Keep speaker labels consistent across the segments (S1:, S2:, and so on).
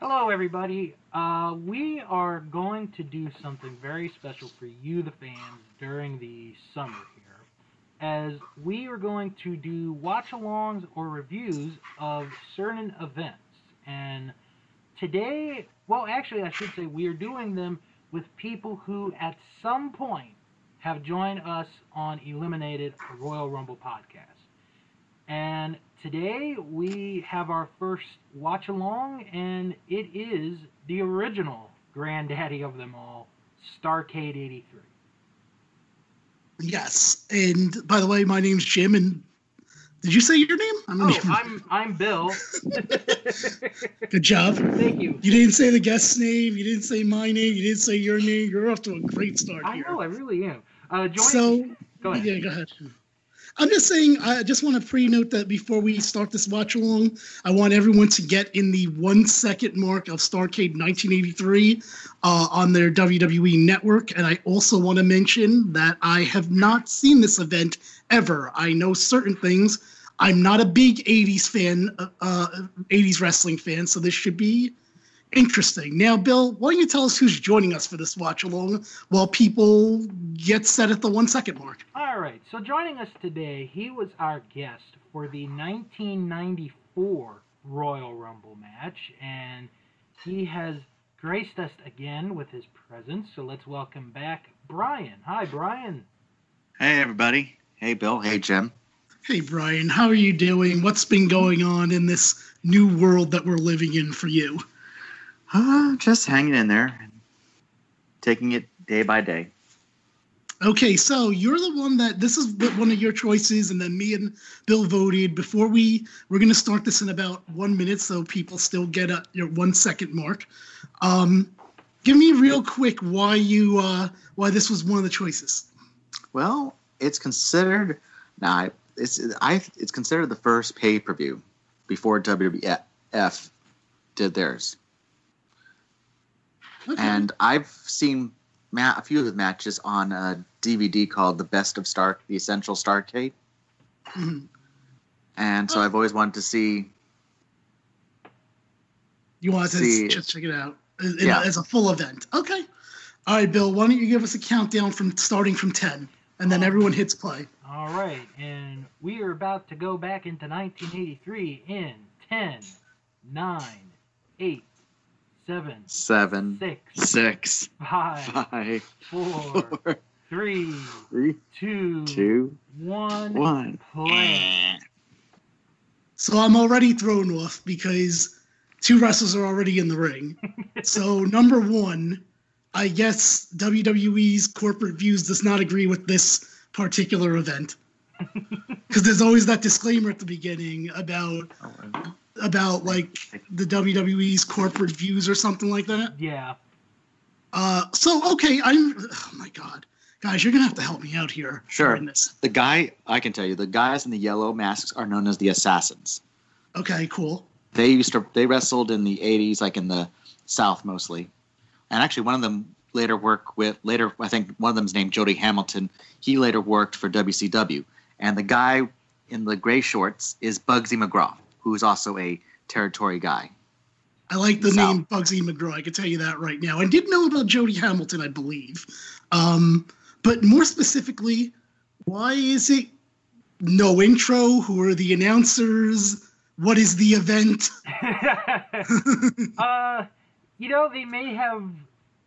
S1: Hello, everybody. Uh, we are going to do something very special for you, the fans, during the summer here, as we are going to do watch-alongs or reviews of certain events. And today, well, actually, I should say we are doing them with people who, at some point, have joined us on Eliminated a Royal Rumble podcast. And today we have our first watch along, and it is the original granddaddy of them all, Starcade 83.
S2: Yes. And by the way, my name's Jim. And did you say your name? I'm
S1: Oh, I'm I'm Bill.
S2: Good job.
S1: Thank you.
S2: You didn't say the guest's name. You didn't say my name. You didn't say your name. You're off to a great start
S1: I
S2: here.
S1: know, I really am. Uh, join,
S2: So,
S1: go ahead.
S2: yeah, go ahead. I'm just saying, I just want to pre note that before we start this watch along, I want everyone to get in the one second mark of Starcade 1983 uh, on their WWE network. And I also want to mention that I have not seen this event ever. I know certain things. I'm not a big 80s fan, uh, uh, 80s wrestling fan, so this should be interesting. Now, Bill, why don't you tell us who's joining us for this watch along while people get set at the one second mark?
S1: All right. So joining us today, he was our guest for the 1994 Royal Rumble match, and he has graced us again with his presence. So let's welcome back Brian. Hi, Brian.
S3: Hey, everybody. Hey, Bill. Hey, Jim.
S2: Hey, Brian, how are you doing? What's been going on in this new world that we're living in for you?
S3: Uh, just hanging in there and taking it day by day.
S2: Okay, so you're the one that this is what- one of your choices, and then me and Bill voted. Before we we're gonna start this in about one minute, so people still get a, your one second mark. Um, give me real quick why you uh, why this was one of the choices.
S3: Well, it's considered now. It's I. It's considered the first pay per view before WWF did theirs,
S2: Okay.
S3: and I've seen ma- a few of the matches on a DVD called "The Best of Star," the Essential Starcade,
S2: Mhm.
S3: and so I've always wanted to see.
S2: You want to
S3: See-
S2: just check it out as,
S3: Yeah.
S2: as a full event. Okay. All right, Bill, why don't you give us a countdown from starting from 10 and then everyone hits play.
S1: All right, and we are about to go back into 1983 in 10, 9, 8, 7,
S3: Seven,
S1: 6,
S3: six,
S1: 5,
S3: five,
S1: 4,
S3: four, Hmm.
S1: 3,
S3: three,
S1: 2,
S3: two,
S1: 1,
S3: one.
S1: play.
S2: So I'm already thrown off because two wrestlers are already in the ring. so, number one, I guess WWE's corporate views does not agree with this particular event. Because there's always that disclaimer at the beginning about about like the WWE's corporate views or something like that.
S1: Yeah.
S2: Uh, so okay, I'm. Oh my god, guys, you're gonna have to help me out here.
S3: Sure.
S2: in this.
S3: The guy, I can tell you, the guys in the yellow masks are known as the assassins.
S2: Okay, cool.
S3: They used to, they wrestled in the 80s, like in the South mostly. And actually, one of them later worked with, later, I think one of them's named Jody Hamilton. He later worked for WCW. And the guy in the gray shorts is Bugsy McGraw, who is also a territory guy.
S2: I like the
S3: So-
S2: name Bugsy McGraw. I can tell you that right now. I did know about Jody Hamilton, I believe, um, but more specifically, why is it no intro? Who are the announcers? What is the event?
S1: uh, you know, they may have,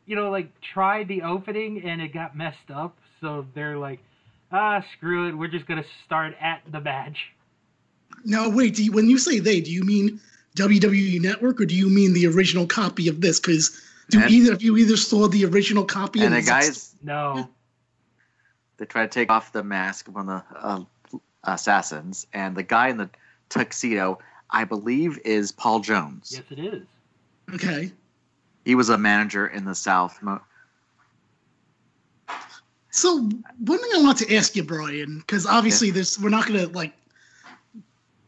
S1: you know, like tried the opening and it got messed up, so they're like, ah, screw it, we're just gonna start at the match.
S2: Now, wait. Do you, when you say they, do you mean WWE Network or do you mean the original copy of this? Because do
S3: And-
S2: either of you either saw the original copy?
S3: And the
S2: it's-
S3: guys,
S1: No.
S3: they try to take off the mask of one of the uh, assassins. And the guy in the tuxedo, I believe, is Paul Jones.
S1: Yes, it is.
S2: Okay.
S3: He was a manager in the South. Mo-
S2: So one thing I want to ask you, Brian, because obviously there's we're not gonna like,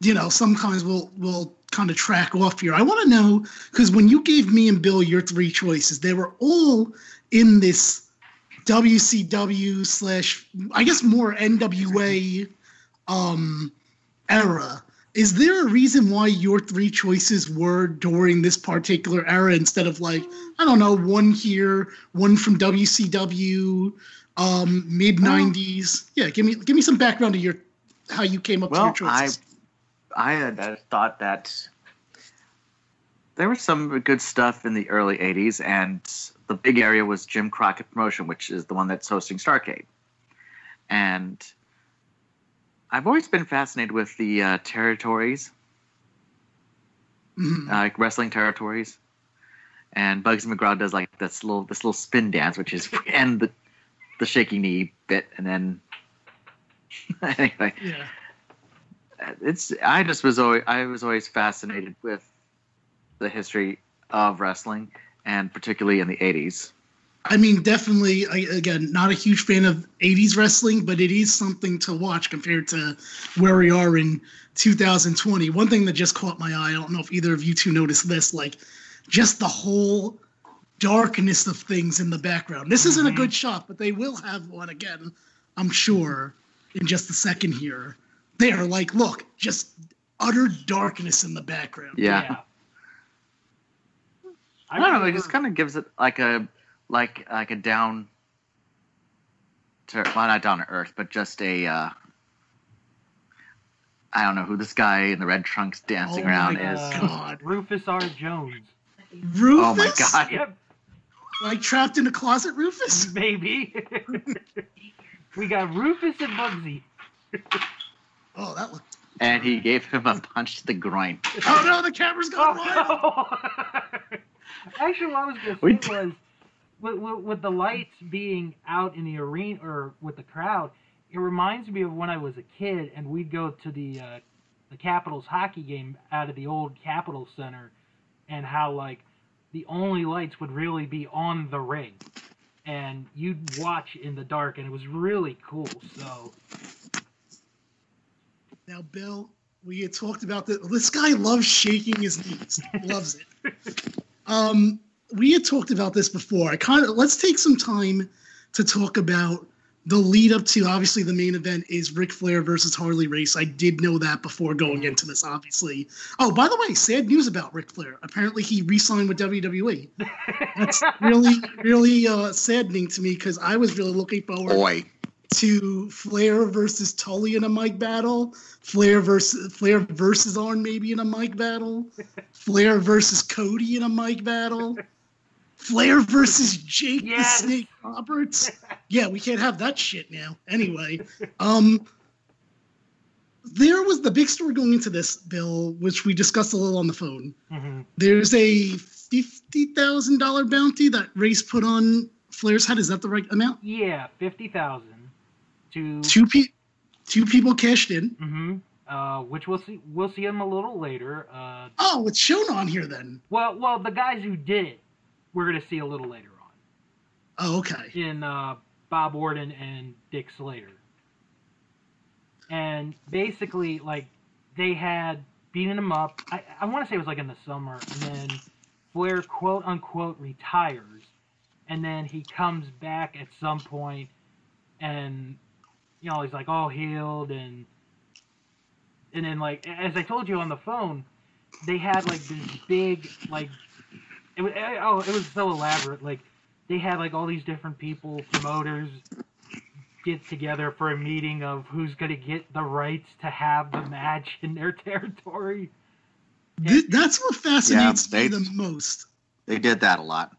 S2: you know, sometimes we'll we'll kind of track off here. I want to know because when you gave me and Bill your three choices, they were all in this WCW slash I guess more NWA um era. Is there a reason why your three choices were during this particular era instead of like I don't know one here, one from WCW, um, mid '90s? Yeah, give me give me some background of your how you came up
S3: Well,
S2: with your choices.
S3: I had uh, thought that there was some good stuff in the early 80s, and the big area was Jim Crockett Promotion, which is the one that's hosting Starcade. And I've always been fascinated with the uh, territories,
S2: Mhm.
S3: uh, like wrestling territories. And Bugsy McGraw does like this little this little spin dance, which is and the the shaky knee bit, and then anyway,
S2: yeah.
S3: it's I just was always I was always fascinated with the history of wrestling and particularly in the 80s.
S2: I mean, definitely. I, again, not a huge fan of '80s wrestling, but it is something to watch compared to where we are in 2020. One thing that just caught my eye—I don't know if either of you two noticed this—like just the whole darkness of things in the background. This isn't a good shot, but they will have one again, I'm sure, in just a second here. There, like, look, just utter darkness in the background.
S3: Yeah. I don't know, it
S1: remember-
S3: just kind of gives it like a like like a down to well not down to earth, but just a uh I don't know who this guy in the red trunks dancing
S2: Oh my
S3: around
S2: God.
S3: is.
S2: God.
S1: Rufus R. Jones.
S2: Rufus,
S3: Oh my god.
S1: Yep,
S2: Like trapped in a closet, Rufus.
S1: baby. we got Rufus and Bugsy.
S2: Oh, that looked.
S3: And he gave him a punch to the groin.
S2: Oh no, the camera's
S1: Oh,
S2: gone wild.
S1: no. Actually, what I was
S3: We
S1: going to say was with, with, with the lights being out in the arena or with the crowd, it reminds me of when I was a kid and we'd go to the uh, the Capitals hockey game out of the old Capitol Center, and how like the only lights would really be on the ring, and you'd watch in the dark, and it was really cool. So
S2: Now, Bill, we had talked about this. This guy loves shaking his knees. loves it. Um, we had talked about this before. I kind of let's take some time to talk about the lead up to obviously the main event is Ric Flair versus Harley Race. I did know that before going into this, obviously. Oh, by the way, sad news about Ric Flair. Apparently, he re-signed with WWE. That's really, really uh, saddening to me because I was really looking forward
S3: Boy.
S2: to Flair versus Tully in a mic battle, Flair versus Flair versus Arn maybe in a mic battle, Flair versus Cody in a mic battle, Flair versus Jake
S1: Yes.
S2: the Snake Roberts. Yeah, we can't have that shit now. Anyway, um there was the big story going into this, Bill, which we discussed a little on the phone.
S1: mhm.
S2: There's a fifty thousand dollar bounty that Race put on Flair's head. Is that the right amount?
S1: yeah, fifty thousand to
S2: Two pe- two people cashed in.
S1: Mm-hmm. Uh, which we'll see. We'll see him a little later. Uh,
S2: Oh, it's shown on here then.
S1: well, well, the guys who did it, we're gonna see a little later on
S2: Oh, okay.
S1: in uh, Bob Orton and Dick Slater. And basically, like they had beaten him up. I, I want to say it was like in the summer, and then Flair quote unquote retires, and then he comes back at some point, and you know he's like all healed and and then like as I told you on the phone, they had like this big like it was oh it was so elaborate like they had like all these different people promoters get together for a meeting of who's gonna get the rights to have the match in their territory.
S2: Th- that's what fascinates
S3: Yeah, they-
S2: me the most.
S3: They did that a lot.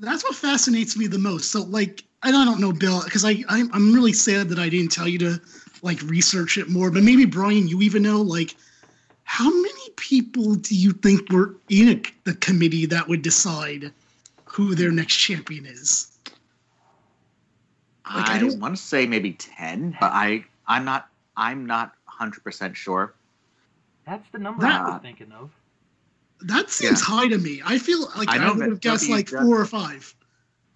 S2: That's what fascinates me the most. So, like, and I don't know, Bill, because I I'm, I'm really sad that I didn't tell you to like research it more. But maybe Brian, you even know like how many people do you think were in a, the committee that would decide who their next champion is? Like, I
S3: I,
S2: don't-
S3: want to say maybe ten, but I I'm not I'm not hundred percent sure.
S1: That's the number I was
S3: That-
S1: thinking of.
S2: That seems
S3: Yeah.
S2: high to me. I feel like
S3: I
S2: I,
S3: know,
S2: would have
S3: but
S2: guessed
S3: W-
S2: like four or five.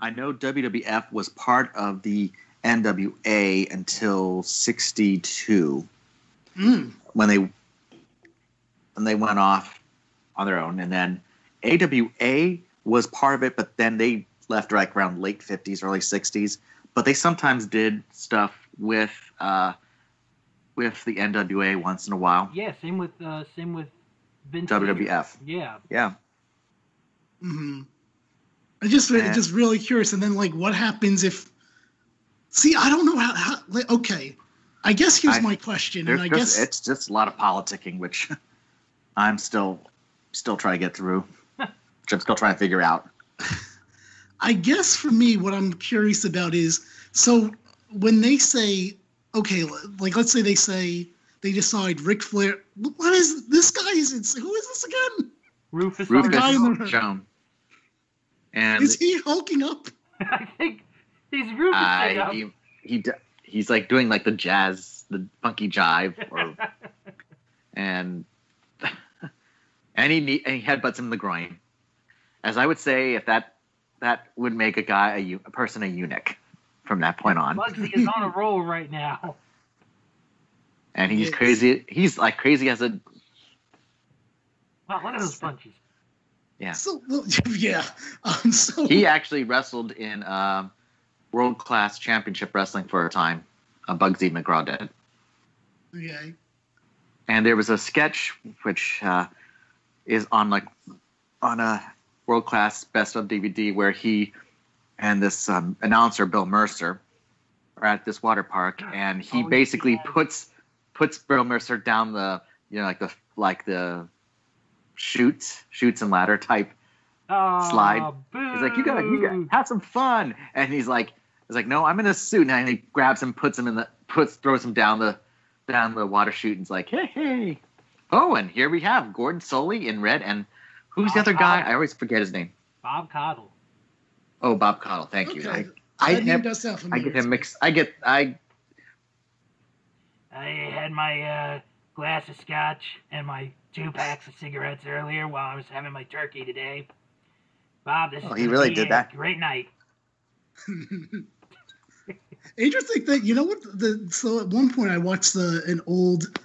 S3: I know WWF was part of the NWA until '62
S2: Mm.
S3: when they when they went off on their own, and then AWA was part of it, but then they left like around late '50s, early '60s. But they sometimes did stuff with uh, with the NWA once in a while.
S1: Yeah, same with uh, same with Vince.
S3: WWF.
S1: Jr. Yeah,
S3: Yeah.
S2: hmm I just
S3: Yeah.
S2: just really curious, and then like, what happens if? See, I don't know how. how like, okay, I guess here's
S3: I-
S2: my question,
S3: There's
S2: and I
S3: just,
S2: guess
S3: it's just a lot of politicking, which I'm still still trying to get through. which I'm still trying to figure out.
S2: I guess for me, what I'm curious about is so when they say, okay, l- like let's say they say they decide Ric Flair. What is this guy? Is it's, who is this again?
S1: Rufus.
S3: Rufus
S2: guy in the-
S3: Joan. And
S2: Is he hulking up?
S1: I think he's Rufus.
S3: I,
S1: Jacob.
S3: he, he d- he's like doing like the jazz, the funky jive, or and and he ne- and he headbutts him in the groin. As I would say, if that that would make a guy a, eu- a person a eunuch from that point on,
S1: Muggsy is on a roll right now.
S3: and he's
S2: Yes.
S3: crazy. He's like crazy as a
S1: Wow, look at those punches.
S3: Yeah.
S2: So well, yeah, um, so
S3: he actually wrestled in um world class championship wrestling for a time. Uh, Bugsy McGraw did.
S2: okay,
S3: and there was a sketch which uh, is on like on a world class best of DVD where he and this um, announcer Bill Mercer are at this water park, and he
S1: Oh,
S3: basically
S1: yeah.
S3: puts puts Bill Mercer down the you know like the like the shoots shoots and ladder type.
S1: Uh,
S3: Slide.
S1: Boo.
S3: He's like, you gotta, you gotta have some fun, and he's like, he's like, no, I'm in a suit, and he grabs him, puts him in the puts throws him down the down the water chute, and's like, hey, hey, oh, and here we have Gordon Soley in red, and who's the other guy? I always forget his name.
S1: Bob Coddle.
S3: Oh, Bob Cottle. Thank you. I
S2: okay.
S3: I,
S2: that name
S3: nev-
S2: does sound
S3: I
S2: familiar.
S3: get him mixed. I get I
S1: I had my uh, glass of scotch and my two packs of cigarettes earlier while I was having my turkey today. Bob, this
S3: Oh,
S1: is
S3: he
S1: gonna
S3: really
S1: be
S3: did
S1: a
S3: that.
S1: Great night.
S2: Interesting thing, you know what? The so at one point I watched the an old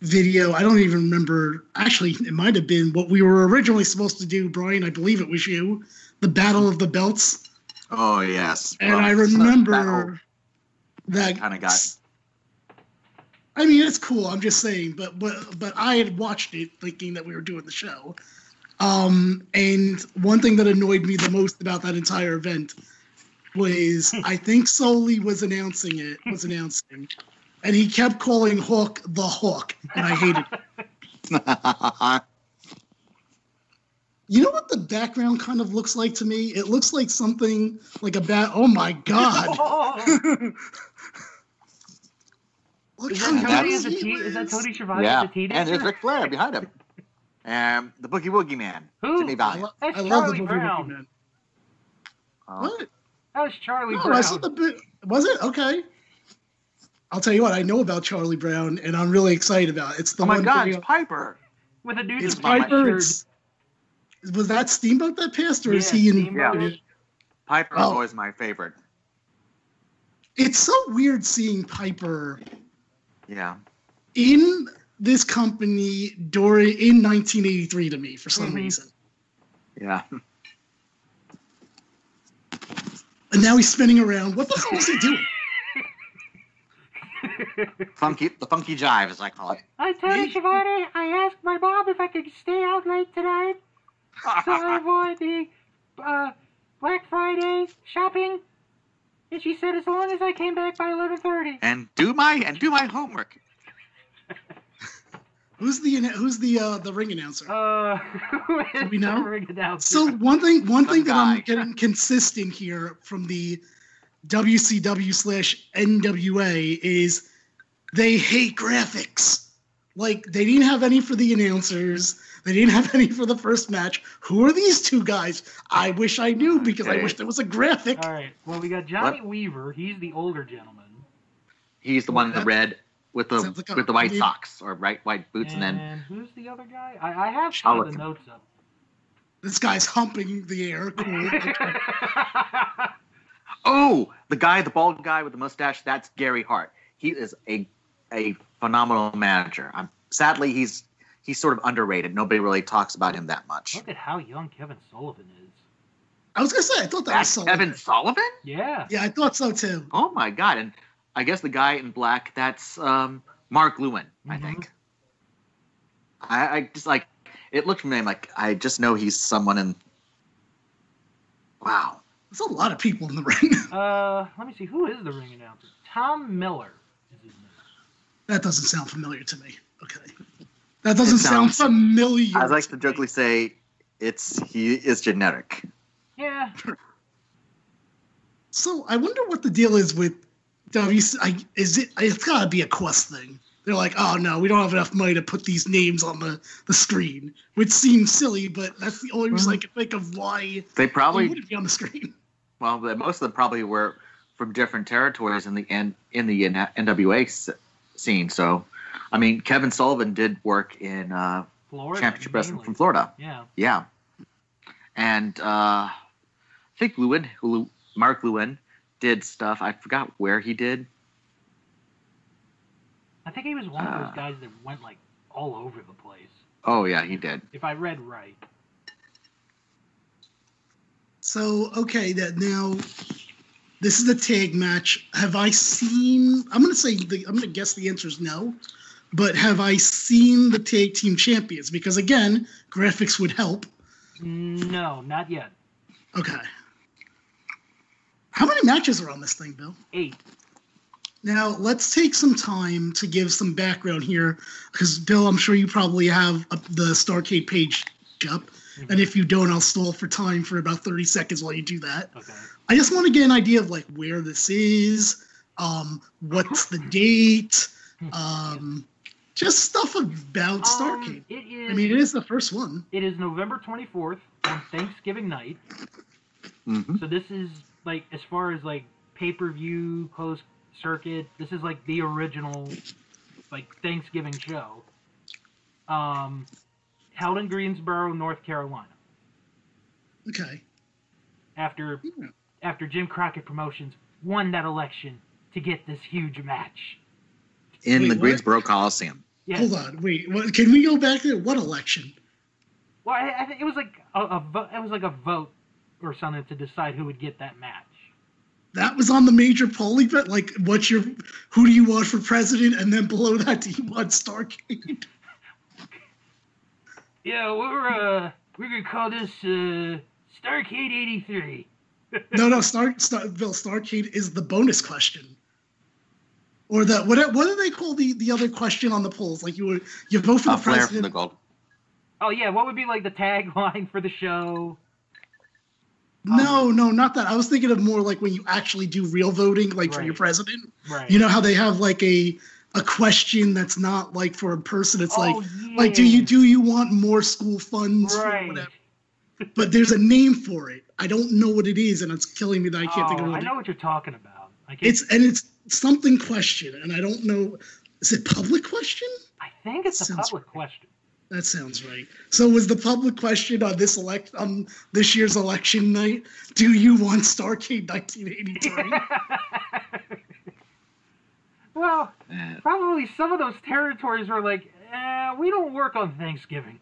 S2: video. I don't even remember. Actually, it might have been what we were originally supposed to do, Brian. I believe it was you, the Battle of the Belts.
S3: oh yes,
S2: And I remember that
S3: kinda guy.
S2: I mean, it's cool. I'm just saying, but but but I had watched it thinking that we were doing the show. Um, and one thing that annoyed me the most about that entire event was I think Soli was announcing it was announcing, and he kept calling Hawk the Hawk, and I hated. It. You know what the background kind of looks like to me? It looks like something like a bat. Oh my god!
S1: Oh,
S2: Look
S1: is
S2: how
S1: that Tony
S2: young
S1: as a
S2: he
S1: tea? Is that
S2: is.
S1: Tony Schiavone
S3: yeah,
S1: as a tea
S3: and there's
S1: dancer?
S3: Ric Flair behind him, and the Boogie Woogie Man,
S1: Who?
S3: Jimmy
S2: I,
S3: Valiant.
S2: lo-
S1: That's
S2: I love the
S1: Charlie
S2: Boogie Woogie
S1: Brown.
S2: Man.
S3: Oh.
S2: What?
S1: That was Charlie
S2: No,
S1: Brown.
S2: I saw the bit. Was it okay? I'll tell you what. I know about Charlie Brown, and I'm really excited about it. It's the
S3: oh my
S2: one
S3: God,
S2: video-
S3: it's Piper.
S1: With a dude
S2: it's
S1: in a
S3: Piper,
S1: shirt.
S2: Piper's. Was that Steamboat that passed, or is
S1: Yeah,
S2: he in?
S1: Steamboat.
S3: Yeah. Piper is
S2: Oh.
S3: always my favorite.
S2: It's so weird seeing Piper
S3: Yeah.
S2: in this company during in 1983 to me for some
S1: Mhm.
S2: reason.
S3: Yeah.
S2: And now he's spinning around. What the hell is he doing?
S3: Funky the funky jive as I call it.
S1: I'm Tony Schiavone. I asked my mom if I could stay out late tonight so I avoid the uh, Black Friday shopping. And she said as long as I came back by 11:30.
S3: and do my and do my homework.
S2: Who's the who's the uh, the ring announcer?
S1: Uh,
S2: Do we know?
S1: Ring it out.
S2: So one thing, one
S3: Some
S2: thing that I'm
S3: guy.
S2: getting consistent here from the WCW slash NWA is they hate graphics. Like they didn't have any for the announcers. They didn't have any for the first match. Who are these two guys? I wish I knew because I
S3: Okay.
S2: wish there was a graphic.
S1: All right. Well, we got Johnny Weaver. He's the older gentleman.
S3: He's the one in the red with the
S2: Sounds like a-
S3: with the white socks or bright white boots, and then
S1: who's the other guy? I, I have some of the
S3: Charlatan.
S1: notes up.
S2: This guy's humping the air. Cool.
S3: oh, the guy, the bald guy with the mustache, that's Gary Hart. He is a a phenomenal manager. I'm sadly he's he's sort of underrated. Nobody really talks about him that much.
S1: Look at how young Kevin Sullivan is.
S2: I was gonna say I thought that was
S3: That's
S2: so.
S3: Evan Sullivan.
S1: Yeah.
S2: Yeah, I thought so too.
S3: Oh my god! And I guess the guy in black, that's um, Mark Lewin, I
S1: Mhm.
S3: think. I, I just like it looked familiar. Like I just know he's someone in. Wow,
S2: There's a lot of people in the ring.
S1: Uh, let me see. Who is the ring announcer? Tom Miller is his name.
S2: that doesn't sound familiar to me. Okay. That doesn't sound
S3: sounds-
S2: familiar.
S3: I like to
S2: me.
S3: jokingly say it's he is generic.
S1: Yeah.
S2: So I wonder what the deal is with W. I, is it? It's got to be a quest thing. They're like, oh no, we don't have enough money to put these names on the, the screen, which seems silly, but that's the only reason I can think of why
S3: They
S2: they
S3: probably
S2: wouldn't be on the screen.
S3: well, the- most of them probably were from different territories in the N, in the N, NWA s- scene. So, I mean, Kevin Sullivan did work in uh,
S1: Florida.
S3: Championship Wrestling
S1: mainly.
S3: from Florida.
S1: Yeah.
S3: Yeah. And uh, I think Lewin, Lew- Mark Lewin, did stuff. I forgot where he did.
S1: I think he was one of
S3: Uh.
S1: those guys that went like all over the place.
S3: Oh, yeah, he did.
S1: If I read right.
S2: So okay, that now this is the tag match. Have I seen? I'm gonna say the, I'm gonna guess the answer is no, but have I seen the tag team champions? Because again, graphics would help.
S1: No, not yet.
S2: Okay. How many matches are on this thing, Bill?
S1: Eight.
S2: Now, let's take some time to give some background here, because Bill, I'm sure you probably have up the Starcade page up. And if you don't, I'll stall for time for about 30 seconds while you do that.
S1: Okay.
S2: I just want to get an idea of like where this is, um, what's the date, um, just stuff about Starcade.
S1: Um, it is.
S2: I mean, it is the first one.
S1: It is November 24th on Thanksgiving night.
S3: hmm
S1: So this is like as far as like pay-per-view closed circuit, this is like the original like Thanksgiving show. Um held in Greensboro, North Carolina.
S2: Okay.
S1: After
S2: Yeah.
S1: after Jim Crockett Promotions won that election to get this huge match.
S3: In
S2: Wait,
S3: the
S2: what?
S3: Greensboro Coliseum.
S1: Yes.
S2: Hold on. Wait. What, can we go back to what election?
S1: Well, I, I think it was like a, a vo- it was like a vote or something to decide who would get that match.
S2: That was on the major poll event. Like, what's your, who do you want for president? And then below that, do you want Starcade?
S1: Yeah, we're uh we're gonna call this uh Starcade '83.
S2: no, no, Star, Star, Bill, Starcade is the bonus question. Or the, what, what do they call the, the other question on the polls? Like, you were, you vote for
S3: A
S2: the
S3: flare from
S2: president.
S3: the gold.
S1: Oh yeah, what would be like the tagline for the show?
S2: no, no, not that. I was thinking of more like when you actually do real voting, like for your
S1: Right.
S2: president.
S1: Right.
S2: You know how they have like a, a question that's not like for a person. It's
S1: Oh,
S2: like, like, do
S1: yeah.
S2: you, do you want more school funds for
S1: right?
S2: whatever? but there's a name for it. I don't know what it is, and it's killing me that I can't think
S1: Oh,
S2: of
S1: I
S2: what it
S1: know what you're talking about. I can
S2: It's and it's something question, and I don't know. Is it public question?
S1: I think it's a
S2: sounds
S1: public question.
S2: That sounds right. So was the public question on this elect on this year's election night? Do you want Starcade 1983?
S1: well,
S3: Eh,
S1: probably some of those territories were like, eh, we don't work on Thanksgiving.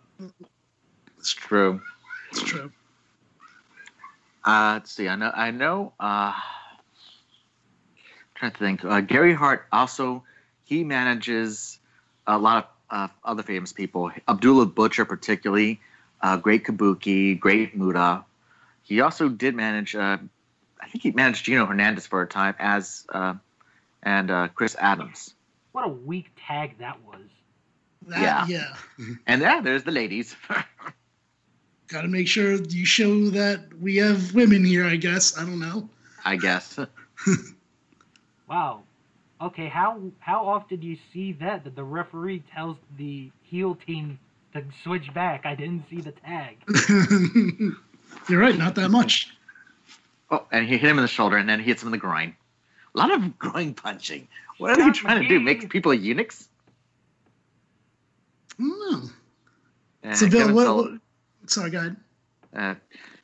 S3: it's true.
S2: It's true.
S3: Uh, let's see. I know. I know. Uh, trying to think. Uh, Gary Hart also he manages a lot of uh, other famous people. Abdullah Butcher, particularly, uh, Great Kabuki, Great Muda. He also did manage. Uh, I think he managed Gino Hernandez for a time as uh, and uh, Chris Adams.
S1: What a weak tag that was.
S2: That, yeah.
S3: Yeah.
S2: yeah.
S3: And yeah, there's the ladies.
S2: Got to make sure you show that we have women here. I guess I don't know.
S3: I guess.
S1: Wow. Okay, how how often do you see that that the referee tells the heel team to switch back? I didn't see the tag.
S2: You're right. Not that much.
S3: Oh, and he hit him in the shoulder, and then he hits him in the groin. A lot of groin punching. What are they
S1: Stop
S3: trying to do?
S1: McGee.
S3: Make people eunuchs?
S2: I don't know.
S3: And
S2: So Bill,
S3: Uh, Kevin
S2: what,
S3: Sullivan-
S2: what- Sorry, go ahead.
S3: uh,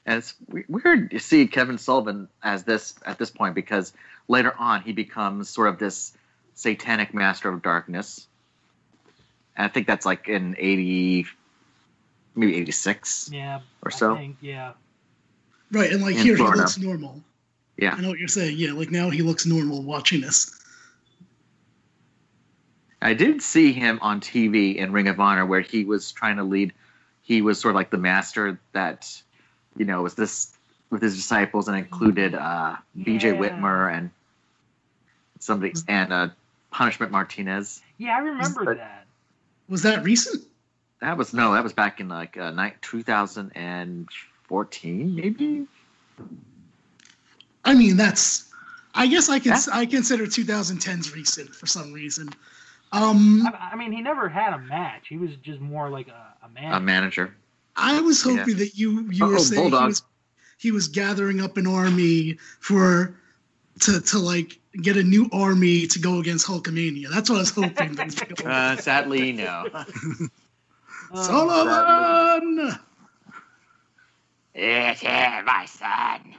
S3: and it's we- weird to see Kevin Sullivan as this at this point because later on he becomes sort of this satanic master of darkness. And I think that's like in eighty, maybe eighty six
S1: Yeah.
S3: or so.
S1: I think, yeah.
S2: Right, and like
S3: in
S2: here
S3: Florida.
S2: he looks normal.
S3: Yeah.
S2: I know what you're saying. Yeah, like now he looks normal watching this.
S3: I did see him on TV in Ring of Honor where he was trying to lead. He was sort of like the master that, you know, was this with his disciples and included uh, B.J.
S1: Yeah.
S3: Whitmer and somebody and uh, Punishment Martinez.
S1: Yeah, I remember
S3: But-
S1: that.
S2: Was that recent?
S3: That was no, that was back in like uh, ni- 2014, maybe.
S2: I mean, that's. I guess I can
S3: Yeah.
S2: I consider 2010s recent for some reason. Um,
S1: I, I mean, he never had a match. He was just more like a, a man.
S3: A manager.
S2: I was
S3: Yeah.
S2: hoping that you you were
S3: Uh-oh,
S2: saying he
S3: Bulldog.
S2: was, he was gathering up an army for to to like get a new army to go against Hulkamania. That's what I was hoping. that was going.
S3: Uh, sadly, no.
S1: Uh,
S2: Sullivan,
S3: It is my son.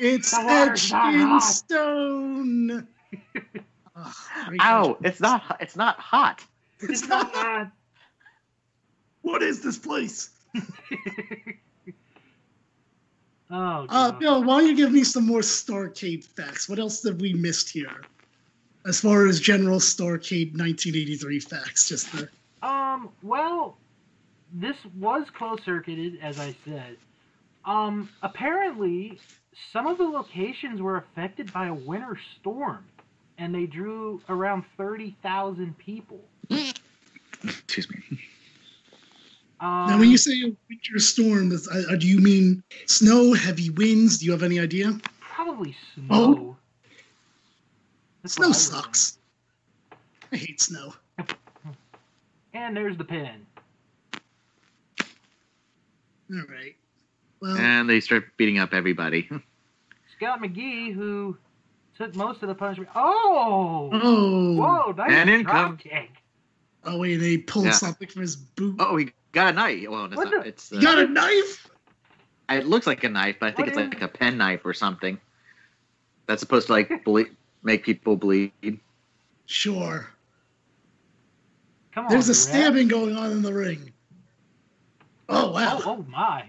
S2: it's
S1: The water's
S2: etched
S1: not
S2: in
S1: hot.
S2: stone. Ugh, great question.
S3: Ow! Oh, It's not. It's not hot.
S1: It's not that.
S2: What is this place?
S1: Oh,
S2: Uh,
S1: God.
S2: Bill, why don't you give me some more Starcade facts? What else have we missed here? As far as general Starcade 1983 facts, just the,
S1: Um, well, this was closed circuited, as I said. Um, apparently, some of the locations were affected by a winter storm, and they drew around 30,000 people.
S3: Excuse me.
S1: Um,
S2: now when you say a winter storm, is, uh, uh, do you mean snow, heavy winds? Do you have any idea?
S1: probably snow.
S2: Oh.
S1: That's what I
S2: Snow
S1: would
S2: sucks. I hate snow.
S1: think. And there's the pin.
S2: All right. Well,
S1: Eh.
S3: And they start beating up everybody.
S1: Scott McGee, who took most of the punishment. Oh!
S2: oh,
S1: Whoa, nice
S3: And in
S1: drop
S3: come-
S1: kick.
S2: oh wait, they pulled
S3: Yeah.
S2: something from his boot.
S3: Oh, he got a knife. Well, it's,
S1: What
S3: not,
S1: the-
S3: it's
S2: He
S3: uh,
S2: got a knife.
S3: it looks like a knife, but I think
S1: What
S3: it's
S1: is-
S3: like a pen knife or something. That's supposed to like ble- make people bleed.
S2: Sure.
S1: Come on.
S2: There's a
S1: Brad.
S2: stabbing going on in the ring. Oh wow.
S1: Oh, oh my.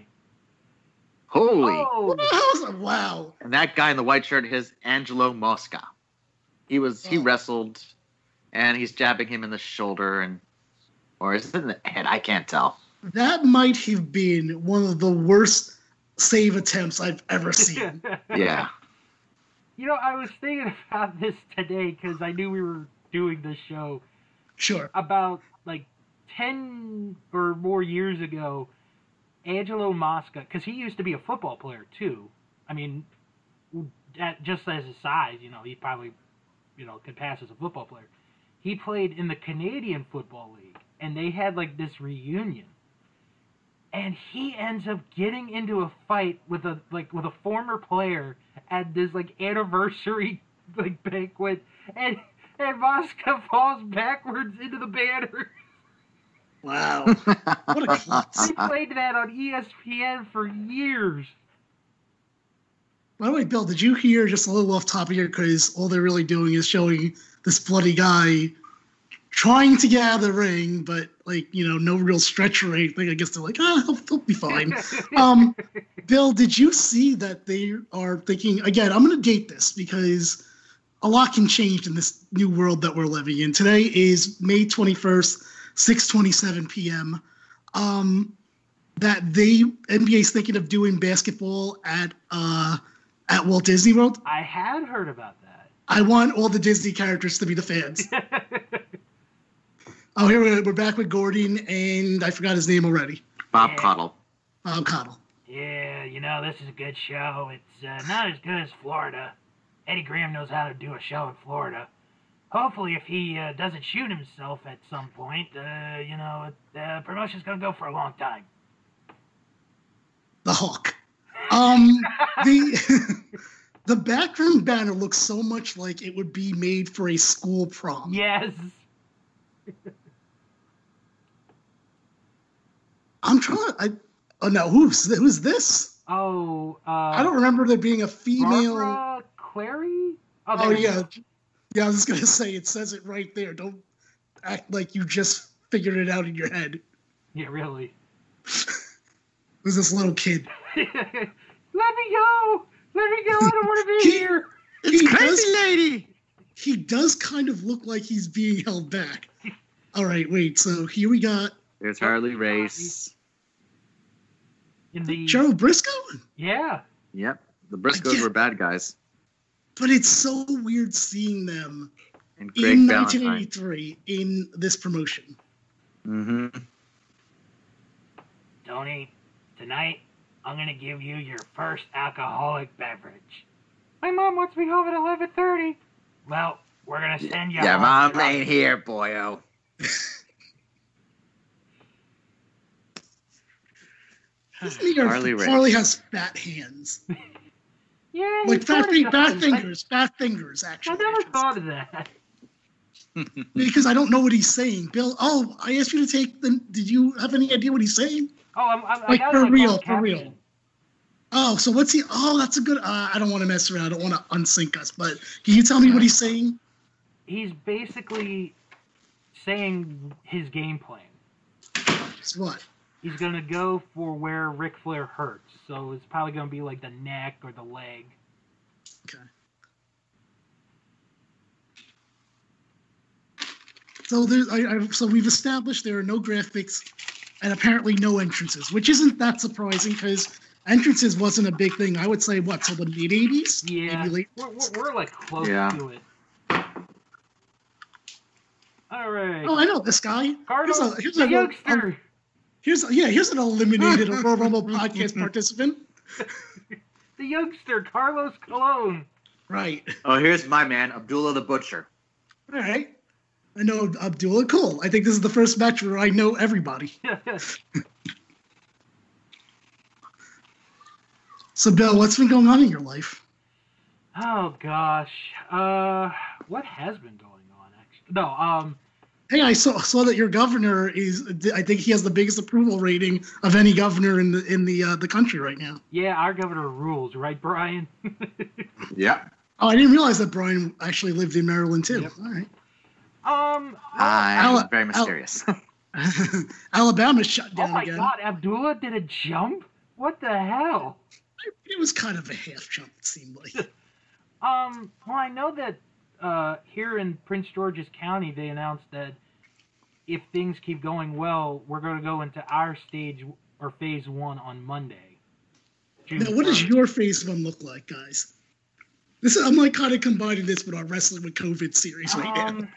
S3: Holy!
S1: Oh,
S2: wow.
S3: And that guy in the white shirt is Angelo Mosca. He was he
S2: Oh.
S3: wrestled, and he's jabbing him in the shoulder and or is it in the head? I can't tell.
S2: That might have been one of the worst save attempts I've ever seen.
S3: Yeah.
S1: You know, I was thinking about this today because I knew we were doing this show
S2: sure.
S1: about like 10 or more years ago. Angelo Mosca, because he used to be a football player too. I mean, at, just as his size, you know, he probably, you know, could pass as a football player. He played in the Canadian Football League, and they had like this reunion. And he ends up getting into a fight with a like with a former player at this like anniversary like banquet, and and Mosca falls backwards into the banner.
S2: Wow.
S3: what
S2: a klutz.
S1: They played that on E ESPN for years.
S2: By the way, Bill, did you hear just a little off top of your because all they're really doing is showing this bloody guy trying to get out of the ring, but like, you know, no real stretch or anything. I guess they're like, ah, he'll, he'll be fine. um, Bill, did you see that they are thinking again? I'm going to date this because a lot can change in this new world that we're living in. Today is May 21st, 6:27 p.m. Um, that they NBA's thinking of doing basketball at uh, at Walt Disney World.
S1: I had heard about
S2: I want all the Disney characters to be the fans.
S1: that.
S2: oh, here we're, we're back with Gordon, and I forgot his name already.
S3: Bob Cottle.
S2: Bob Cottle.
S1: yeah, you know, this is a good show. It's uh, not as good as Florida. Eddie Graham knows how to do a show in Florida. Hopefully, if he uh, doesn't shoot himself at some point, uh, you know, the uh, promotion's going to go for a long time.
S2: the Hawk. Um, the the background banner looks so much like it would be made for a school prom.
S1: Yes.
S2: I'm trying. I oh no, who's who's this?
S1: Oh, uh,
S2: I don't remember there being a female.
S1: Barbara Clary?
S2: Oh yeah, yeah. I was gonna say it says it right there. Don't act like you just figured it out in your head.
S1: Yeah, really.
S2: Who's this little kid?
S1: Let me go! Let me go! I don't want to be
S2: He-
S1: here!
S2: It's
S3: lady.
S2: he does kind of look like he's being held back. All right, wait. So here we got
S3: There's Harley Race.
S1: In the
S2: Gerald Briscoe,
S1: yeah,
S3: Yep. The Briscoes were bad guys.
S2: but it's so weird seeing them
S3: And
S2: in
S3: Greg Valentine.
S2: 1983 in this promotion.
S3: hmm
S1: Tony, tonight I'm gonna give you your first alcoholic beverage. My mom wants me home at 11:30. Well, we're gonna send you.
S3: Yeah,
S1: home
S3: mom
S1: drunk.
S3: ain't here, boyo.
S2: Isn't he our-
S3: Harley
S2: Harley,
S3: Race.
S2: has fat hands,
S1: Yeah, he
S2: like fat,
S1: sorta
S2: feet, fat
S1: does. I-
S2: fingers, fat fingers.
S1: I,
S2: Actually,
S1: never thought of that.
S2: because I don't know what he's saying. Bill, oh, I asked you to take the. Did you have any idea what he's saying?
S1: Oh, I'm, I'm, I
S2: Like,
S1: got
S2: for
S1: it, like,
S2: real,
S1: on
S2: for real.
S1: caption.
S2: Oh, so what's he? Oh, that's a good. Uh, I don't want to mess around. I don't want to unsync us. But can you tell me what he's saying?
S1: He's basically saying his game plan.
S2: It's what?
S1: He's gonna go for where Ric Flair hurts, so it's probably gonna be like the neck or the leg.
S2: So there's. I, I, so we've established there are no graphics, and apparently no entrances, which isn't that surprising because entrances wasn't a big thing. I would say what till the mid '80s,
S1: Yeah,
S2: maybe late.
S1: we're, we're, we're like close
S3: Yeah.
S1: to it. All right,
S2: Oh, I know this guy. Here's
S1: Cardinal,
S2: a, here's
S1: the
S2: a,
S1: youngster.
S2: here's a- yeah, here's an eliminated Royal Rumble podcast participant.
S1: the youngster, Carlos Colon.
S2: Right.
S3: Oh, here's my man, Abdullah the Butcher.
S2: All right. I know Abdullah Cole. I think this is the first match where I know everybody. So, Bill, what's been going on in your life?
S1: oh gosh, uh, what has been going on? Actually, no. Um,
S2: Hey, I saw saw that your governor is. I think he has the biggest approval rating of any governor in the in the uh, the country right now.
S1: yeah, our governor rules, right, Brian?
S3: Yeah.
S2: Oh, I didn't realize that Brian actually lived in Maryland too.
S1: Yep.
S2: All right.
S1: um,
S3: I'm
S2: Al-
S3: very mysterious.
S2: Alabama shut
S1: oh
S2: down
S1: my
S2: again.
S1: God, Abdullah did a jump. What the hell?
S2: It was kind of a half jump. It seemed like.
S1: Um, well, I know that uh, here in Prince George's County, they announced that if things keep going well, we're going to go into our stage or phase one on Monday. June
S2: now, what does
S1: 1st.
S2: your phase one look like, guys? This is, I'm like kind of combining this with our wrestling with COVID series right now.
S1: Um,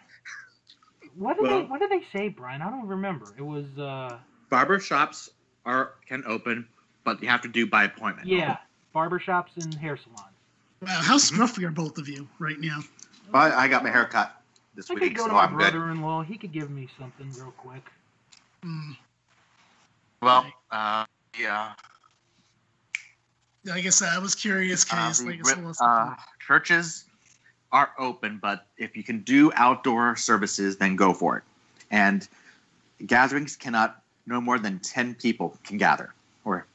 S1: what did
S3: Well-
S1: they What did they say, Brian? I don't remember. It was uh,
S3: Barber shops are can open, but you have to do by appointment.
S1: yeah, barbershops and hair salons.
S2: Wow, how scruffy are both of you right now?
S3: But I got my hair cut this
S1: I could go to my brother-in-law. He could give me something real quick.
S2: Hmm.
S3: Well, uh, yeah.
S2: I guess I was curious
S3: Uh,
S2: because
S3: the
S2: like,
S3: ri-
S2: so what's-
S3: uh, churches are open, but if you can do outdoor services, then go for it. And gatherings cannot no more than ten people can gather, or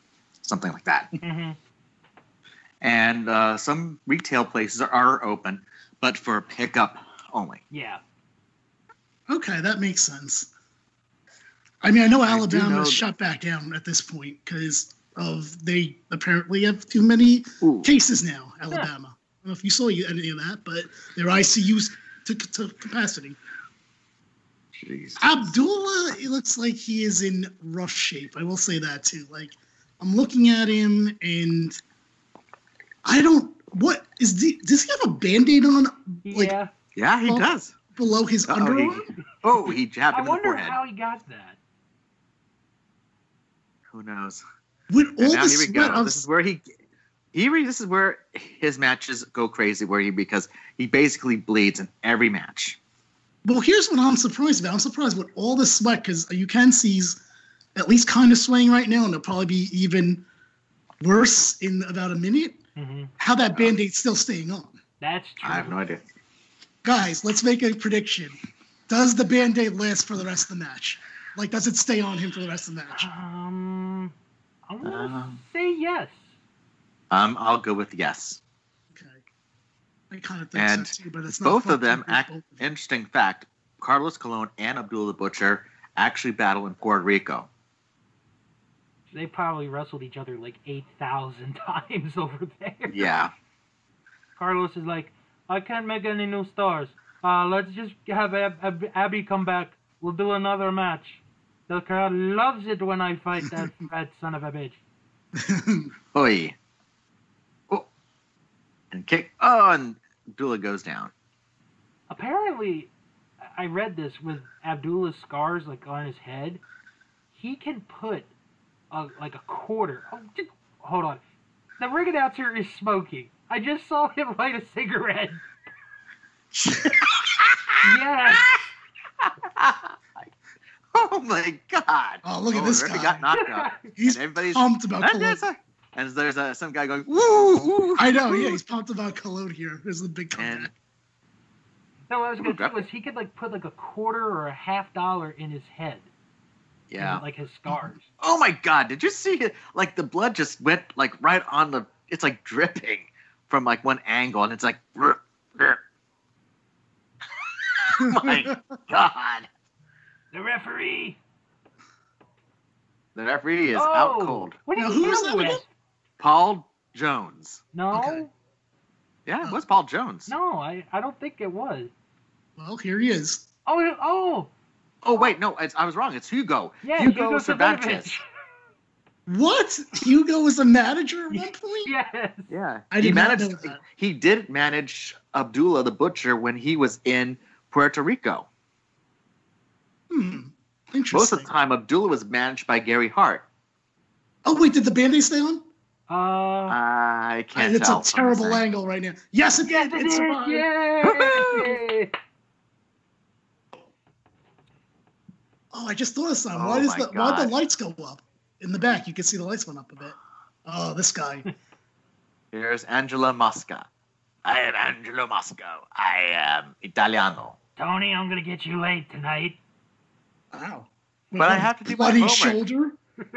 S3: something like that.
S1: hmm
S3: And uh, some retail places are, are open, but for pickup only.
S1: Yeah,
S2: okay, that makes sense. I mean, I know
S3: I do
S2: Alabama
S3: know that-
S2: shut back down at this point because of they apparently have too many
S3: Ooh.
S2: cases now. Alabama. I don't know if you saw you- any of that, but their ICUs took to capacity.
S3: Jeez.
S2: Abdullah, it looks like he is in rough shape. I will say that too. Like I'm looking at him and I don't what is the does he have a band-aid on Like-
S1: yeah.
S3: Yeah, he
S2: Well,
S3: does.
S2: below his
S3: Uh-oh, he-
S2: underarm?
S3: Oh, he jabbed
S1: I
S3: him in the
S1: wonder
S3: forehead.
S1: how he got that.
S3: Who knows?
S2: With all
S3: And now
S2: the
S3: here we
S2: sweat
S3: go.
S2: of
S3: This is where he, he re, this is where his matches go crazy. Where he because he basically bleeds in every match.
S2: well, here's what I'm surprised about. I'm surprised with all the sweat because you can see he's at least kind of swaying right now, and it'll probably be even worse in about a minute.
S1: hmm
S2: How that band aid's still staying on,
S1: That's true.
S3: I have no idea.
S2: guys. Let's make a prediction. Does the band aid last for the rest of the match? Like, does it stay on him for the rest of the match?
S1: Um, I want to
S3: Um.
S1: say yes.
S3: Um, I'll go with yes.
S2: Okay. I kind of think
S3: And
S2: so too, but it's not
S3: Both
S2: fucking
S3: of them act.
S2: people.
S3: Interesting fact: Carlos Colon and Abdul the Butcher actually battle in Puerto Rico.
S1: They probably wrestled each other like 8,000 times over there.
S3: Yeah,
S1: Carlos is like, I can't make any new stars. Uh, let's just have Ab- Ab- Abby come back. We'll do another match. The crowd loves it when I fight that fat son of a bitch.
S3: Oi. Oh. And kick. Oh, and Abdullah goes down.
S1: Apparently, I- I read this with Abdullah's scars like on his head. He can put a, like a quarter. Oh, just, hold on. The ring announcer is smoking. I just saw him light a cigarette. Yes.
S3: oh my god.
S2: Oh, look at this
S3: everybody
S2: guy.
S3: got knocked out.
S2: He's
S3: and everybody's
S2: pumped about
S3: and
S2: Cologne.
S3: there's, a, and there's a, some guy going, woo, woo.
S2: I know, yeah,
S3: woo."
S2: he's pumped about Cologne here. There's the big
S3: And
S2: comeback.
S1: No, what I was
S3: Ooh,
S1: gonna
S3: that-
S1: do is he could like put like a quarter or a half dollar in his head. in,
S3: yeah.
S1: like his scars.
S3: Oh my god, did you see it? Like the blood just went like right on the it's like dripping from like one angle and it's like "Grr, grr." my god.
S1: The referee
S3: The referee is out cold.
S1: Oh! What
S2: Now,
S1: are
S2: who
S1: you
S2: was that
S1: dealing with?
S2: again?
S3: Paul Jones.
S1: No,
S2: Okay.
S3: Yeah, it was Paul Jones.
S1: no, I, I don't think it was.
S2: well, here he is.
S1: Oh, it- oh,
S3: Oh wait, no, it's, I was wrong. It's Hugo.
S1: yeah,
S3: Hugo
S1: Hugo
S3: Sabanchez.
S1: Sabanchez.
S2: What? Hugo was the manager at one point?
S1: yes.
S3: Yeah,
S2: I
S3: he
S2: did not
S3: managed.
S2: know that.
S3: He did manage Abdullah the butcher when he was in Puerto Rico.
S2: Hmm.
S3: Most
S2: Interesting.
S3: of the time, Abdullah was managed by Gary Hart.
S2: Oh, wait, did the band aid stay on?
S1: Uh,
S3: I can't
S2: It's
S3: tell.
S2: a
S3: from the
S2: terrible
S3: thing.
S2: angle right now. Yes, it
S1: yes,
S2: did.
S1: it
S2: It's
S1: is.
S2: fine.
S1: Yay!
S2: Oh, I just noticed that.
S3: Oh
S2: Why does
S3: my
S2: the why the
S3: God.
S2: lights go up in the back? You can see the lights went up a bit. Oh, this guy.
S3: Here's Angela Mosca. I am Angelo Mosco. I am Italiano.
S1: Tony, I'm gonna get you late tonight.
S2: Wow.
S3: But
S2: With
S3: I
S2: a
S3: have to do my
S2: bloody
S3: homework.
S2: shoulder.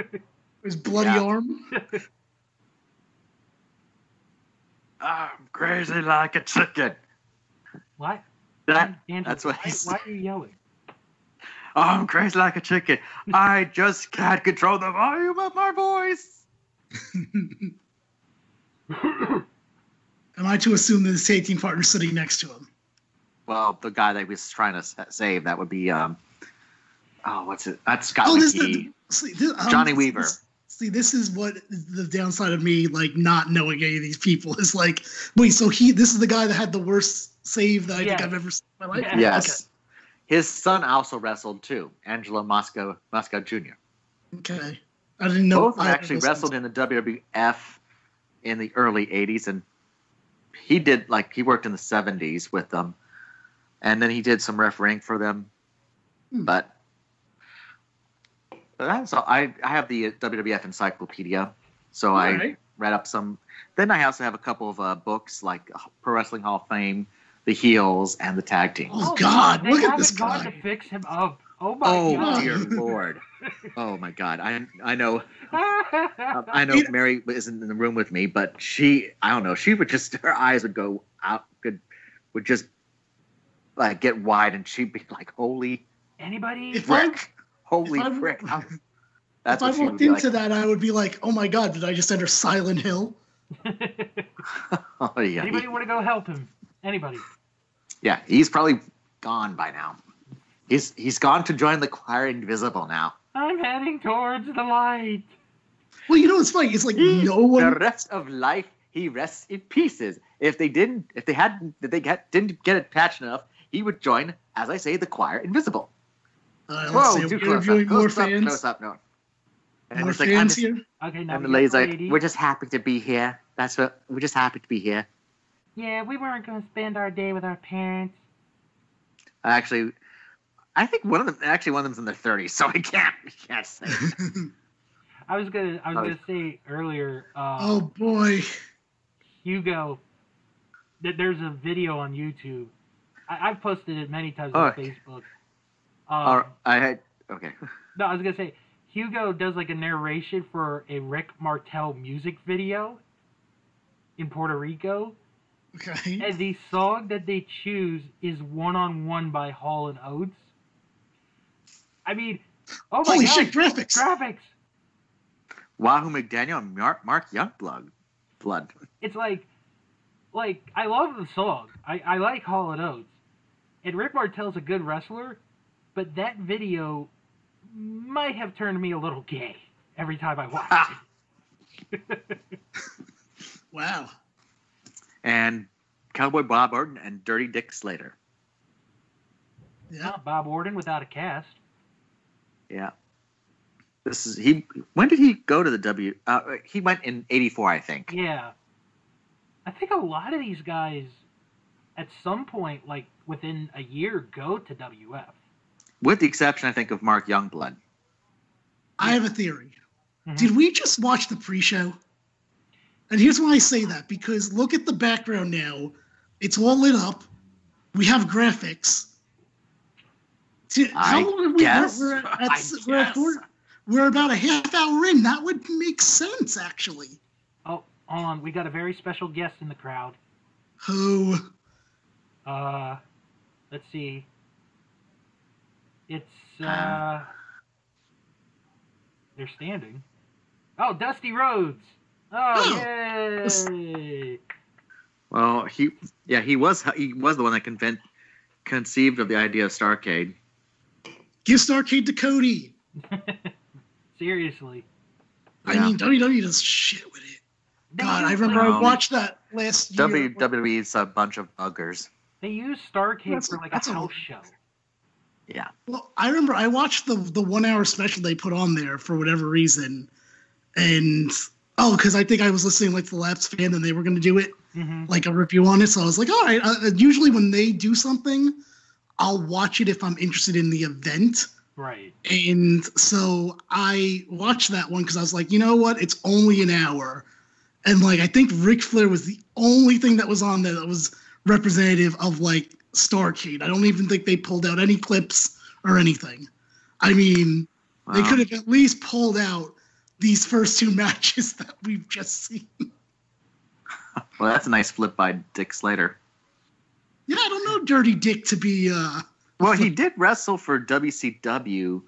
S2: His bloody
S3: Yeah.
S2: arm.
S3: I'm crazy like a chicken.
S1: What?
S3: That
S1: Andrew,
S3: that's what
S1: why,
S3: he said.
S1: why are you yelling?
S3: I'm crazy like a chicken. I just can't control the volume of my voice. Oh,
S2: Am I to assume that his tag team partner's sitting next to him?
S3: Well, the guy that he was trying to sa- save that would be um. Oh, what's it? That's Scott
S2: Oh, this is
S3: McKee.
S2: see, this- um,
S3: Johnny Weaver.
S2: this- See, this is what is the downside of me like not knowing any of these people is like. Wait, so he this is the guy that had the worst save that I think
S1: Yes.
S2: I've ever seen in my life.
S1: Yeah.
S3: Yes. His son also wrestled too, Angelo Mosco Moscow Jr.
S2: Okay. okay. I didn't know.
S3: Both
S2: either of
S3: actually
S2: those
S3: wrestled in the WWF in the early '80s, and he did like he worked in the '70s with them, and then he did some refereeing for them.
S2: Hmm.
S3: But but that's all. I I have the WWF encyclopedia, so
S2: All
S3: I
S2: right.
S3: read up some. Then I also have a couple of uh, books like Pro Wrestling Hall of Fame, The Heels, and the Tag Team.
S2: Oh, God,
S1: they
S2: look at
S1: haven't
S2: this
S1: gone
S2: guy.
S1: to fix him up. Oh my
S3: Oh
S1: god.
S3: dear lord! Oh my god! I I know Uh, I know
S2: It-
S3: Mary isn't in the room with me, but she I don't know. She would just her eyes would go out, could would just like get wide, and she'd be like, "Holy
S1: Anybody?
S2: If I-
S3: frick! Holy
S2: if I-
S3: frick!"
S2: if
S3: That's
S2: I
S3: what she would
S2: walked
S3: be like.
S2: into that, I would be like, "Oh my God, did I just enter Silent Hill?"
S3: Oh yeah,
S1: Anybody
S3: he,
S1: want to go help him? Anybody?
S3: yeah. He's probably gone by now. He's he's gone to join the choir invisible now.
S1: I'm heading towards the light.
S2: Well, you know what's funny? It's like
S3: He-
S2: no one.
S3: the rest of life he rests in pieces. If they didn't, if they hadn't, if they get, didn't get attached enough, he would join, as I say, the choir invisible.
S2: Uh, let's
S3: Whoa,
S2: see,
S3: too
S2: we're
S3: close
S2: interviewing
S3: up,
S2: more
S3: close up,
S2: fans.
S3: close up, no. And
S2: more
S3: it's like, I'm
S2: fans
S3: just,
S2: here.
S1: Okay, now
S3: and the
S1: you're
S3: lady's like,
S1: lady.
S3: we're just happy to be here. That's what we're just happy to be here.
S1: Yeah, we weren't going to spend our day with our parents.
S3: Actually, I think one of them, actually, one of them's in their 30s, so I can't, I can't say.
S1: I was gonna, I was
S3: Oh.
S1: gonna say earlier, uh,
S2: oh boy.
S1: Hugo, that there's a video on YouTube. I, I've posted it many times on
S3: Alright.
S1: Facebook. Um,
S3: All right, I had, okay.
S1: No, I was gonna say Hugo does like a narration for a Rick Martel music video in Puerto Rico,
S2: Okay.
S1: and the song that they choose is "One on One" by Hall and Oates. I mean, oh my
S2: Holy
S1: God,
S2: shit! Graphics.
S1: graphics!
S3: Wahoo McDaniel and Mark, Mark Youngblood. Blood.
S1: it's like like I love the song. I, I like Hall and Oates, and Rick Martel's a good wrestler, but that video might have turned me a little gay every time I watch
S3: Ah.
S1: it.
S2: Wow.
S3: and Cowboy Bob Orton and Dirty Dick Slater.
S2: Yeah.
S1: Not Bob Orton without a cast.
S3: Yeah. This is he. When did he go to the W? Uh, he went in '84, I think.
S1: Yeah. I think a lot of these guys at some point, like within a year, go to WF.
S3: With the exception, I think, of Mark Youngblood.
S2: I have a theory.
S3: Mm-hmm.
S1: Mhm.
S2: Did we just watch the pre-show? And here's why I say that because look at the background now. It's all lit up. We have graphics. Did-
S3: I
S2: how long have we
S3: guess.
S2: We're, at,
S3: I
S2: we're, at
S3: guess.
S2: four- we're about a half hour in. That would make sense, actually.
S1: Oh, hold on. We got a very special guest in the crowd.
S2: Who?
S1: Uh, let's see. It's uh,
S3: Um.
S1: they're standing. Oh, Dusty Rhodes. Oh,
S2: Oh,
S1: yay!
S3: Well, he yeah he was he was the one that conven- conceived of the idea of Starcade.
S2: Give Starcade to Cody.
S1: Seriously.
S2: I mean, WWE does shit with it.
S1: They
S2: God,
S1: use,
S2: I remember
S1: like,
S2: I
S3: Um,
S2: watched that last year.
S3: E WWE's a bunch of buggers.
S1: they use Starcade
S2: That's-
S1: for like a
S2: that's a-
S1: house show.
S3: Yeah,
S2: Well, I remember I watched the the one hour special they put on there for whatever reason, and oh, because I think I was listening like to the Laps fan and they were going to do it
S1: hmm
S2: like a review on it, so I was like, all right. Uh, uh, usually when they do something, I'll watch it if I'm interested in the event,
S1: Right.
S2: and so I watched that one because I was like, you know what, it's only an hour, and like I think Ric Flair was the only thing that was on there that was representative of like Starcade. I don't even think they pulled out any clips or anything. I mean, they
S3: Well,
S2: could have at least pulled out these first two matches that we've just seen.
S3: Well, that's a nice flip by Dick Slater.
S2: Yeah, I don't know Dirty Dick to be uh
S3: Well, he did wrestle for WCW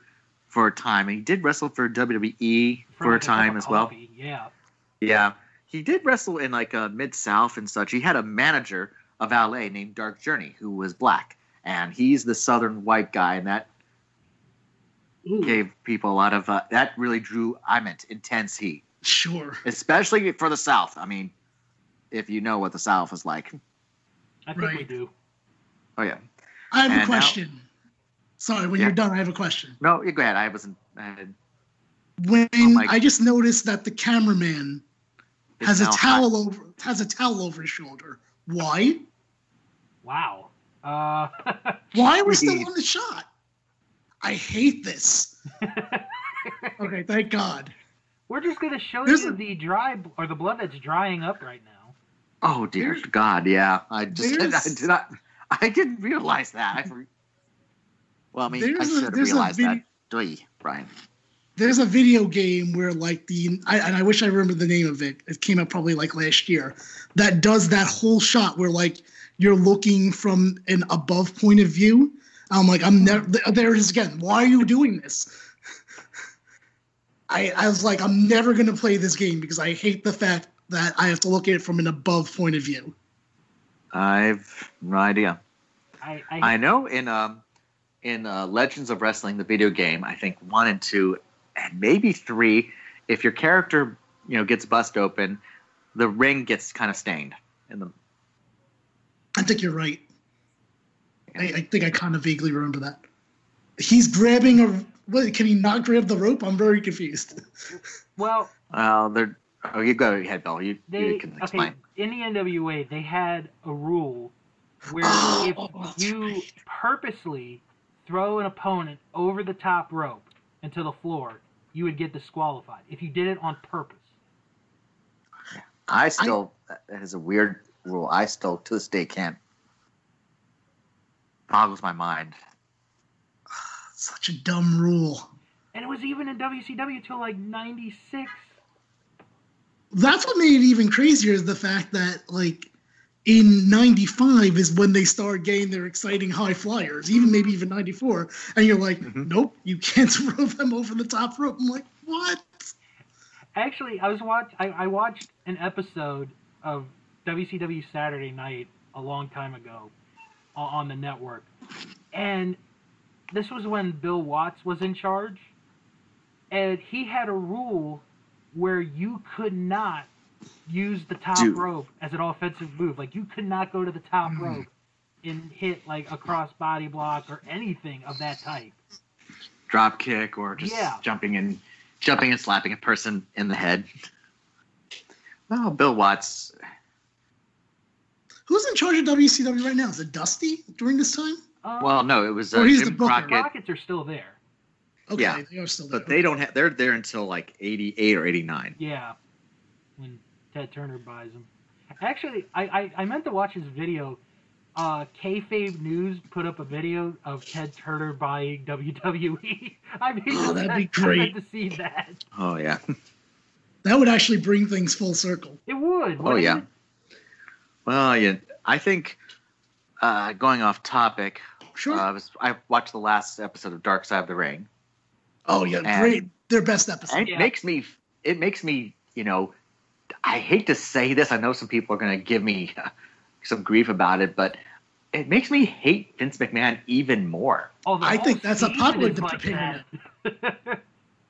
S3: for a time, and he did wrestle for WWE for a
S1: Like cup
S3: time
S1: of
S3: as well.
S1: coffee, Yeah.
S3: Yeah, he did wrestle in like uh, mid South and such. He had a manager of LA named Dark Journey, who was black, and he's the Southern white guy, and that gave people a lot of uh, that really drew. I meant intense heat,
S2: sure.
S3: especially for the South. I mean, if you know what the South is like.
S1: I think we
S2: Right.
S1: do.
S3: Oh yeah,
S2: I have
S3: And
S2: a
S3: now-
S2: question. Sorry, when
S3: Yeah.
S2: you're done, I have a question.
S3: no, you go ahead. I wasn't. I,
S2: When
S3: Oh my-
S2: I just noticed that the cameraman
S3: it's
S2: has a
S3: now-
S2: towel over has a towel over his shoulder. Why?
S1: Wow. Uh,
S2: Why we're still
S3: Jeez.
S2: on the shot? I hate this. okay, thank God.
S1: we're just gonna show
S2: There's
S1: you
S2: a-
S1: the dry bl- or the blood that's drying up right now.
S3: Oh dear
S2: There's-
S3: God, yeah. I just I
S2: there's-
S3: did not. I didn't realize that. I for, well, I mean, I
S2: There's a-
S3: should have
S2: there's a
S3: realized
S2: vid-
S3: that. Doi, Brian.
S2: There's a video game where like the I, and I wish I remember the name of it. It came out probably like last year. That does that whole shot where like you're looking from an above point of view. I'm like I'm never there it is again. Why are you doing this? I I was like I'm never gonna play this game because I hate the fact that I have to look at it from an above point of view.
S3: I've no idea.
S1: I, I,
S3: I know in um in uh, Legends of Wrestling, the video game, I think one and two, and maybe three, if your character you know gets bust open, the ring gets kind of stained. In the
S2: I think you're right. I, I think I kind of vaguely remember that. He's grabbing a. What, can he not grab the rope? I'm very confused.
S1: well,
S3: well, they're oh, you go ahead, Bill. You,
S1: they
S3: you can
S1: okay
S3: explain.
S1: in the NWA they had a rule where
S2: Oh,
S1: if
S2: that's
S1: you
S2: right.
S1: purposely throw an opponent over the top rope into the floor, you would get disqualified if you did it on purpose.
S3: I still that is a weird rule. I still to this day can't. Boggles my mind.
S2: Such a dumb rule.
S1: And it was even in WCW till like '96.
S2: That's what made it even crazier is the fact that, like, in 95 is when they start getting their exciting high flyers, even maybe even 94. And you're like,
S3: Mhm.
S2: nope, you can't throw them over the top rope. I'm like, what?
S1: Actually, I was watch I, I watched an episode of WCW Saturday Night a long time ago o- on the network, and this was when Bill Watts was in charge, and he had a rule where you could not use the top
S3: Dude. Hmm.
S1: rope as an offensive move. Like you could not go to the top rope and hit like a cross body block or anything of that type.
S3: drop kick or just
S1: Yeah.
S3: jumping and jumping and slapping a person in the head. Well, Bill Watts,
S2: Who's in charge of WCW right now? Is it Dusty during this time?
S1: Uh,
S3: well, no, it was uh,
S2: Well, he's the
S3: Jim
S2: booker,
S1: the
S3: Crockett,
S1: Rockets are still there.
S2: Okay,
S3: Yeah.
S2: they are still there.
S3: but they don't have. They're there until like '88 or '89.
S1: Yeah, when Ted Turner buys them. Actually, I, I, I meant to watch his video. Uh, Kayfabe News put up a video of Ted Turner buying WWE. I mean,
S2: Oh, that'd be
S1: I meant
S2: great.
S1: to see that.
S3: Oh yeah,
S2: That would actually bring things full circle.
S1: It would.
S3: oh
S1: wouldn't
S3: yeah.
S1: it?
S3: Well, yeah, I think uh, going off topic,
S2: Sure.
S3: uh, I, was, I watched the last episode of Dark Side of the Ring.
S2: oh yeah,
S3: and-
S2: great. Their best episode.
S3: And
S1: Yeah.
S3: it makes me it makes me you know i hate to say this i know some people are going to give me some grief about it but it makes me hate vince mcmahon even more
S1: Oh, the
S2: I
S1: whole
S2: think that's a
S1: season
S2: popular
S1: is like
S2: opinion.
S1: that.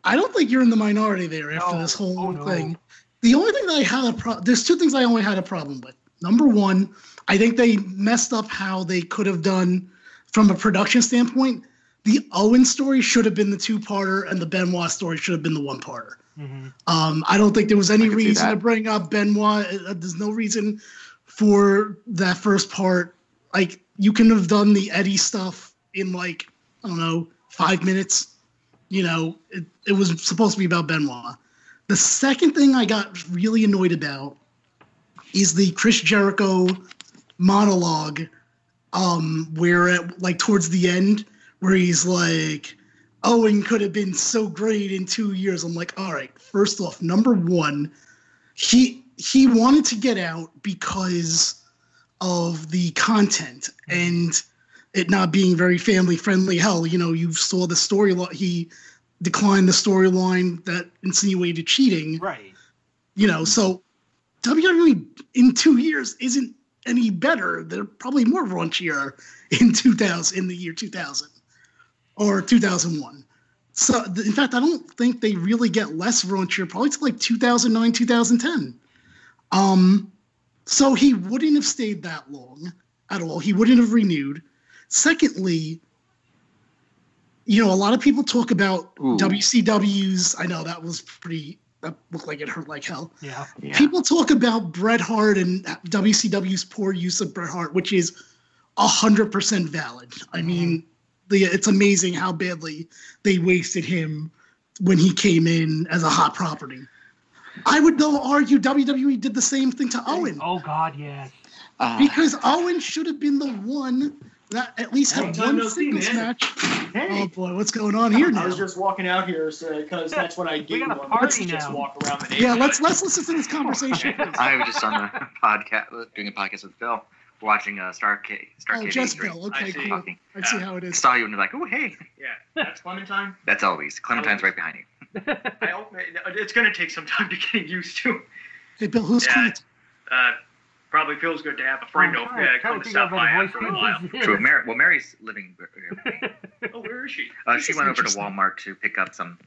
S2: I don't think you're in the minority there after
S1: No.
S2: this whole
S1: Oh, no.
S2: thing. The only thing that I had a pro- there's two things I only had a problem with. Number one, I think they messed up how they could have done from a production standpoint. The Owen story should have been the two-parter, and the Benoit story should have been the one-parter.
S1: Mhm.
S2: Um, I don't think there was any
S3: I can see
S2: reason
S3: that.
S2: to bring up Benoit. Uh, There's no reason for that first part. Like you can have done the Eddie stuff in like I don't know five minutes. You know, it, it was supposed to be about Benoit. The second thing I got really annoyed about is the Chris Jericho monologue, um, where at, like towards the end, where he's like, Owen could have been so great in two years. I'm like, all right, first off, number one, he he wanted to get out because of the content and it not being very family friendly. Hell, you know, you saw the storyline he declined the storyline that insinuated cheating.
S1: Right.
S2: You know, so WWE E in two years isn't any better. They're probably more raunchier in 2000, in the year 2000 or 2001. So, th- in fact, I don't think they really get less raunchier probably till like 2009, 2010. Um, so he wouldn't have stayed that long at all. He wouldn't have renewed. Secondly, you know, a lot of people talk about
S3: Ooh.
S2: WCW's. I know that was pretty, that looked like it hurt like hell.
S1: Yeah.
S3: yeah
S2: People talk about Bret Hart and WCW's poor use of Bret Hart, which is hundred percent valid.
S4: Mm-hmm.
S2: I mean, the, it's amazing how badly they wasted him when he came in as a hot property. I would though argue WWE did the same thing to Owen
S1: Oh God, yes.
S3: uh,
S2: because Owen should have been the one that at least
S4: Long
S2: had
S4: time
S2: one
S4: no see,
S2: singles
S4: man.
S2: match.
S4: Hey,
S2: Oh boy, what's going on here
S4: I
S2: now?
S4: was just walking out here because that's what I do.
S1: got a
S4: I'm
S1: party
S4: Just
S1: now.
S4: walk around the
S2: Yeah,
S4: neighborhood.
S2: let's let's listen to this conversation. please.
S3: i was just on a podcast doing a podcast with phil watching uh, starcade
S2: Oh,
S3: starcade
S2: just
S3: 83.
S2: Bill. Okay,
S4: I see.
S2: cool.
S3: Fucking
S2: I see how it is.
S3: saw you and was like oh hey
S4: Yeah, that's Clementine.
S3: that's always clementine's right behind you
S4: I hope it's going to take some time to get used to.
S2: Hey, Bill, who's
S4: Yeah.
S2: Clement?
S4: Uh, probably feels good to have a friend
S1: I'm
S4: over
S1: trying-
S4: there
S1: trying
S4: come to
S1: figure out
S4: stop
S1: where the
S4: by
S1: voice
S4: after a while.
S1: is.
S3: true Mary, well mary's living
S4: Oh, where is she?
S3: uh,
S2: This
S3: she
S2: is
S3: went over to
S2: interesting.
S3: walmart to pick up some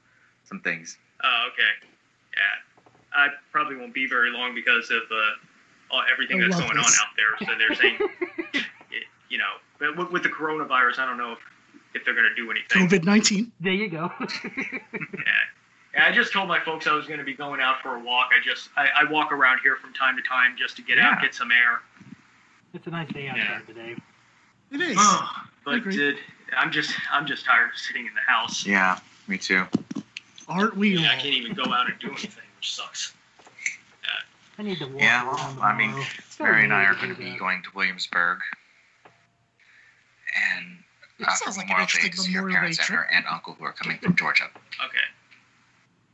S3: some things
S4: Oh, okay. Yeah, I probably won't be very long because of uh, all, everything
S2: I
S4: that's
S2: love
S4: going
S2: this.
S4: on out there. So they're saying, y- you know, but with, with the coronavirus, I don't know if, if they're going to do anything.
S2: COVID nineteen.
S1: There you go.
S4: Yeah. yeah, I just told my folks I was going to be going out for a walk. I just I, I walk around here from time to time just to get out,
S3: Yeah.
S4: get some air.
S1: it's a nice day out
S4: Yeah.
S1: there today.
S2: It is.
S4: but
S2: Agreed.
S4: it, I'm just I'm just tired of sitting in the house.
S3: yeah me too
S2: Aren't we
S4: Yeah, I
S2: all?
S4: can't even go out and do anything, which sucks.
S1: I need to walk
S3: Yeah, well,
S1: around
S3: I mean,
S1: tomorrow. So
S3: Mary and I are
S1: weird to
S3: going to
S1: do
S3: be
S1: that.
S3: going to Williamsburg, and
S2: It
S3: uh,
S2: sounds
S3: for
S2: like an
S3: Memorial Day
S2: interesting
S3: to see her
S2: Memorial
S3: parents
S2: Day
S3: and her aunt and uncle who are coming from Georgia.
S4: Okay.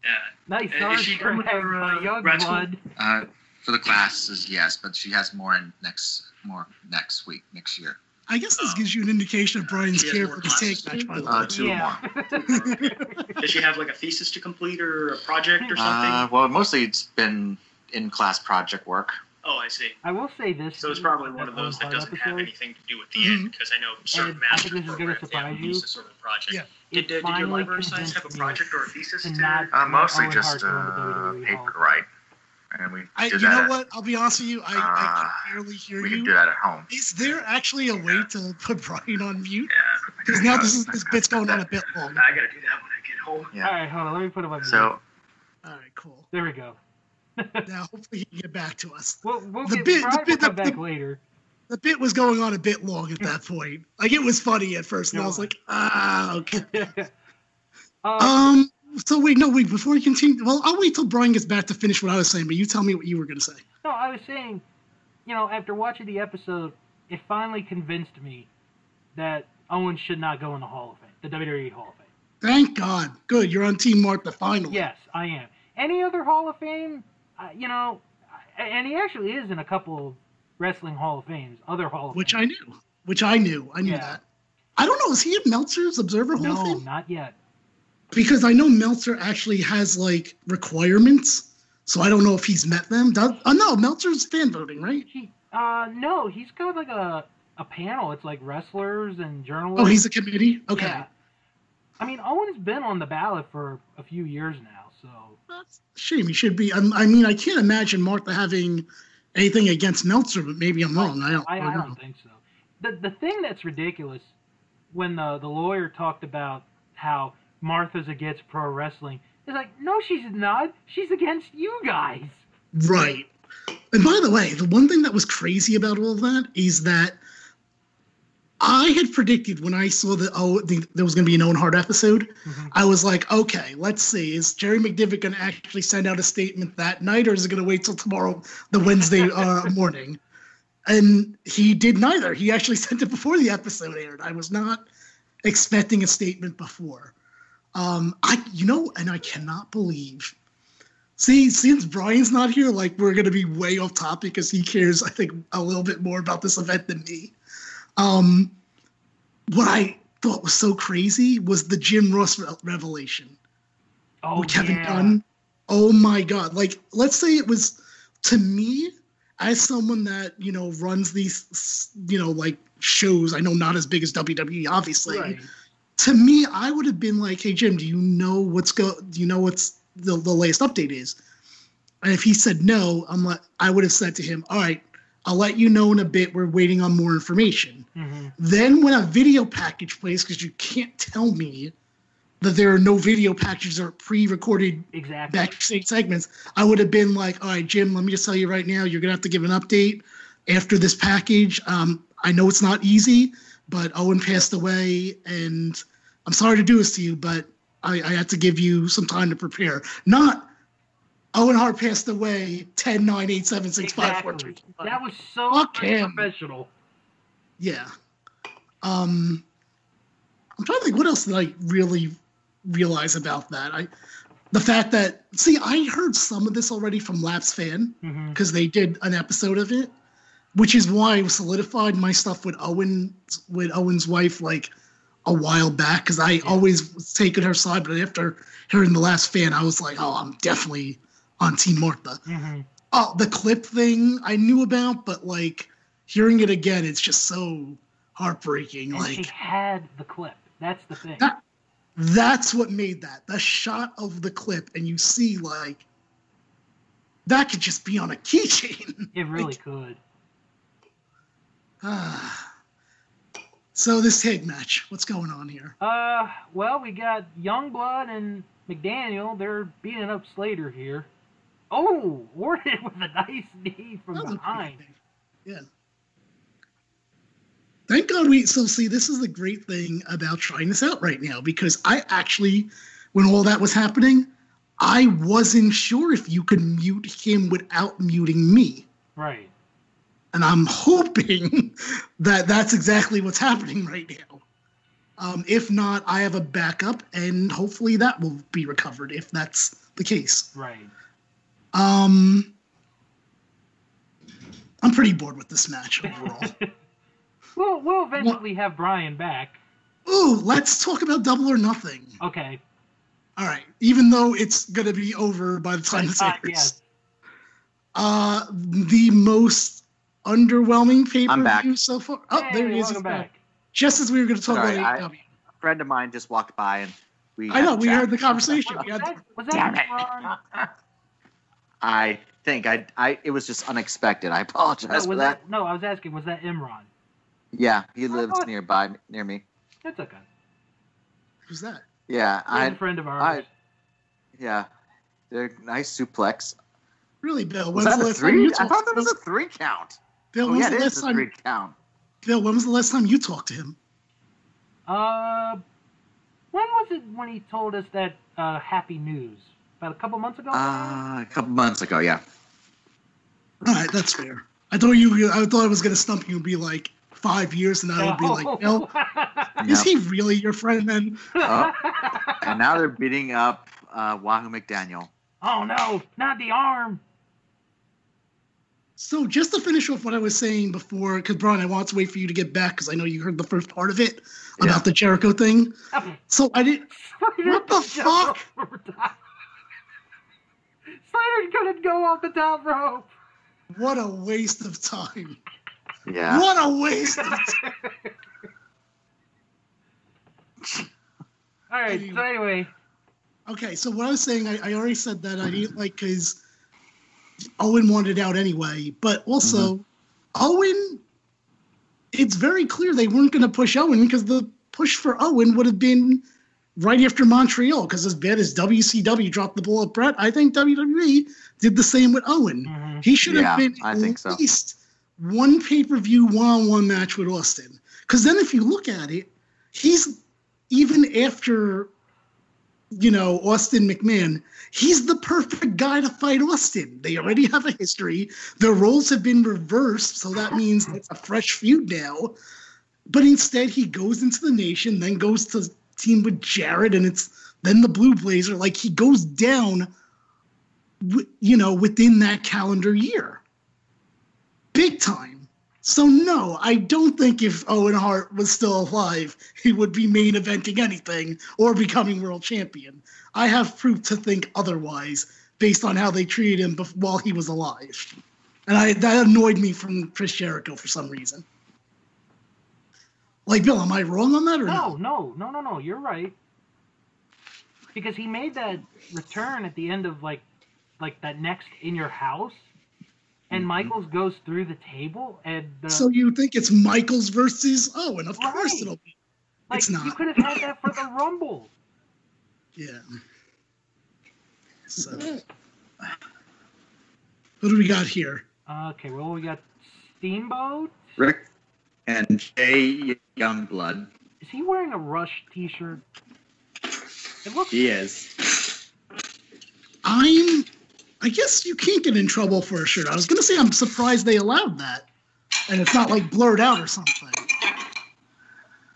S4: Yeah.
S1: Nice.
S4: Is
S1: Sorry
S4: she
S1: for
S4: done with
S1: having
S4: her,
S1: my
S4: uh,
S1: young
S4: grad school?
S1: blood.
S3: Uh, for the classes, yes, but she has more in next more next week next year.
S2: I guess this
S4: Oh.
S2: gives you an indication of Brian's
S4: Yeah,
S2: care
S4: more
S2: for the steak match,
S4: classes.
S2: by the way.
S3: Uh, two
S1: yeah.
S4: Does she have like a thesis
S3: Uh,
S4: to complete or a project or something?
S3: well, mostly it's been in class project work.
S4: Oh, I see.
S1: I will say this.
S4: So it's
S1: Steve,
S4: probably one of
S1: that
S4: those that
S1: one-part
S4: doesn't have
S1: episode,
S4: anything to do with the
S2: Mhm.
S4: end because I know certain
S1: Mm-hmm. And I
S4: master
S1: think this is gonna
S4: programs they have
S1: surprise
S4: a
S1: you.
S4: thesis over a project.
S2: Yeah.
S1: it
S4: Did, uh, did your
S1: finally
S4: library science have a
S1: convinced me
S4: project or a thesis?
S1: to
S4: To
S1: not-
S5: Uh, mostly
S1: Owen Hart
S5: just
S1: doing the
S5: uh,
S1: WWE Hall
S5: paper,
S1: of Fame.
S5: right? And we
S2: I,
S5: do
S2: you
S5: that.
S2: know
S5: at,
S2: what? I'll be honest with you. I, I
S5: Ah,
S2: can barely hear
S5: We
S2: you.
S5: can do that at home.
S2: Is there actually a way to put Brian on mute?
S5: Yeah.
S2: Because now this is this bit's going on a bit long.
S4: I gotta do that when I get home.
S5: Yeah.
S1: All right, hold on. Let me put it on.
S5: So
S2: All right, cool.
S1: there we go.
S2: Now hopefully he can get back to us.
S1: We'll, we'll
S2: The
S1: get
S2: bit- the
S1: Brian
S2: bit-
S1: will come
S2: the-
S1: back
S2: the-
S1: later.
S2: The bit was going on a bit long at that point. Like it was funny at first, and I was like, ah, okay.
S1: uh,
S2: Um. So wait, no, wait. Before we continue, well, I'll wait till Brian gets back to finish what I was saying. But you tell me what you were gonna say.
S1: no, I was saying, you know, after watching the episode, it finally convinced me that Owen should not go in the Hall of Fame, the WWE Hall of Fame.
S2: Thank God. Good. You're on Team Martha finally.
S1: Yes, I am. Any other Hall of Fame, uh, you know, I- and he actually is in a couple of wrestling Hall of Fames, other Hall of
S2: Which
S1: Fames.
S2: I knew. Which I knew. I knew
S1: Yeah.
S2: that. I don't know. Is he in Meltzer's Observer Hall
S1: no,
S2: of Fame?
S1: not yet.
S2: Because I know Meltzer actually has like requirements. So I don't know if he's met them. Does, oh no, Meltzer's fan voting, right?
S1: He, uh, no, he's got like a a panel. It's like wrestlers and journalists.
S2: Oh, he's a committee. Okay.
S1: Yeah. I mean, Owen's been on the ballot for a few years now, so
S2: That's a shame. He should be. I, I mean, I can't imagine Martha having anything against Meltzer, but maybe I'm wrong. I don't,
S1: I,
S2: I
S1: I
S2: don't know.
S1: don't think so. The the thing that's ridiculous when the the lawyer talked about how Martha's against pro wrestling is like, no, she's not. She's against you guys.
S2: Right. And by the way, the one thing that was crazy about all of that is that I had predicted when I saw that oh the, there was going to be an Owen Hart episode,
S1: Mhm.
S2: I was like, okay, let's see, is Jerry McDivitt going to actually send out a statement that night, or is it going to wait till tomorrow, the Wednesday uh, morning? And he did neither. He actually sent it before the episode aired. I was not expecting a statement before. Um, I, you know, and I cannot believe See, since Brian's not here, like we're gonna be way off topic because he cares, I think, a little bit more about this event than me. Um, what I thought was so crazy was the Jim Ross re- revelation
S1: Oh,
S2: with Kevin
S1: yeah.
S2: Dunn. Oh my god! Like, let's say it was to me as someone that you know runs these, s- you know, like shows. I know not as big as WWE, obviously
S1: Right.
S2: to me, I would have been like, "Hey Jim, do you know what's go? Do you know what's the, the latest update is?" And if he said no, I'm like, I would have said to him, "All right, I'll let you know in a bit. We're waiting on more information."
S1: Mhm.
S2: Then when a video package plays, because you can't tell me that there are no video packages or pre-recorded
S1: Exactly.
S2: backstage segments, I would have been like, all right, Jim, let me just tell you right now, you're gonna have to give an update after this package. Um, I know it's not easy, but Owen passed away, and I'm sorry to do this to you, but I, I had to give you some time to prepare. Not Owen Hart passed away 10, 9, 8, 7, 6, 5, 4, 3.
S1: exactly. That was so
S2: Fuck him.
S1: professional.
S2: Yeah. Um I'm trying to think what else did I really realize about that. I the fact that see, I heard some of this already from Laps Fan
S1: hmm
S2: because they did an episode of it, which is why I solidified my stuff with Owen with Owen's wife like a while back because I always was taking her side, but after hearing the last fan, I was like, oh, I'm definitely on Team Martha.
S1: hmm
S2: Oh, the clip thing I knew about, but like hearing it again, it's just so heartbreaking.
S1: And she
S2: Like
S1: had the clip. That's the thing.
S2: That- that's what made that the shot of the clip, and you see like that could just be on a keychain.
S1: it really could.
S2: Ah. so this tag match, what's going on here?
S1: Uh, well, we got Youngblood and McDaniel. They're beating up Slater here. Oh, Warded with a nice knee from
S2: That was a pretty
S1: behind.
S2: good thing. Yeah. Thank God we so see this is the great thing about trying this out right now because I actually when all that was happening, I wasn't sure if you could mute him without muting me.
S1: Right.
S2: And I'm hoping that that's exactly what's happening right now. Um, if not, I have a backup, and hopefully that will be recovered if that's the case.
S1: Right.
S2: Um, I'm pretty bored with this match overall.
S1: We'll we'll eventually have Brian back.
S2: Ooh, let's talk about Double or Nothing.
S1: Okay.
S2: All right, even though it's gonna be over by the time this
S1: Uh,
S2: airs.
S1: yes.
S2: uh, the most underwhelming pay
S3: I'm
S2: per
S3: back.
S2: view so far. Oh,
S1: Hey,
S2: there he is.
S1: welcome
S2: He's back.
S1: back.
S2: Just as we were going to talk
S3: Sorry,
S2: about
S3: I-
S2: AEW.
S3: A friend of mine just walked by and we.
S2: I,
S3: had
S2: know.
S3: a
S2: We
S3: chat.
S2: heard the conversation. We
S1: Was
S2: had
S1: that, was
S3: Damn
S1: that
S3: it.
S1: Ron?
S3: I think I, I it was just unexpected. I
S1: No,
S3: apologize for
S1: Oh, was
S3: that.
S1: that, no, I was asking, was that Imran?
S3: Yeah, he lives
S1: thought-
S3: nearby near me.
S1: It's okay.
S2: who's that?
S3: Yeah,
S1: He's a
S3: I
S1: friend of ours.
S3: yeah. They're nice suplex.
S2: Really, Bill?
S3: Was
S2: When's
S3: that
S2: the
S3: a
S2: last time you
S3: three? I
S2: talked?
S3: thought that was a three count.
S2: Bill,
S3: Oh,
S2: when's
S3: yeah,
S2: the
S3: it
S2: last
S3: is a three
S2: time?
S3: count.
S2: Bill, when was the last time you talked to him?
S1: Uh, when was it when he told us that uh, happy news? About a couple months ago?
S3: Uh, a couple months ago, yeah.
S2: All right, that's fair. I thought you. I thought I was going to stump you and be like five years, and I would be like, "No, is
S3: Yep.
S2: he really your friend?" Then
S1: oh.
S3: and now they're beating up uh, Wahoo McDaniel.
S1: Oh, no, not the arm.
S2: So just to finish off what I was saying before, because Brian, I want to wait for you to get back because I know you heard the first part of it
S3: Yeah.
S2: about the Jericho thing. So I didn't. What the fuck?
S1: Snyder couldn't go off the top rope.
S2: What a waste of time!
S3: Yeah.
S2: What a waste! Of time.
S1: All right. So anyway,
S2: Okay, so what I was saying, I, I already said that I didn't like because Owen wanted out anyway, but also Owen. It's very clear they weren't going to push Owen because the push for Owen would have been right after Montreal. Because as bad as WCW dropped the ball at Brett, I think WWE did the same with Owen.
S1: mhm.
S2: He should have
S3: Yeah,
S2: been
S3: I
S2: at
S3: think so.
S2: least one pay per view one on one match with Austin. Because then, if you look at it, he's even after you know Austin McMahon, he's the perfect guy to fight Austin. They already have a history. Their roles have been reversed, so that means it's a fresh feud now. But instead, he goes into the nation, then goes to team with Jared, and it's then the Blue Blazer. Like he goes down w- you know, within that calendar year. Big time. So no, I don't think if Owen Hart was still alive, he would be main eventing anything or becoming world champion. I have proof to think otherwise based on how they treated him bef- while he was alive. And I that annoyed me from Chris Jericho for some reason. Like Bill, am I wrong on that or
S1: No,
S2: no?
S1: no, no, no, no. You're right. Because he made that return at the end of like, like that next in your house, and
S3: Mhm.
S1: Michaels goes through the table and the,
S2: Mm-hmm. So you think it's Michaels versus Owen? Of
S1: Right.
S2: course it'll be.
S1: like
S2: it's
S1: you
S2: not.
S1: could have had that for the Rumble.
S2: Yeah. So, who do we got here?
S1: Okay, well we got Steamboat.
S3: Rick and Jay Youngblood.
S1: Is he wearing a Rush T-shirt? It looks.
S6: He is.
S2: I'm. I guess you can't get in trouble for a shirt. I was gonna say I'm surprised they allowed that, and it's not like blurred out or something.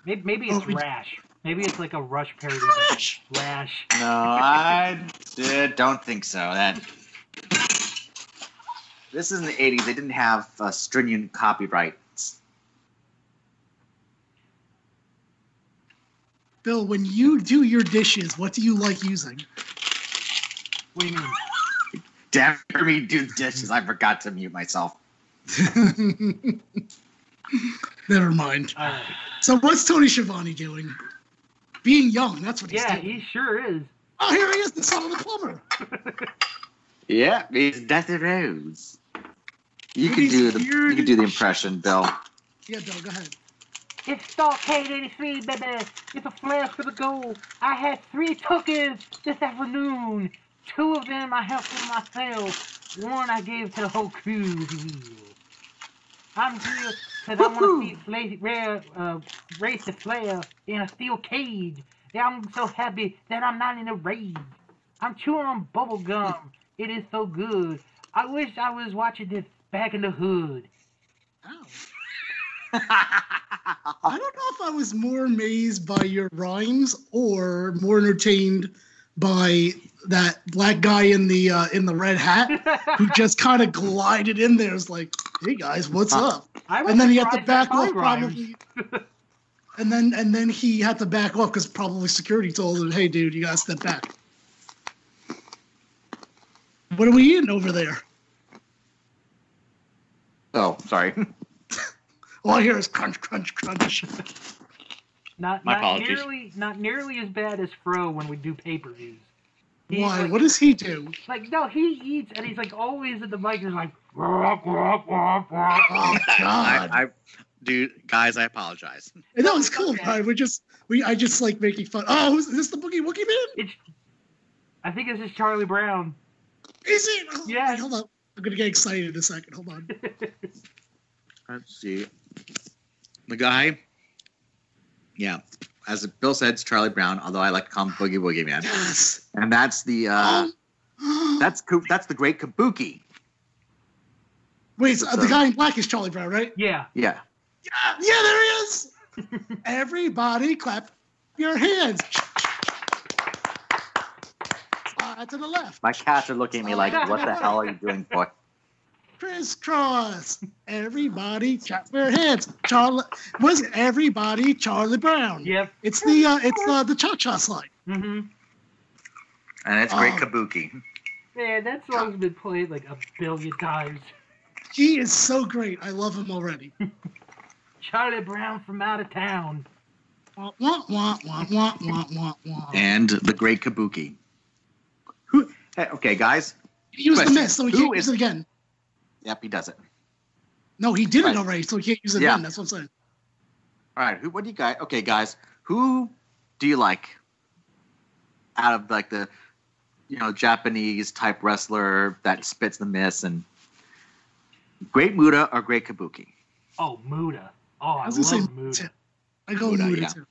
S1: Maybe, maybe it's
S2: Oh, we-
S1: Rash. Maybe it's like a Rush parody.
S2: Rash!
S1: Rash.
S3: No, I uh, don't think so. That this is in the '80s. They didn't have uh, stringent copyrights.
S2: Bill, when you do your dishes, what do you like using?
S1: What do you mean?
S3: Damn me, do dishes. I forgot to mute myself.
S2: Never mind.
S1: All right.
S2: So what's Tony Schiavone doing? Being young, that's what he's
S1: Yeah,
S2: doing.
S1: he sure is.
S2: oh, here he is, the son of the plumber.
S3: Yeah, it's Death Rose. You
S2: With
S3: could
S2: these
S3: do the you
S2: weird-
S3: could do the impression, Bill.
S2: Yeah, Bill, go ahead.
S1: It's Starcade 83, baby. It's a flash for the goal. I had three tokens this afternoon. Two of them I held for myself. One I gave to the whole crew. if you will. I'm here because I want to see Fla- Rare uh, race the Flair in a steel cage. Yeah, I'm so happy that I'm not in a rage. I'm chewing on bubble gum. It is so good. I wish I was watching this back in the hood.
S2: Ow. I don't know if I was more amazed by your rhymes or more entertained by that black guy in the uh, in the red hat who just kind of glided in there. It's like, hey guys, what's up?
S1: I was
S2: And then he had to
S1: surprised at
S2: back
S1: my
S2: off
S1: rhymes.
S2: probably. And then and then he had to back off because probably security told him, hey dude, you gotta step back. What are we eating over there?
S3: Oh, sorry.
S2: All I hear is crunch, crunch, crunch.
S1: Not,
S3: My
S1: not
S3: apologies.
S1: nearly not nearly as bad as Fro when we do pay per views.
S2: Why?
S1: Like,
S2: What does he do?
S1: like no, he eats and he's like always at the mic. He's like, "Wah, wah, wah, wah."
S2: Oh God!
S3: I, I, dude, guys, I apologize.
S2: And that was cool,
S1: Okay.
S2: Brian. We're just we I just like making fun. Oh, is this the Boogie Woogie Man?
S1: it's. I think this is Charlie Brown.
S2: Is it? Oh,
S1: Yeah.
S2: Hold up. I'm gonna get excited in a second. Hold on.
S3: Let's see. The guy, yeah, as Bill said, it's Charlie Brown. Although I like to call him Boogie Woogie Man,
S2: Yes.
S3: and that's the uh,
S2: oh.
S3: that's Ku- that's the great Kabuki.
S2: Wait, so, the
S3: so-
S2: guy in black is Charlie Brown, right?
S1: Yeah,
S3: Yeah,
S2: Yeah, yeah, there he is. Everybody, clap your hands. Slide to the left,
S3: my cats are looking at me like, "What the hell are you doing for?"
S2: crisscross. Everybody, clap your hands. Charlie, was everybody Charlie Brown?
S1: yep.
S2: It's the uh, it's uh, the cha cha slide.
S1: hmm
S3: And it's great
S2: Oh.
S3: Kabuki.
S1: Man, that song's been played like a billion times.
S2: He is so great. I love him already.
S1: Charlie Brown from out of town.
S2: Wah, wah, wah, wah, wah, wah, wah, wah.
S3: And the great Kabuki. Who? Hey, okay, guys.
S2: He used the
S3: Question.
S2: miss, so he
S3: Who
S2: can't
S3: is-
S2: use it again.
S3: Yep, he does it.
S2: No, he did it
S3: Right.
S2: already, so he can't use it
S3: Yeah.
S2: again. That's what I'm saying.
S3: All right, who? What do you guys? Okay, guys, who do you like out of like the you know Japanese type wrestler that spits the miss and Great Muda or Great Kabuki?
S1: Oh, Muda. Oh, I,
S2: I was
S1: love
S2: gonna say
S1: Muda.
S2: Muda. I go
S3: Muda,
S2: Muda,
S3: yeah.
S2: too.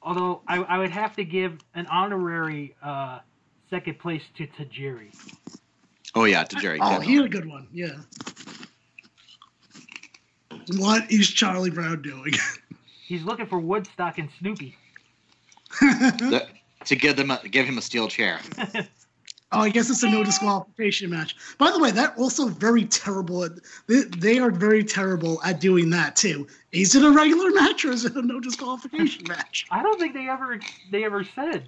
S1: Although I, I would have to give an honorary uh, second place to Tajiri.
S3: Oh yeah, to Jerry.
S2: Oh, he had a good one. Yeah. What is Charlie Brown doing?
S1: He's looking for Woodstock and Snoopy.
S2: oh,
S3: to give them a, give him a steel chair.
S2: Oh, I guess it's a no disqualification match. By the way, that also very terrible. At, they, they are very terrible at doing that too. Is it a regular match or is it a no disqualification match?
S1: I don't think they ever they ever said.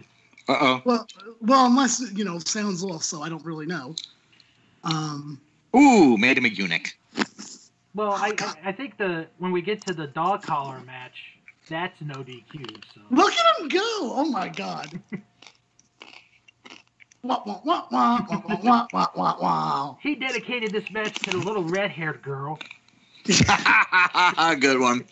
S3: Uh oh.
S2: Well, well, unless you know, sounds off, so I don't really know. Um,
S3: Ooh, made him a eunuch.
S1: Well, I,
S2: God.
S1: I I think the when we get to the dog collar match, that's no DQ. So
S2: Look at him go! Oh my god. wah, wah, wah, wah, wah, wah, wah, wah, wah, wah.
S1: he dedicated this match to the little red-haired girl.
S3: good one.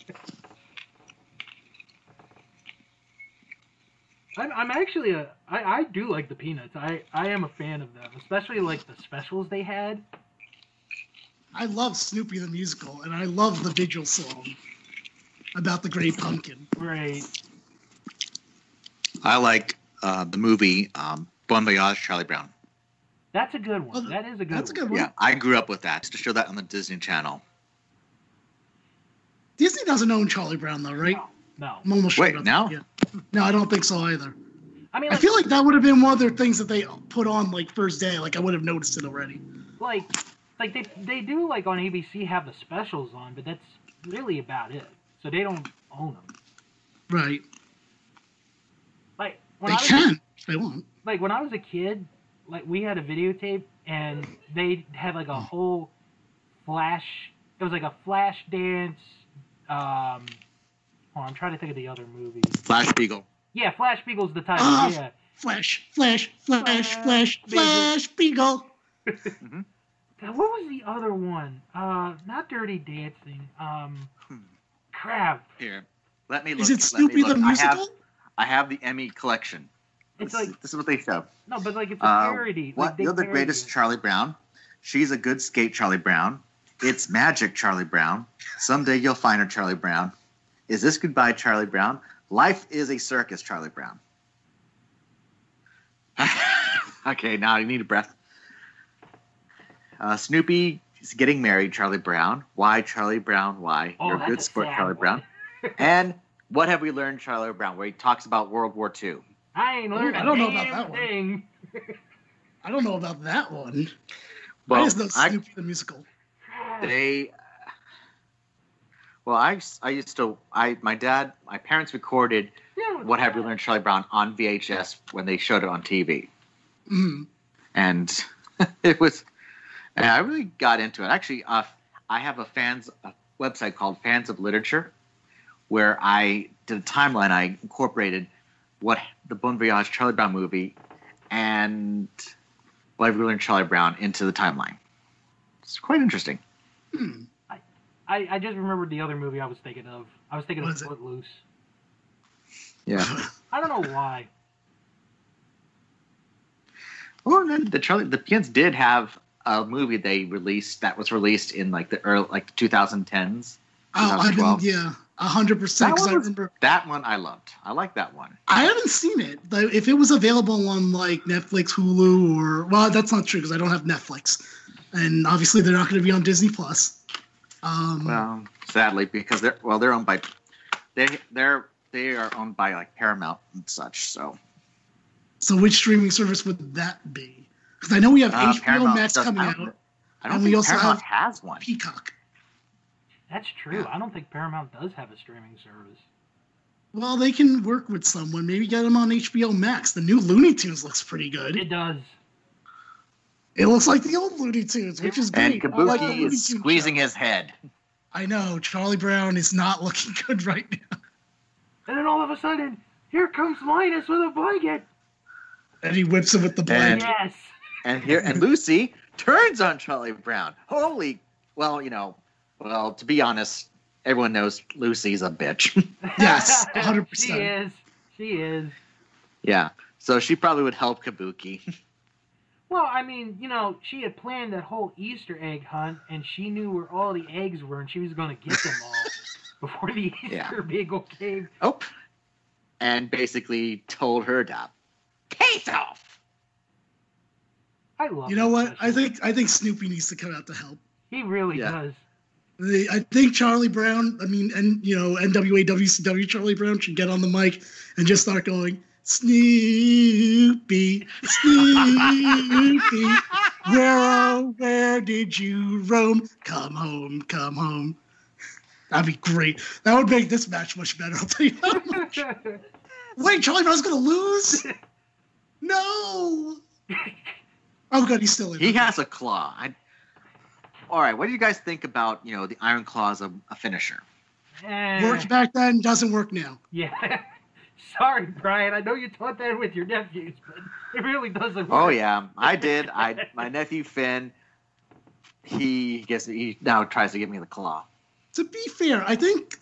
S1: I'm, I'm actually a I, I do like the Peanuts. I I am a fan of them, especially like the specials they had.
S2: I love Snoopy the musical, and I love the Vigil song about the Great Pumpkin.
S1: Right.
S3: I like uh, the movie um, Bon Voyage, Charlie Brown.
S1: That's a good one.
S2: Well,
S1: That is a good
S2: That's a
S1: one.
S2: good one.
S3: Yeah, I grew up with that. Used To show that on the Disney Channel.
S2: Disney doesn't own Charlie Brown though, right?
S1: No.
S2: I'm almost
S3: Wait,
S2: sure about
S3: now?
S2: that, yeah. No, I don't think so either.
S1: I mean
S2: I
S1: like,
S2: feel like that would have been one of their things that they put on like first day. Like I would have noticed it already.
S1: like like they they do like on ABC have the specials on, but that's really about it. So they don't own them.
S2: Right.
S1: Like when
S2: they
S1: I was,
S2: can if they want.
S1: like when I was a kid, like we had a videotape and they had like a whole flash. It was like a flash dance. Um, oh, I'm trying to think of the other movie.
S3: Flash Beagle.
S1: Yeah, Flash Beagle's the title.
S2: Ah,
S1: yeah,
S2: Flash, flash, flash, flash,
S1: Beagle.
S2: flash, beagle.
S1: God, what was the other one? Uh, not Dirty Dancing. Um,
S3: Hmm.
S1: crap.
S3: Here, let me look.
S2: Is it Snoopy the
S3: let me look. I have,
S2: musical?
S3: I have the Emmy collection.
S1: It's
S3: this,
S1: like
S3: this is what they show.
S1: no, but like it's a
S3: Uh,
S1: parody. like,
S3: What
S1: they
S3: you're the
S1: parody
S3: greatest,
S1: it.
S3: Charlie Brown. She's a good skate, Charlie Brown. It's magic, Charlie Brown. Someday you'll find her, Charlie Brown. Is this goodbye, Charlie Brown? Life is a circus, Charlie Brown. okay, now you need a breath. Uh, Snoopy is getting married, Charlie Brown. Why, Charlie Brown? Why?
S1: Oh,
S3: you're a
S1: that's
S3: good
S1: a
S3: sport,
S1: sad
S3: Charlie
S1: one.
S3: Brown. and what have we learned, Charlie Brown? Where he talks about World War II.
S1: I ain't learned
S2: Ooh, I
S1: a
S2: don't know
S1: damn
S2: about that one.
S1: thing.
S2: I don't know about that one.
S3: Well,
S2: I just know
S3: I-
S2: Snoopy the musical.
S3: they uh, well I, I used to i my dad my parents recorded
S1: Yeah,
S3: what have you learned charlie brown on
S2: Hmm,
S3: vhs when they showed it on tv
S2: Mm.
S3: and it was And I really got into it. Actually, uh, I have a fans a website called Fans of Literature, where I did a timeline. I incorporated what the Bon Voyage Charlie Brown movie and what I've learned Charlie Brown into the timeline. It's quite interesting.
S2: Hmm.
S1: I, I just remembered the other movie I was thinking of. I was thinking
S2: What is it?
S1: of Footloose.
S3: Yeah.
S1: I don't know why.
S3: Well, and then the Charlie the Pins did have a movie they released that was released in like the early like the 2010s.
S2: Oh, I've been
S3: 2012.
S2: yeah, hundred percent.
S3: That
S2: Because I
S3: one was-
S2: remember
S3: That one I loved. I like that one.
S2: I haven't seen it. Though if it was available on like Netflix, Hulu, or well, that's not true because I don't have Netflix, and obviously they're not going to be on Disney Plus. Um,
S3: Well, sadly, because they're well, they're owned by they they're they are owned by like Paramount and such. So
S2: so which streaming service would that be? Because I know we have
S3: uh,
S2: HBO
S3: Paramount
S2: Max
S3: doesn't-
S2: coming
S3: I don't,
S2: out,
S3: I don't
S2: and we
S3: think
S2: also
S3: Paramount has one.
S2: Peacock.
S1: That's true. I don't think Paramount does have a streaming service.
S2: Well, they can work with someone. Maybe get them on HBO Max. The new Looney Tunes looks pretty
S1: It
S2: good.
S1: does.
S2: It looks like the old Looney Tunes, which is
S3: And
S2: great. I
S3: Kabuki
S2: like the Looney
S3: is
S2: Tunes
S3: squeezing
S2: show.
S3: his head.
S2: I know Charlie Brown is not looking good right now,
S1: And then all of a sudden, here comes Linus with a blanket.
S2: and he whips him with the
S3: And-
S2: blanket.
S1: yes.
S3: And here and Lucy turns on Charlie Brown. Holy well, you know, well, to be honest, everyone knows Lucy's a bitch.
S2: Yes,
S1: she
S2: 100%.
S1: is. She is.
S3: yeah. So she probably would help Kabuki.
S1: Well, I mean, you know, she had planned that whole Easter egg hunt, and she knew where all the eggs were, and she was going to get them all before the Easter
S3: Yeah.
S1: bagel came.
S3: Oh. And basically told her to pace off.
S1: I love.
S2: You know
S1: this
S2: what? I
S1: special.
S2: think I think Snoopy needs to come out to help.
S1: he really
S3: Yeah.
S1: does.
S2: They, I think Charlie Brown. I mean, and you know, NWA WCW Charlie Brown should get on the mic and just start going Snoopy, Snoopy. Where oh, where did you roam? Come home, come home. That'd be great. That would make this match much better. I'll tell you. that much. Wait, Charlie Brown's gonna lose? No. Oh god, he's still in.
S3: He has a claw. I, all right, what do you guys think about you know the Iron Claw as a, a finisher?
S1: Eh,
S2: worked back then, doesn't work now.
S1: yeah. Sorry, Brian. I know you taught that with your nephews, but it really doesn't. Work.
S3: Oh yeah, I did. I my nephew Finn, he gets he now tries to give me the claw.
S2: to be fair, I think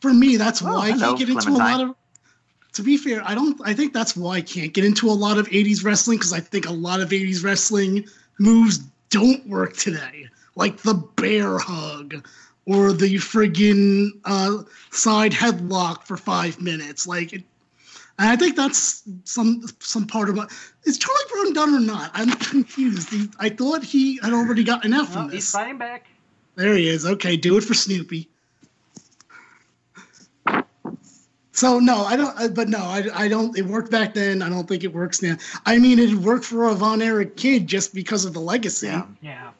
S2: for me that's
S3: Oh,
S2: why I
S3: hello,
S2: can't get into a lot
S3: Clementine.
S2: of. To be fair, I don't. I think that's why I can't get into a lot of '80s wrestling because I think a lot of '80s wrestling moves don't work today, like the bear hug or the friggin' uh, side headlock for five minutes. Like, it, and I think that's some some part of my. Is Charlie Brown done or not? I'm confused. He, I thought he had already gotten out
S1: No,
S2: from
S1: he's
S2: this.
S1: fighting back.
S2: There he is. Okay, do it for Snoopy. So no, I don't. uh, But no, I, I don't. It worked back then. I don't think it works now. I mean, it worked for a Von Erich kid just because of the legacy.
S3: Yeah.
S1: Yeah.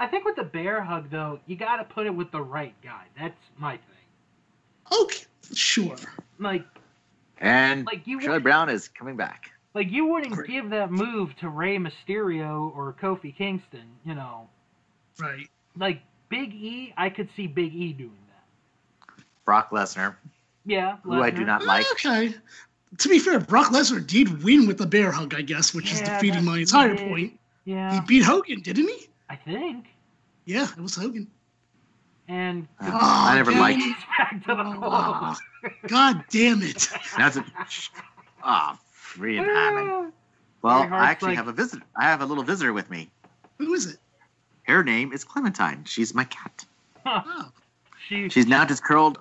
S1: I think with the bear hug though, you got to put it with the right guy. That's my thing.
S2: Okay, sure.
S1: Like,
S3: And
S1: like you
S3: Charlie Brown is coming back.
S1: Like you wouldn't
S2: Great.
S1: give that move to Rey Mysterio or Kofi Kingston, you know.
S2: Right.
S1: Like Big E, I could see Big E doing that.
S3: Brock Lesnar,
S1: Yeah.
S3: who I do
S1: Lesnar.
S3: not like.
S2: Okay. To be fair, Brock Lesnar did win with the bear hug, I guess, which is
S1: Yeah,
S2: defeating
S1: that's-
S2: my
S1: he
S2: entire
S1: did.
S2: point. He
S1: Yeah.
S2: beat Hogan, didn't he?
S1: I think.
S2: Yeah, it was Hogan.
S1: And E
S3: Uh, I never
S2: damn
S3: liked.
S2: it.
S1: back to the
S2: Ah,
S1: call.
S2: God damn it!
S3: That's a ah free and having. Well,
S1: Hart's
S3: I actually
S1: like-
S3: have a visitor. I have a little visitor with me.
S2: Who is it?
S3: Her name is Clementine. She's my cat.
S2: Oh,
S1: she,
S3: She's now just curled,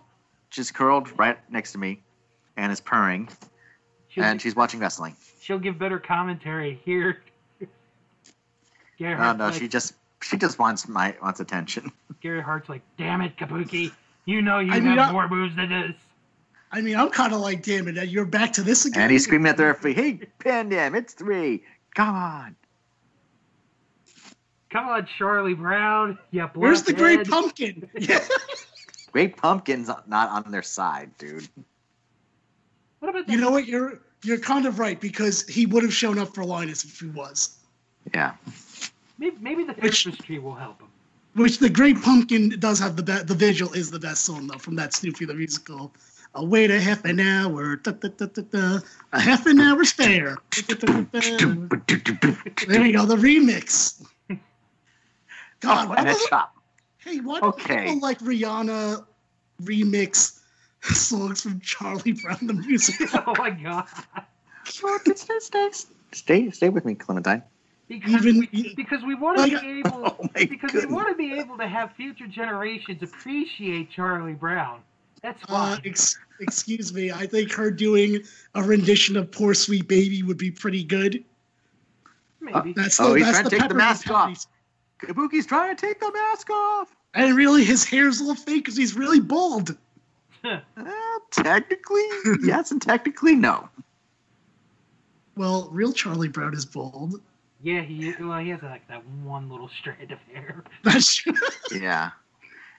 S3: just curled right next to me, and is purring,
S1: she'll,
S3: and she's watching wrestling.
S1: she'll give better commentary here. Gary
S3: No,
S1: Hart's,
S3: no,
S1: like,
S3: uh, she just she just wants my wants attention.
S1: Gary Hart's like, damn it, Kabuki. You know you
S2: I
S1: have
S2: mean, I-
S1: more moves than this.
S2: I mean, I'm kind of like, damn it, you're back to this again.
S3: And he's screaming at their feet, "Hey, pinned him! It's three! Come on!"
S1: Come on, Charlie Brown. Yeah,
S2: Where's the great
S1: blockhead.
S2: pumpkin? Yeah.
S3: Great Pumpkin's not on their side, dude.
S1: What about
S2: you
S1: that-
S2: know what? You're you're kind of right because he would have shown up for Linus if he was.
S3: Yeah.
S1: Maybe, maybe the
S2: Which-
S1: Christmas tree will help him.
S2: Which the Great Pumpkin does have the best. The visual is the best song though from that Snoopy the musical. Uh, wait a half an hour, da, da, da, da, da. a half an hour spare. Da, da, da, da, da. There we go, the remix. God,
S3: oh,
S2: why
S3: and a
S2: doesn't-
S3: chop.
S2: hey, why do
S3: Okay.
S2: people like Rihanna remix songs from Charlie Brown the musical?
S1: oh my god!
S3: Stay, stay, stay with me, Clementine.
S1: Because
S2: Even-
S1: we, because we want to
S2: Like-
S1: be able
S3: Oh my
S1: because we
S3: goodness.
S1: want to be able to have future generations appreciate Charlie Brown. That's why.
S2: Uh, ex- excuse me, I think her doing a rendition of "Poor Sweet Baby" would be pretty good.
S1: maybe.
S2: That's
S3: Oh,
S2: the,
S3: he's
S2: that's
S3: trying
S2: the
S3: to take the
S2: peppermint
S3: mask off.
S2: patties.
S3: Kabuki's trying to take the mask off.
S2: And really, his hair's all fake because he's really bald.
S3: Uh, technically, yes, and technically, no.
S2: Well, real Charlie Brown is bald.
S1: yeah, he well he has like that one little strand of hair.
S2: That's true.
S3: Yeah.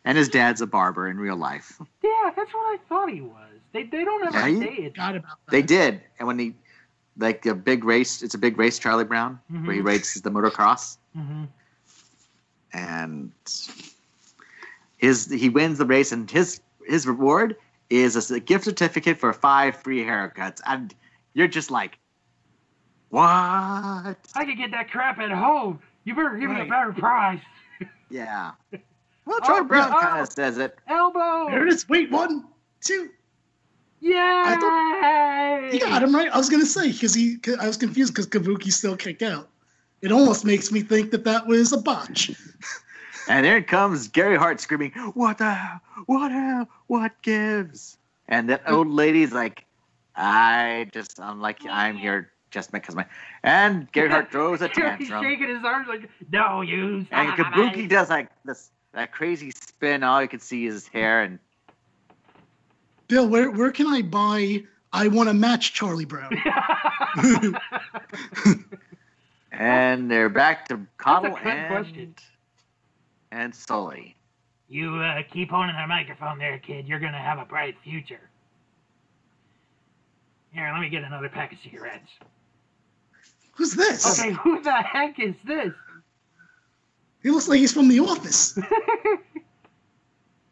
S3: And his dad's a barber in real life.
S1: Yeah, that's what I thought he was. They they don't ever
S3: Yeah, he-
S1: say it.
S2: Forgot about that.
S3: They did. And when he, like, a big race, it's a big race, Charlie Brown, where he
S1: Mhm.
S3: races the motocross.
S1: hmm
S3: And his he wins the race, and his his reward is a s- a gift certificate for five free haircuts. And you're just like, what?
S1: I could get that crap at home. You better give me a
S2: Right.
S1: better prize.
S3: Yeah. Well,
S1: Oh,
S3: Charlie Brown
S1: yeah.
S3: kind of says it.
S2: There
S1: Elbow.
S2: it is. Wait, one, two.
S1: Yay!
S2: You got him right. I was gonna say because he. 'cause I was confused because Kabuki still kicked out. It almost makes me think that that was a botch.
S3: And there comes Gary Hart screaming, "What the? hell? What the? hell? What gives?" And that old lady's like, "I just, I'm like, I'm here just because my." And Gary Hart throws a
S1: He's
S3: tantrum,
S1: shaking his arms like, no, you.
S3: and Kabuki does like this that crazy spin. All you can see is his hair, and
S2: Bill, where where can I buy? I want to match Charlie Brown.
S3: and they're back to Connell
S1: good question.
S3: and and Sully.
S1: you uh, keep holding that microphone there, kid. You're going to have a bright future. Here, let me get another pack of cigarettes.
S2: Who's this?
S1: Okay, who the heck is this?
S2: He looks like he's from The Office.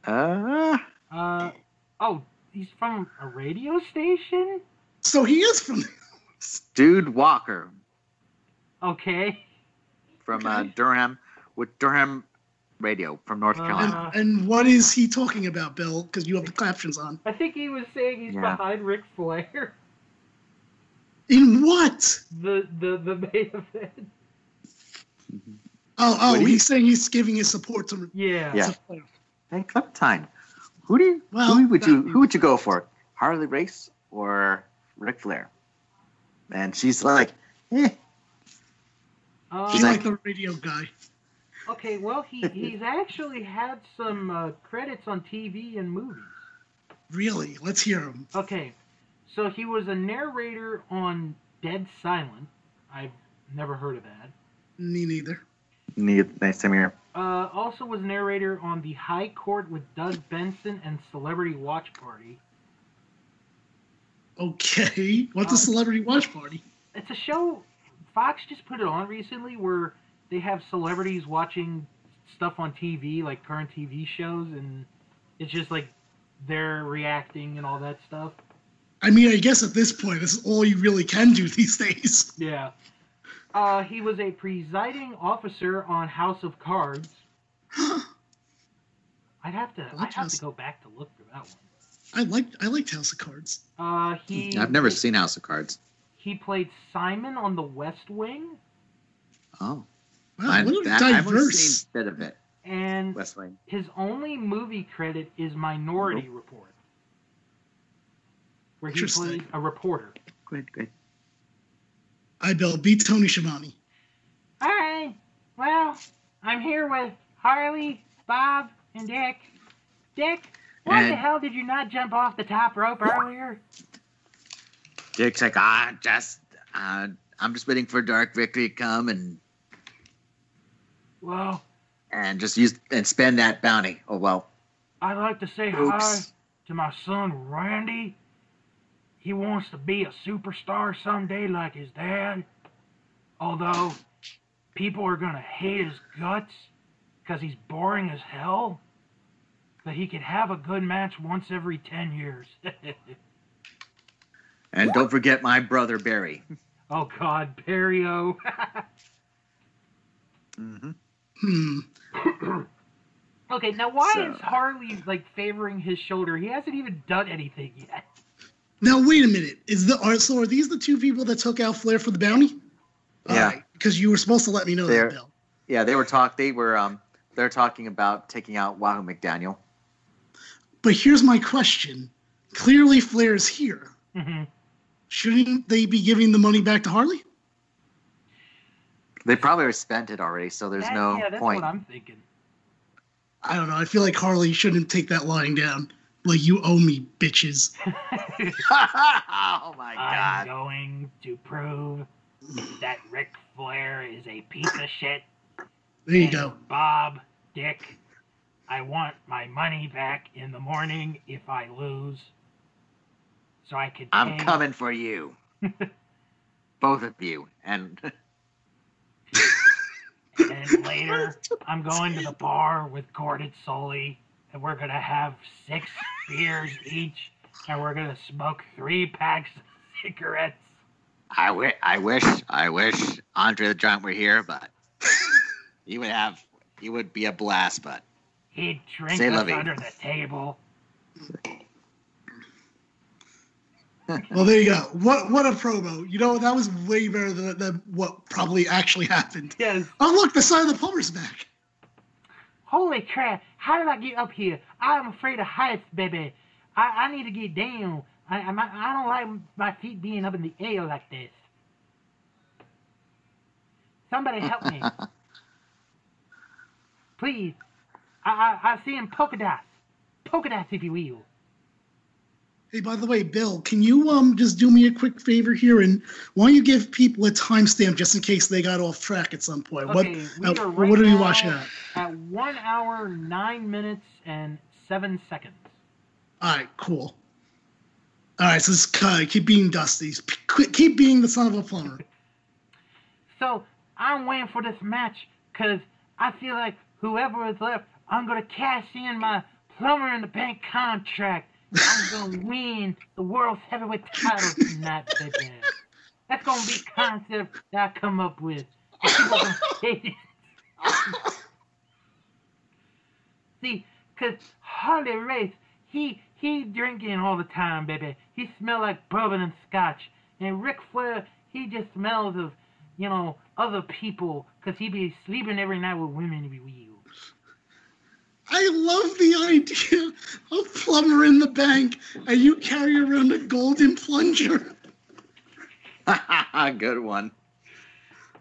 S3: Uh,
S1: Uh, oh, he's from a radio station?
S2: So he is from. The Office.
S3: dude Walker
S1: Okay.
S3: from uh,
S2: Okay.
S3: Durham with Durham Radio from North
S1: Uh,
S3: Carolina.
S2: And,
S1: Uh-huh.
S2: and what is he talking about, Bill? Because you have the captions on.
S1: I think he was saying he's
S3: Yeah.
S1: behind Ric Flair,
S2: In what?
S1: the, the, the main event.
S2: Oh, oh,
S3: What do you-
S2: he's saying he's giving his support to.
S1: Yeah.
S3: Yeah.
S2: to Flair.
S3: Hey, Clementine, who do you,
S2: Well,
S3: who would you
S2: that-
S3: who would you go for? Harley Race or Ric Flair? And she's like, eh.
S1: Um,
S2: He's
S3: She's
S2: like
S3: like-
S2: the radio guy.
S1: Okay, well, he, he's actually had some uh, credits on TV and movies.
S2: Really? Let's hear him.
S1: Okay, so he was a narrator on Dead Silent. I've never heard of that.
S2: Me neither.
S3: Need nice time here.
S1: Uh, also was narrator on The High Court with Doug Benson and Celebrity Watch Party.
S2: Okay. What's a
S1: Uh,
S2: celebrity watch party?
S1: It's a show, Fox just put it on recently, where they have celebrities watching stuff on TV, like current TV shows, and it's just like they're reacting and all that stuff.
S2: I mean, I guess at this point, this is all you really can do these days.
S1: Yeah. Uh, he was a presiding officer on House of Cards. I'd have to. I'd have to
S2: Interesting.
S1: go back to look for that one.
S2: I liked I liked House of Cards.
S1: Uh, he.
S3: Mm-hmm. seen House of Cards.
S1: He played Simon on The West Wing,
S3: Oh,
S2: Wow, what a diverse.
S3: bit of it.
S1: and
S3: West Wing.
S1: his only movie credit is Minority Report, where he
S2: Interesting.
S1: plays a reporter.
S3: Good, good.
S2: I Bill beat Tony Schiavone.
S1: Hi. Well, I'm here with Harley, Bob, and Dick. Dick, why the
S3: And-
S1: hell did you not jump off the top rope earlier?
S3: Dick's like, ah, just, uh, I'm just waiting for Dark Victory to come and
S1: Well,
S3: and just use and spend that bounty. Oh well.
S1: I'd like to say hi
S3: Oops.
S1: to my son Randy. He wants to be a superstar someday like his dad. Although people are gonna hate his guts because he's boring as hell. But he could have a good match once every ten years.
S3: And don't forget my brother Barry.
S1: oh God, Perio.
S3: hmm
S2: Hmm.
S1: okay, now why
S3: So-
S1: is Harley like favoring his shoulder? He hasn't even done anything yet.
S2: Now wait a minute. Is the are so are these the two people that took out Flair for the bounty?
S3: Yeah.
S2: Because you were supposed to let me know
S3: They're-
S2: that, Bill.
S3: Yeah, they were talk. They were um, they're talking about taking out Wahoo McDaniel.
S2: But here's my question. Clearly Flair is here.
S1: Mhm.
S2: Shouldn't they be giving the money back to Harley?
S3: They probably spent it already, so there's
S1: That-
S3: no
S1: yeah, that's
S3: point.
S1: what I'm thinking.
S2: I don't know. I feel like Harley shouldn't take that lying down. Like you owe me, bitches.
S3: oh my
S1: I'm
S3: god!
S1: going to prove that Ric Flair is a piece of shit.
S2: There you
S1: and
S2: go.
S1: Bob, Dick, I want my money back in the morning if I lose. So I could
S3: I'm
S1: pay-
S3: coming for you, both of you. And
S1: and later I'm going to the bar with Gordon Sully and we're gonna have six beers each and we're gonna smoke three packs of cigarettes.
S3: I, wi- I wish, I wish Andre the Giant were here, but he would have, he would be a blast. But
S1: He'd drink
S3: Say la
S1: us
S3: vie.
S1: under the table.
S2: Well, there you go. What what a promo. You know that was way better than, than what probably actually happened.
S1: Yes.
S2: Oh look, the side of the plumber's back.
S1: Holy crap, how did I get up here? I'm afraid of heights, baby. I, I need to get down. I, I, my- I don't like my feet being up in the air like this. Somebody help me. Please. I, I, I'm seeing polka dots. Polka dots, if you will.
S2: Hey, by the way, Bill, can you um just do me a quick favor here and why don't you give people a timestamp just in case they got off track at some point?
S1: Okay, we
S2: what
S1: are
S2: uh,
S1: right
S2: what are we
S1: now
S2: watching at?
S1: At 1 hour, 9 minutes, and 7 seconds.
S2: All right, cool. All right, so this uh, keep being Dusty. Qu- Keep being the son of a plumber.
S1: So I'm waiting for this match because I feel like whoever is left, I'm gonna cash in my plumber in the bank contract. I'm gonna win the world's heavyweight title tonight, baby. That's gonna be a concept that I come up with. And people are gonna hate it. See, cause Harley Race, he he drinking all the time, baby. He smell like bourbon and scotch. And Ric Flair, he just smells of you know, other people, because he be sleeping every night with women if you will.
S2: I love the idea of plumber in the bank, and you carry around a golden plunger.
S3: good one.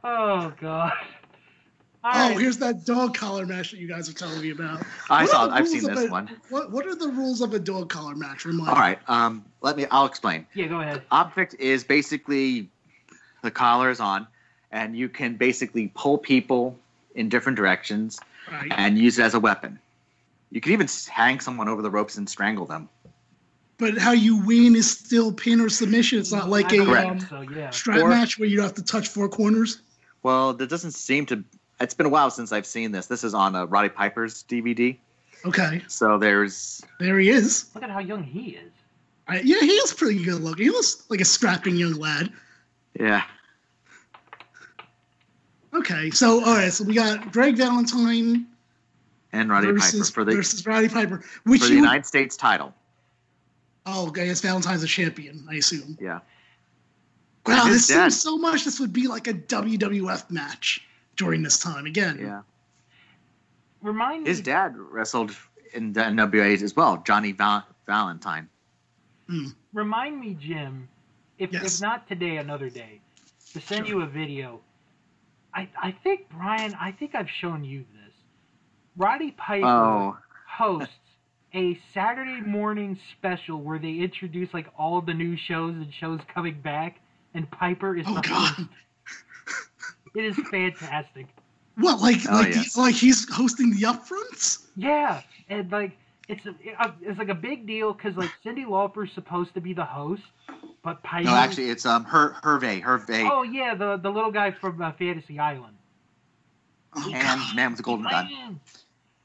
S1: Oh, God. All
S2: Oh,
S1: right.
S2: here's that dog collar match that you guys are telling me about.
S3: I
S2: What are
S3: saw.
S2: the
S3: I've
S2: rules
S3: seen
S2: of
S3: this
S2: a-
S3: one.
S2: What What are the rules of a dog collar match? Remind
S3: All right. Um, let me. I'll explain.
S1: Yeah, go ahead.
S3: object is basically the collar is on, and you can basically pull people in different directions
S2: me. All right.
S3: and use it as a weapon. You can even hang someone over the ropes and strangle them.
S2: But how you win is still pin or submission. It's not like
S1: I
S2: a
S1: don't
S3: Correct.
S2: um,
S1: think So, yeah.
S2: strap
S3: Or-
S2: match where you have to touch four corners.
S3: Well, there doesn't seem to. It's been a while since I've seen this. This is on uh, Roddy Piper's DVD.
S2: Okay,
S3: So there's.
S2: there he is.
S1: Look at how young he is.
S2: All right, yeah, he is pretty good looking. He looks like a strapping young lad.
S3: Yeah.
S2: Okay, so all right, so we got Greg Valentine
S3: And Roddy
S2: versus
S3: Piper for the,
S2: versus Roddy Piper, which
S3: for the
S2: you
S3: United States title.
S2: oh, I guess Valentine's a champion, I assume.
S3: Yeah.
S2: Wow,
S3: His
S2: this
S3: dad-
S2: seems so much. This would be like a WWF match during this time again.
S3: Yeah.
S1: Remind
S3: His
S1: me.
S3: dad wrestled in the NWA as well, Johnny Val- Valentine.
S1: Remind me, Jim, if,
S2: Yes.
S1: if not today, another day, to send you a video. I, I think, Brian, I think I've shown you this. Roddy Piper.
S3: Oh.
S1: hosts a Saturday morning special where they introduce like all the new shows and shows coming back, and Piper is
S2: Oh,
S1: the
S2: God.
S1: host. It is fantastic.
S2: What like
S3: Oh,
S2: like
S3: yes.
S2: the, like he's hosting the upfronts?
S1: Yeah, and like it's a, it's like a big deal because like Cindy Lauper's supposed to be the host, but Piper.
S3: No, actually, it's um, Her Hervey. Hervey.
S1: Oh yeah, the the little guy from uh, Fantasy Island.
S2: Oh,
S3: and
S2: God.
S3: Man with the Golden Gun.
S1: Man.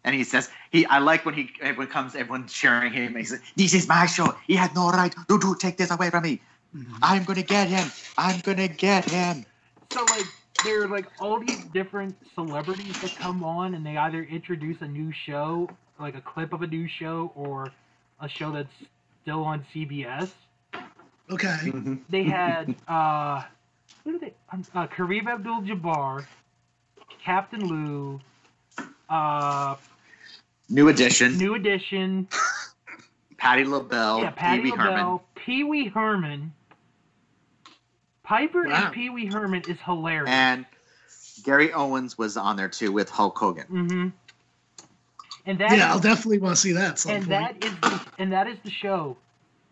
S3: And he says, he I like when he everyone comes, everyone cheering him. And he says, This is my show. He has no right. Do do take this away from me.
S2: Mm-hmm.
S3: I'm gonna get him. I'm gonna get him.
S1: So like there are like all these different celebrities that come on and they either introduce a new show, like a clip of a new show or a show that's still on CBS.
S2: Okay.
S3: Mm-hmm.
S1: They had uh who did they um, uh, Kareem Abdul Jabbar, Captain Lou, uh
S3: New edition.
S1: New Edition,
S3: Patty LaBelle.
S1: yeah, Patty
S3: Oh, Pee Wee Herman.
S1: LaBelle, Pee Wee Herman. Piper
S2: Wow.
S1: and Pee Wee Herman is hilarious.
S3: And Gary Owens was on there too with Hulk Hogan.
S1: hmm And that
S2: Yeah, I'll definitely want to see that. At some
S1: and
S2: point.
S1: that is the, and that is the show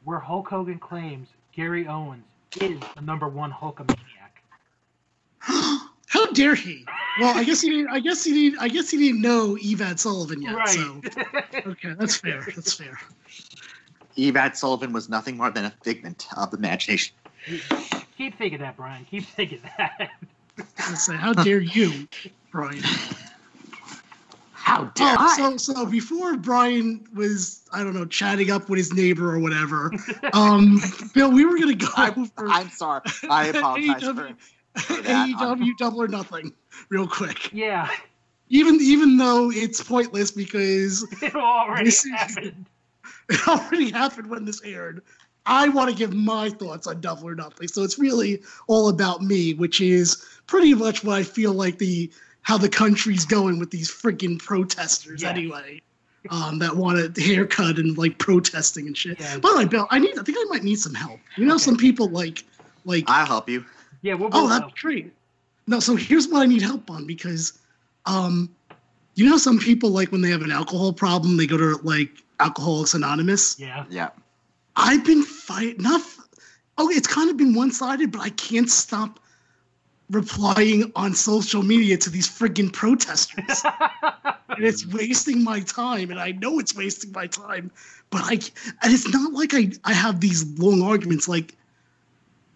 S1: where Hulk Hogan claims Gary Owens is the number one Hulkamaniac.
S2: How dare he? Well, I guess he didn't. I guess he didn't. I guess he didn't know Evad Sullivan yet.
S1: right.
S2: So okay, that's fair. That's fair.
S3: Evad Sullivan was nothing more than a figment of the imagination.
S1: Keep thinking that, Brian. Keep thinking that.
S2: I say, how dare you, Brian?
S3: How dare
S2: Oh,
S3: I?
S2: so so before Brian was I don't know chatting up with his neighbor or whatever. Um, Bill, we were gonna go E
S3: I'm,
S2: over
S3: I'm sorry. I
S2: AEW
S3: apologize for that.
S2: AEW E Double or Nothing real quick.
S1: yeah,
S2: Even even though it's pointless because
S1: it already
S2: This is-
S1: happened.
S2: it already happened when this aired. I want to give my thoughts on Double or Nothing. So it's really all about me, which is pretty much what I feel like the how the country's going with these freaking protesters
S1: Yes.
S2: anyway. Um, that want a haircut and like protesting and shit.
S1: Yeah.
S2: By the way, Bill, I need I think I might need some help. You know,
S1: Okay.
S2: some people like like
S3: I'll help you.
S1: Yeah, we'll
S2: Oh,
S1: both
S2: that'd be great. No, so here's what I need help on because, um, you know, how some people like when they have an alcohol problem, they go to like Alcoholics Anonymous.
S1: Yeah,
S3: Yeah.
S2: I've been fight not. Oh, it's kind of been one sided, but I can't stop replying on social media to these friggin' protesters. and it's wasting my time, and I know it's wasting my time, but I and it's not like I I have these long arguments. Like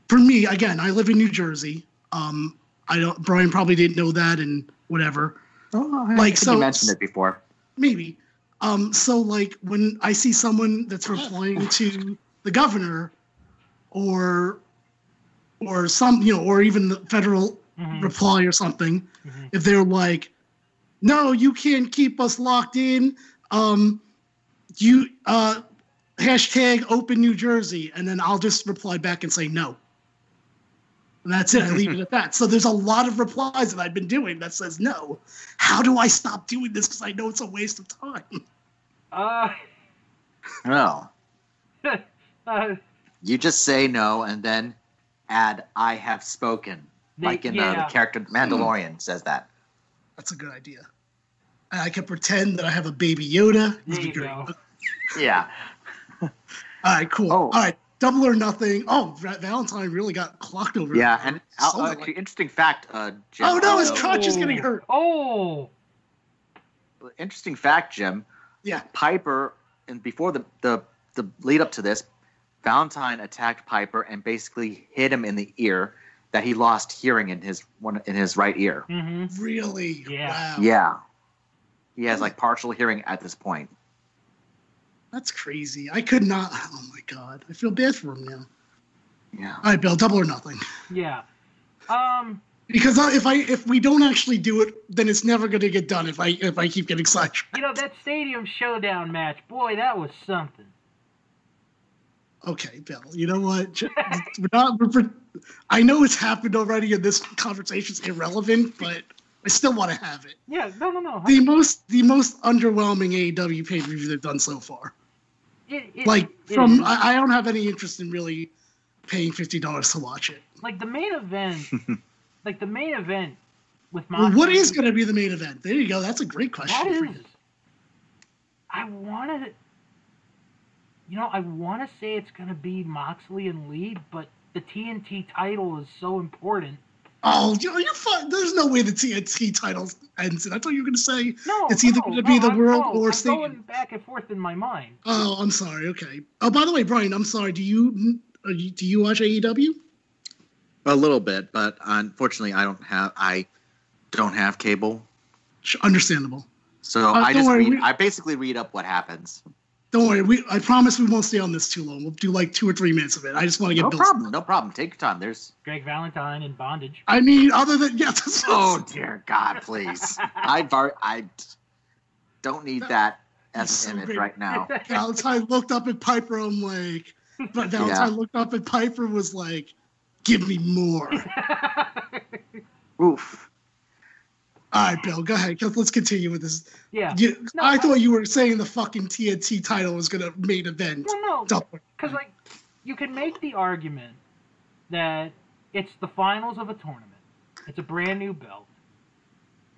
S2: for me, again, I live in New Jersey. Um, I don't. Brian probably didn't know that, and whatever Like,
S3: like so,
S2: so-
S3: you mentioned it before.
S2: maybe. Um, so like when I see someone that's replying to the governor, or or some you know, or even the federal
S1: Mhm,
S2: reply or something,
S1: mhm.
S2: if they're like, "No, you can't keep us locked in," um, you uh, hashtag Open New Jersey, and then I'll just reply back and say no. And that's it. I leave it at that. So there's a lot of replies that I've been doing that says no. How do I stop doing this? Because I know it's a waste of time.
S1: Uh,
S3: No.
S1: uh,
S3: Oh, You just say no and then add I have spoken.
S1: they-
S3: like in uh,
S1: yeah,
S3: the character Mandalorian says that.
S2: That's a good idea. And I can pretend that I have a baby Yoda. It's
S1: there
S2: been
S1: you
S2: great.
S1: go.
S3: Yeah.
S2: All right, cool.
S3: Oh.
S2: All right, double or nothing. Oh, Va- Valentine really got clocked over.
S3: Yeah. And uh,
S2: Something like-
S3: actually, interesting fact. Uh, Jim,
S2: Oh, no, his
S3: uh,
S2: crotch is gonna
S1: Oh.
S2: hurt.
S1: Oh,
S3: Interesting fact, Jim.
S2: Yeah.
S3: Piper, and before the, the, the lead up to this, Valentine attacked Piper and basically hit him in the ear that he lost hearing in his one in his right ear.
S1: hmm
S2: Really?
S1: Yeah.
S2: Wow.
S3: Yeah. He has like partial hearing at this point.
S2: That's crazy. I could not. Oh my god. I feel bad for him now.
S3: Yeah.
S2: All right, Bill. Double or nothing.
S1: yeah. Um,
S2: Because I- if I if we don't actually do it, then it's never going to get done. If I if I keep getting sidetracked.
S1: you know that stadium showdown match, boy, that was something.
S2: Okay, Bill. You know what? J- We're not. We're, pre- I know it's happened already, and this conversation's irrelevant, but I still want to have it.
S1: Yeah, no, no, no.
S2: The most the most underwhelming AEW pay per view they've done so far.
S1: It- it-
S2: Like
S1: it
S2: from
S1: is-
S2: I, I don't have any interest in really paying fifty dollars to watch it.
S1: like the main event, like the main event with
S2: Well,
S1: Moxley.
S2: what is going to be the main event? There you go. That's a great question.
S1: that
S2: for
S1: is?
S2: you.
S1: I wanted, you know, I want to say it's gonna be Moxley and Lee, but the TNT title is so important.
S2: Oh, you- you're fine. There's no way the TNT title ends. And I thought you were going to say,
S1: No,
S2: It's either
S1: no,
S2: gonna be
S1: no,
S2: the
S1: I'm-
S2: world
S1: no,
S2: or
S1: I'm
S2: Satan.
S1: going back and forth in my mind.
S2: oh, I'm sorry. Okay. Oh, by the way, Brian, I'm sorry. Do you, are you do you watch E AEW?
S3: A little bit, but unfortunately, I don't have I don't have cable.
S2: Sh- Understandable.
S3: So
S2: Uh,
S3: I
S2: don't
S3: just
S2: worry,
S3: read,
S2: we-
S3: I basically read up what happens.
S2: Don't worry. We I promise we won't stay on this too long. We'll do like two or three minutes of it. I just want to get
S3: No
S2: Bill's-
S3: problem. No problem. Take your time. There's.
S1: Greg Valentine in bondage.
S2: I mean, other than yeah. that's-
S3: Oh dear God, please. I var- I don't need that
S2: That's
S3: as
S2: so
S3: an image
S2: great.
S3: right now.
S2: Valentine looked up at Piper. I'm like, but Valentine looked up at Piper and was like, give me more.
S3: Oof.
S2: All right, Bill, go ahead. Let's continue with this.
S1: yeah.
S2: You-
S1: No,
S2: I
S1: I-
S2: thought you were saying the fucking TNT title was gonna main event.
S1: Well, no,
S2: Double.
S1: because like you can make the argument that it's the finals of a tournament. It's a brand new belt,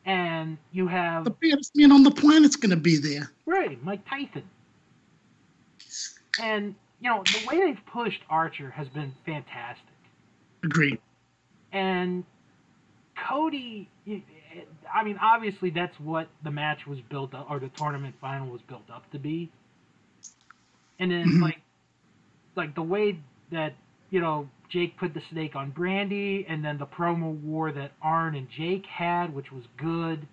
S1: and you have
S2: The baddest man on the planet's gonna be there.
S1: Right, Mike Tyson. And you know the way they've pushed Archer has been fantastic.
S2: Agreed.
S1: And Cody, y- I mean, obviously that's what the match was built up, or the tournament final was built up to be. And then
S2: Mhm.
S1: like, like the way that you know Jake put the snake on Brandy, and then the promo war that Arn and Jake had, which was good.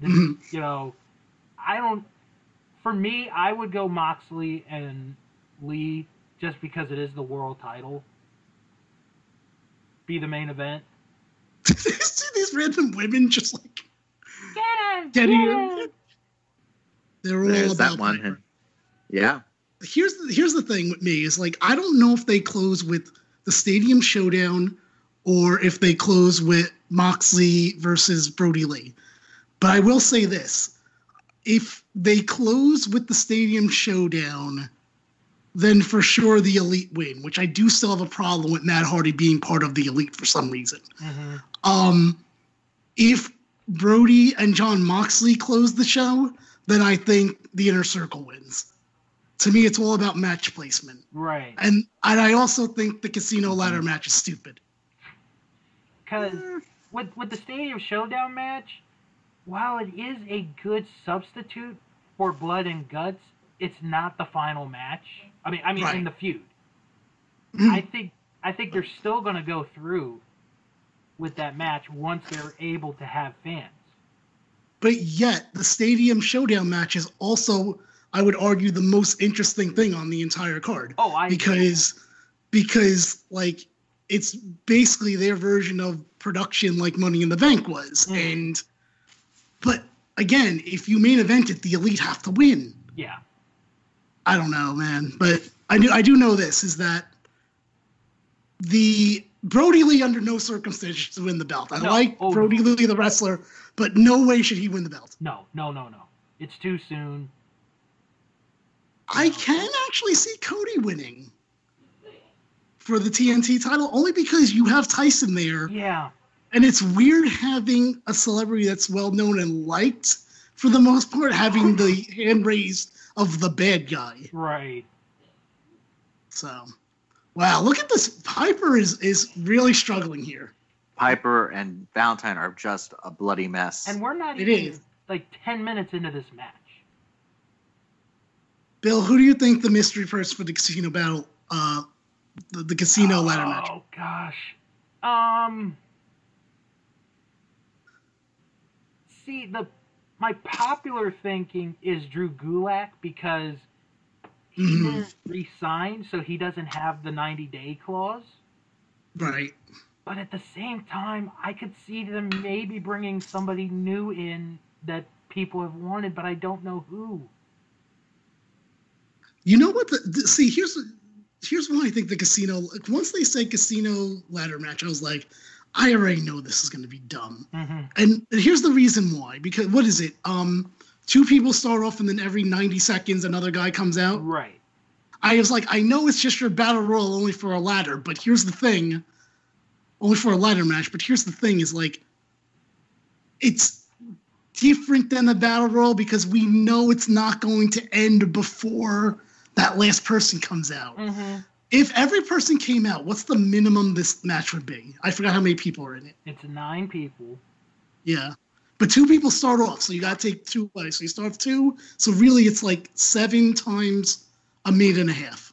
S1: The-
S2: Mhm.
S1: You know, I don't. For me, I would go Moxley and Lee just because it is the world title. Be the main event.
S2: See these random women just like
S1: Get him!
S2: Get
S1: get
S2: him!
S1: him!
S2: they're all
S5: There's
S2: about
S5: that one.
S2: Piper.
S3: Yeah.
S2: here's the, here's the thing with me is like I don't know if they close with the Stadium Showdown or if they close with Moxley versus Brody Lee. But I will say this: if they close with the Stadium Showdown, then for sure the Elite win, which I do still have a problem with Matt Hardy being part of the Elite for some reason.
S1: Mhm.
S2: Um, if Brody and John Moxley close the show, then I think the inner circle wins. To me, it's all about match placement,
S1: Right.
S2: and and I also think the casino ladder match is stupid.
S1: Because
S2: Mm.
S1: with, with the Stadium Showdown match, while it is a good substitute for Blood and Guts, it's not the final match. I mean, I mean in
S2: Right.
S1: the feud.
S2: Mhm.
S1: I think I think they're still going to go through with that match once they're able to have fans.
S2: But yet, the stadium showdown match is also, I would argue, the most interesting thing on the entire card
S1: Oh, I
S2: because because like it's basically their version of production like Money in the Bank was,
S1: Mm.
S2: and but again, if you main event it, the elite have to win.
S1: yeah.
S2: I don't know, man. But I do, I do know this is that the Brody Lee under no circumstances should win the belt. I
S1: No,
S2: like
S1: oh,
S2: Brody Lee the wrestler, but no way should he win the belt.
S1: No, no, no, no. It's too soon.
S2: I can actually see Cody winning for the TNT title only because you have Tyson there,
S1: Yeah.
S2: and it's weird having a celebrity that's well known and liked for the most part having the hand raised of the bad guy.
S1: Right.
S2: So, wow, look at this. Piper is is really struggling here.
S3: Piper and Valentine are just a bloody mess.
S1: And we're not
S2: It
S1: even
S2: is.
S1: like 10 minutes into this match.
S2: Bill, who do you think the mystery person for the casino battle, uh, the, the casino ladder match?
S1: Oh gosh. Um See the my popular thinking is Drew Gulak because he
S2: Mhm.
S1: didn't resign, so he doesn't have the 90 day clause.
S2: Right.
S1: But at the same time, I could see them maybe bringing somebody new in that people have wanted, but I don't know who.
S2: You know what? The, the- see, here's here's why I think the casino. Like, once they say casino ladder match, I was like, I already know this is going to be dumb.
S1: Mm-hmm.
S2: And here's the reason why. Because what is it? Um, two people start off, and then every 90 seconds, another guy comes out.
S1: Right.
S2: I was like, I know it's just your battle royal only for a ladder, but here's the thing. Only for a ladder match, but here's the thing is like it's different than the battle royal because we know it's not going to end before that last person comes out.
S1: Mm-hmm.
S2: If every person came out, what's the minimum this match would be? I forgot how many people are in it.
S1: It's nine people.
S2: Yeah. But two people start off, so you gotta take two away. So you start with two. So really it's like seven times a minute and a half.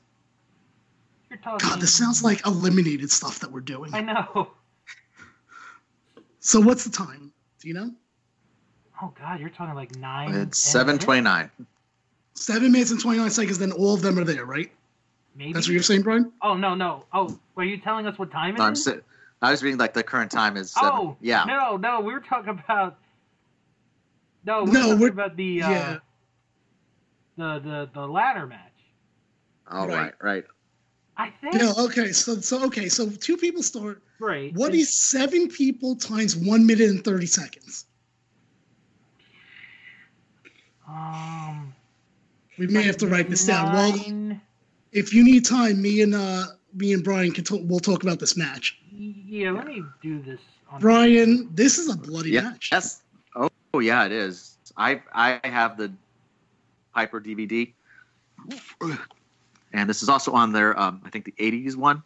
S1: You're talking.
S2: God, this sounds like eliminated stuff that we're doing.
S1: I know.
S2: So what's the time? Do you know?
S1: Oh God, you're talking like nine.
S3: It's
S1: 10
S3: seven
S1: minutes?
S3: twenty-nine.
S2: Seven minutes and 29 seconds, then all of them are there, right?
S1: Maybe.
S2: That's what you're saying, Brian?
S1: Oh no no. Oh, were you telling us what time it
S3: No, I'm
S1: is?
S3: si- I was reading like the current time is. Seven.
S1: oh
S3: yeah.
S1: No no, we were talking about. No, we were
S2: No,
S1: talking
S2: we're-
S1: about the uh,
S2: yeah.
S1: the the the ladder match.
S3: All right,
S2: Right.
S3: right.
S1: I think.
S2: No, okay. So, so okay. So two people start.
S1: Right.
S2: What
S1: it's-
S2: is seven people times one minute and 30 seconds?
S1: Um.
S2: We may have to write this down. Well,
S1: nine-
S2: if you need time, me and uh, me and Brian can talk, we'll talk about this match.
S1: yeah, let me do this. On
S2: Brian, this is a bloody
S3: Yeah.
S2: match.
S3: That's. Oh, oh, yeah, it is. I I have the Piper DVD, and this is also on their um I think the '80s one,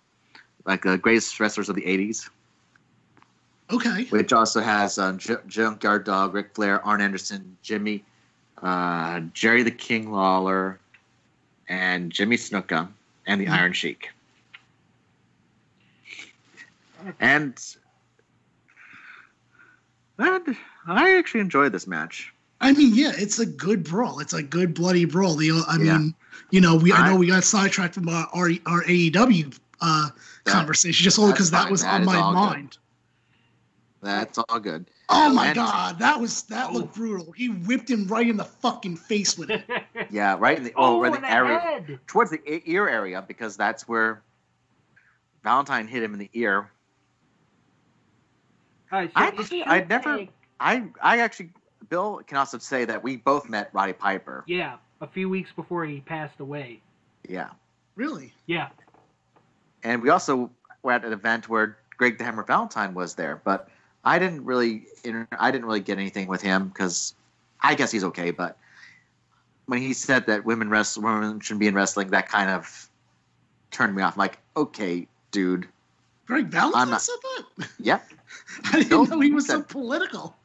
S3: like the greatest wrestlers of the '80s,
S2: Okay.
S3: which also has um, J- Junkyard Dog, Ric Flair, Arn Anderson, Jimmy, uh, Jerry the King Lawler, and Jimmy Snuka, and the
S2: Mhm.
S3: Iron Sheik, and. And I actually enjoyed this match.
S2: I mean, yeah, it's a good brawl. It's a good bloody brawl. The uh, I mean,
S3: Yeah.
S2: you know, we I
S3: I-
S2: know we got sidetracked from our our, our AEW uh,
S3: That-
S2: conversation just only
S3: that's
S2: because that
S3: fine.
S2: was
S3: That
S2: on
S3: is
S2: my
S3: all good.
S2: mind.
S3: That's all good.
S2: Oh my
S3: And-
S2: god, that was that
S1: Oh.
S2: looked brutal. He whipped him right in the fucking face with it.
S3: Yeah, right in the oh,
S1: oh,
S3: right
S1: in
S3: in
S1: the
S3: the area
S1: head.
S3: towards the e- ear area because that's where Valentine hit him in the ear.
S1: All right, so
S3: I
S1: it
S3: actually-
S1: should
S3: I'd never-
S1: take-
S3: I I actually Bill can also say that we both met Roddy Piper.
S1: yeah, a few weeks before he passed away.
S3: Yeah,
S2: Really?
S1: Yeah.
S3: and we also were at an event where Greg the Hammer Valentine was there, but I didn't really inter- I didn't really get anything with him because I guess he's okay, but when he said that women wrestle women shouldn't be in wrestling, that kind of turned me off. like, okay, dude.
S2: Greg Valentine
S3: I'm not-
S2: said that?
S3: Yep.
S2: I didn't
S3: Nope,
S2: know he
S3: he
S2: was so
S3: said-
S2: political.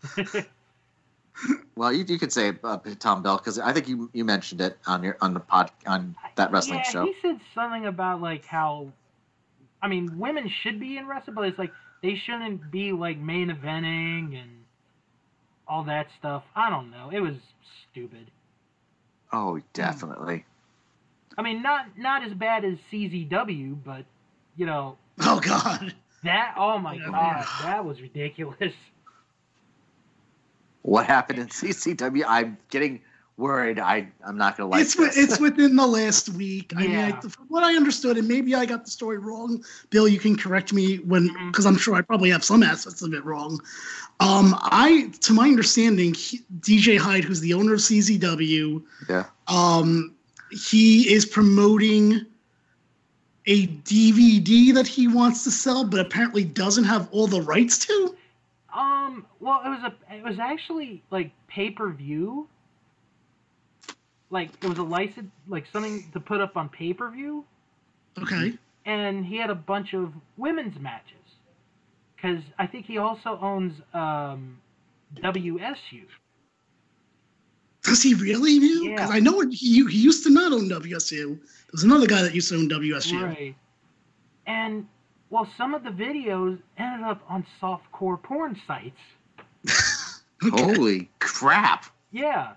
S3: Well, you, you could say uh, Tom Bell because I think you, you mentioned it on your on the pod on that wrestling
S1: yeah,
S3: show.
S1: He said something about like how, I mean, women should be in wrestling, but it's like they shouldn't be like main eventing and all that stuff. I don't know. It was stupid.
S3: Oh, definitely.
S1: I mean, not not as bad as CZW, but you know
S2: Oh god.
S1: that. Oh my
S2: Yeah.
S1: god, that was ridiculous.
S3: What happened in CCW? I'm getting worried. I I'm not gonna like
S2: it's wi-
S3: this.
S2: it's within the last week. I mean,
S1: Yeah.
S2: I, from what I understood, and maybe I got the story wrong. Bill, you can correct me when,
S1: Mhm.
S2: because I'm sure I probably have some aspects of it wrong. Um, I, to my understanding, he, DJ Hyde, who's the owner of CZW,
S3: Yeah.
S2: um, he is promoting a DVD that he wants to sell, but apparently doesn't have all the rights to.
S1: Um, well, it was a it was actually like pay per view. Like it was a license, like something to put up on pay per view. Mm-hmm.
S2: Okay,
S1: and he had a bunch of women's matches because I think he also owns um, WSU.
S2: does he really do?
S1: Yeah.
S2: Because I know he, he used to not own WSU. There was another guy that used to own WSU.
S1: Right. And well, some of the videos ended up on softcore porn sites. Oh.
S3: Holy crap!
S1: Yeah.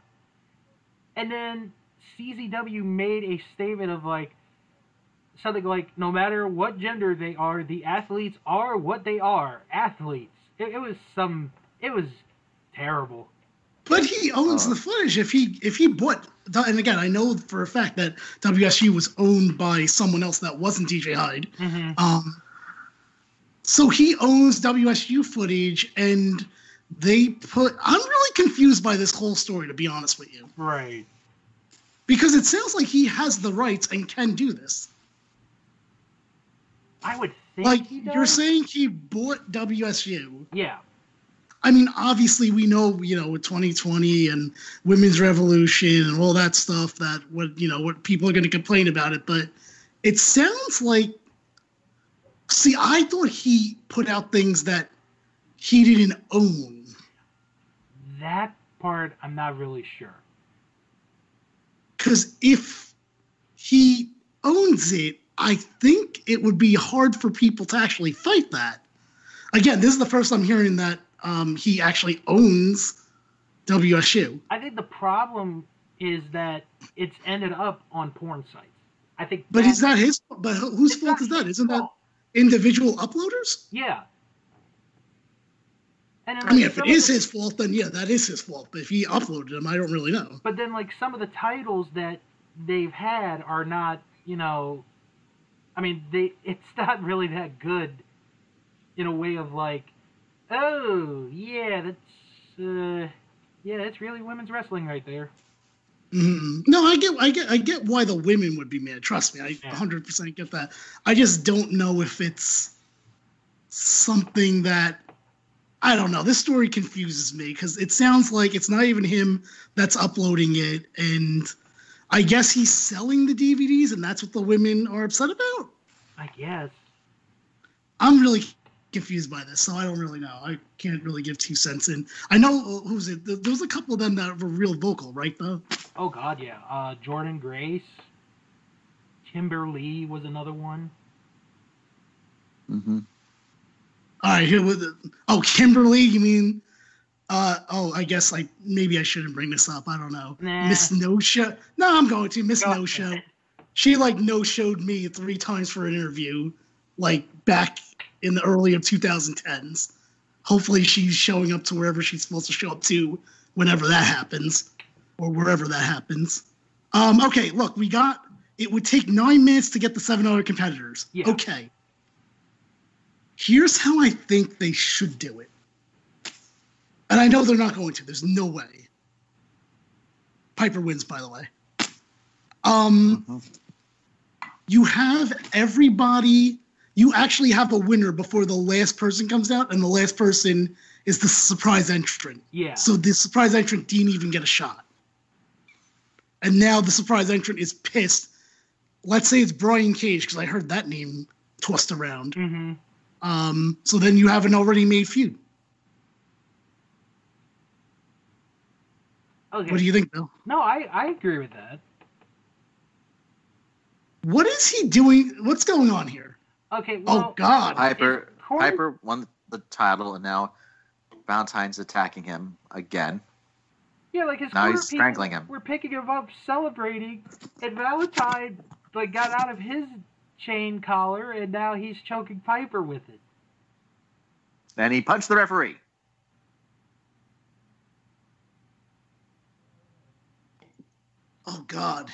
S1: And then CZW made a statement of like something like, no matter what gender they are, the athletes are what they are, athletes. It, it was some. It was terrible.
S2: But he owns
S3: Oh.
S1: Uh.
S2: the footage. If he if he bought, and again, I know for a fact that WSU was owned by someone else that wasn't DJ Hyde.
S1: Mm-hmm.
S2: Um, so he owns WSU footage, and they put. I'm really confused by this whole story, to be honest with you,
S1: Right.
S2: because it sounds like he has the rights and can do this.
S1: I would think
S2: Like
S1: he does.
S2: you're saying, he bought WSU.
S1: Yeah.
S2: I mean, obviously, we know, you know, with 2020 and women's revolution and all that stuff, that what, you know, what people are going to complain about it. But it sounds like, see, I thought he put out things that he didn't own.
S1: That part I'm not really sure.
S2: Because if he owns it, I think it would be hard for people to actually fight that. Again, this is the first I'm hearing that um, he actually owns WSU.
S1: I think the problem is that it's ended up on porn sites. I think.
S2: But
S1: that-
S2: it's not his. But whose
S1: it's
S2: fault
S1: not
S2: is that?
S1: his
S2: Isn't that
S1: fault.
S2: individual uploaders?
S1: Yeah. And then,
S2: I mean,
S1: like,
S2: if
S1: some
S2: it
S1: of
S2: is
S1: the-
S2: his fault, then yeah, that is his fault. But if he uploaded them, I don't really know.
S1: But then, like some of the titles that they've had are not, you know, I mean, they it's not really that good, in a way of like, oh yeah, that's uh, yeah, that's really women's wrestling right there.
S2: Mhm. No, I get, I get, I get why the women would be mad. Trust me, I
S1: Yeah.
S2: 100 percent get that. I just don't know if it's something that I don't know. This story confuses me because it sounds like it's not even him that's uploading it, and I guess he's selling the DVDs, and that's what the women are upset about.
S1: I guess.
S2: I'm really confused by this, so I don't really know. I can't really give two cents in. I know uh, who's it. There there was a couple of them that were real vocal, right? Though.
S1: Oh God, yeah. Uh, Jordan Grace, Timber Lee was another one.
S3: hmm
S2: All right, here with oh Kimberly, you mean? Uh oh, I guess I maybe I shouldn't bring this up. I don't know.
S1: Nah.
S2: Miss No Show. No, I'm going to Miss
S1: Go
S2: No Show.
S1: ahead.
S2: She like no showed me three times for an interview, like back in the early of 2010s. Hopefully, she's showing up to wherever she's supposed to show up to whenever that happens, or wherever that happens. Um, okay, look, we got. It would take nine minutes to get the seven other competitors.
S1: Yeah.
S2: Okay. Here's how I think they should do it. And I know they're not going to. There's no way. Piper wins, by the way. Um,
S3: Mm-hmm.
S2: you have everybody. You actually have a winner before the last person comes out, and the last person is the surprise entrant.
S1: Yeah.
S2: So the surprise entrant didn't even get a shot. And now the surprise entrant is pissed. Let's say it's Brian Cage, because I heard that name tossed around.
S1: hmm
S2: Um, so then you have an already made feud.
S1: Okay.
S2: What do you think, Bill?
S1: no, I I agree with that.
S2: What is he doing? What's going on here?
S1: Okay. Well,
S2: Oh, God.
S3: Piper
S1: Corn-
S3: Piper won the title, and now Valentine's attacking him again.
S1: Yeah, like his
S3: Now
S1: corner
S3: he's
S1: people
S3: strangling him.
S1: We're picking him up, celebrating, and Valentine like got out of his chain collar, and now he's choking Piper with it.
S3: And he punched the referee.
S2: Oh God.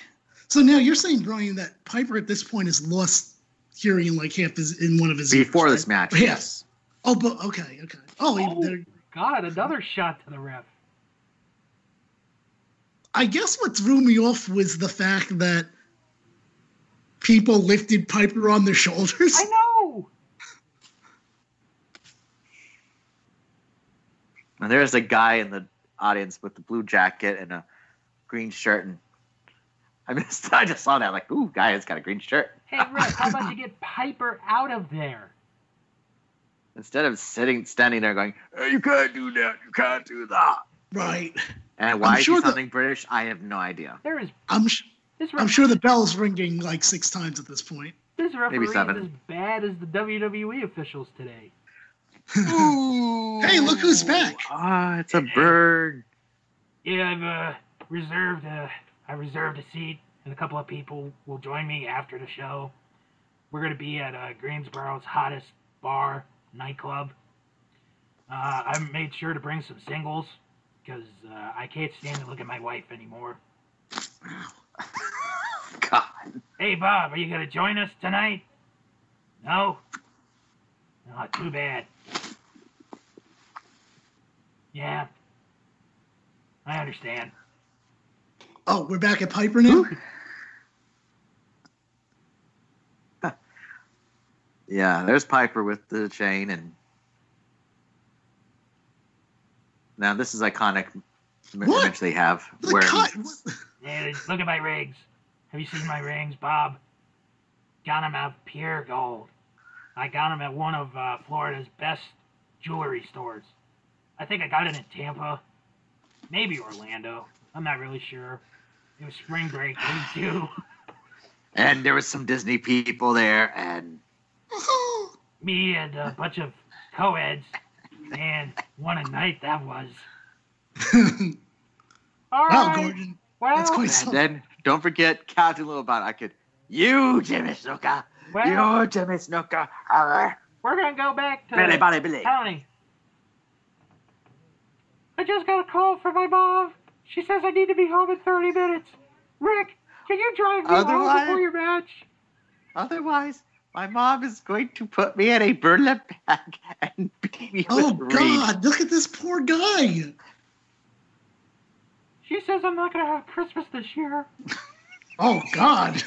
S2: So now you're saying, Brian, that Piper at this point has lost hearing in like half his in one of his
S3: before
S2: ears,
S3: this match.
S2: Yes. right? Oh, but okay, okay. Oh,
S1: Oh.
S2: there-
S1: God, another shot to the ref.
S2: I guess what threw me off was the fact that people lifted Piper on their shoulders.
S1: I know.
S3: And there's a guy in the audience with the blue jacket and a green shirt, and I missed. I just saw that. Like, ooh, guy has got a green shirt.
S1: Hey, ref, how about you get Piper out of there?
S3: Instead of sitting, standing there, going, "Oh, "You can't do that. You can't do that."
S2: Right.
S3: And why is
S2: sure
S3: he
S2: the-
S3: something British? I have no idea.
S1: There is
S2: I'm sh-
S1: this ref.
S2: I'm sure the bell's ringing like six times at this point.
S1: this referee is
S3: seven.
S1: as bad as the WWE officials today.
S2: Hey, look who's back.
S3: Ah, it's a bird.
S1: Yeah, I've uh, reserved a, I reserved a seat, and a couple of people will join me after the show. We're gonna be at uh, Greensboro's hottest bar nightclub. Uh, I made sure to bring some singles because uh, I can't stand to look at my wife anymore.
S3: God.
S1: Hey, Bob, are you gonna join us tonight? No. Oh, too bad. Yeah. I understand.
S2: Oh, we're back at Piper now.
S3: Yeah, there's Piper with the chain, and now this is iconic.
S2: What?
S3: Image they have
S2: The
S3: where
S2: cut.
S3: he's-
S2: what-
S1: Yeah, look at my rings. Have you seen my rings, Bob? Got 'em out of pure gold. I got 'em at one of uh, Florida's best jewelry stores. I think I got it in Tampa, maybe Orlando. I'm not really sure. It was spring break, we do.
S3: and there was some Disney people there, and
S1: Me and a bunch of co-eds. Man, what a night that was. All
S2: wow,
S1: right.
S2: Gordon.
S1: well,
S2: that's quite
S3: And
S2: something.
S3: then don't forget Captain Littlebot. I could you Jimmy Snooker.
S1: well,
S3: You Jimmy Snooker. Arr,
S1: we're gonna go back to
S3: Billy Billy Billy.
S1: Tony. I just got a call from my mom. She says I need to be home in 30 minutes. Rick, can you drive me home
S3: Otherwise-
S1: before your match?
S3: Otherwise, my mom is going to put me in a burlap bag and beat me
S2: Oh
S3: with a reed.
S2: God! Look at this poor guy.
S1: She says I'm not gonna have Christmas this year.
S2: Oh God.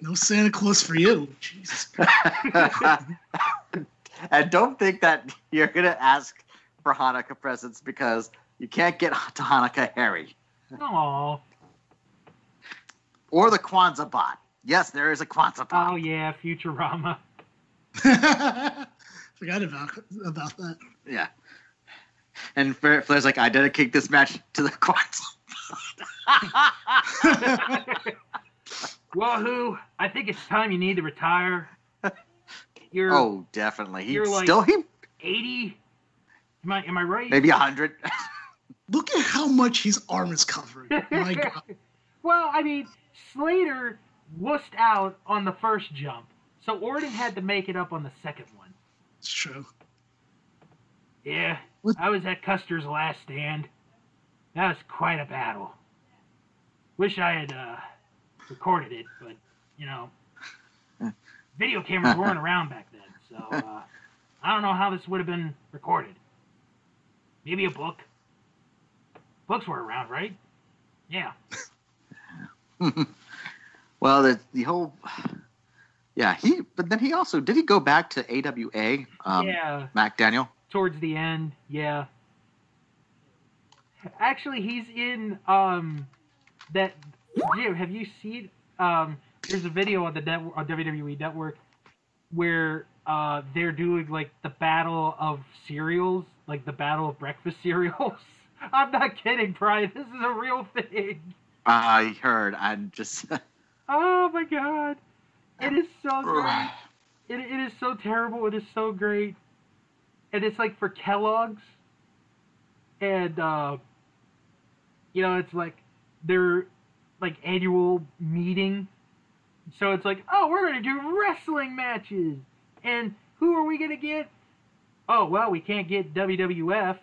S2: no Santa Claus for you. Jesus.
S3: and don't think that you're gonna ask for Hanukkah presents because you can't get to Hanukkah Harry
S1: Oh,
S3: or the Kwanzaa bot. Yes, there is a Kwanzaa bot.
S1: oh yeah, Futurama.
S2: Forgot about about that.
S3: Yeah. And Flair- Flair's like, I dedicate this match to the Kwanzaa.
S1: Wahoo! I think it's time you need to retire. You're
S3: oh, definitely. He
S1: You're like-
S3: still he
S1: 80. Am I am I right?
S3: maybe hundred.
S2: Look at how much his arm is covering. My God.
S1: Well, I mean, Slater wussed out on the first jump, so Orton had to make it up on the second one.
S2: It's true.
S1: Yeah,
S2: What-
S1: I was at Custer's last stand. That was quite a battle. Wish I had uh, recorded it, but you know, video cameras weren't around back then, so uh, I don't know how this would have been recorded. Maybe a book. Books were around, right? Yeah.
S3: well, the the whole yeah. He but then he also did he go back to AWA? Um,
S1: yeah.
S3: Mac Daniel.
S1: towards the end. Yeah. Actually, he's in um that. Jim, have you seen? Um, there's a video on the net, on WWE Network where uh they're doing like the battle of cereals, like the battle of breakfast cereals. I'm not kidding, Brian. This is a real thing.
S3: I heard. I just
S1: Oh my god, it is so great. It, it is so terrible. It is so great. And it's like for Kellogg's. And, uh, you know, it's like their like annual meeting. So it's like, oh, we're going to do wrestling matches. And who are we going to get? Oh, well, we can't get WWF.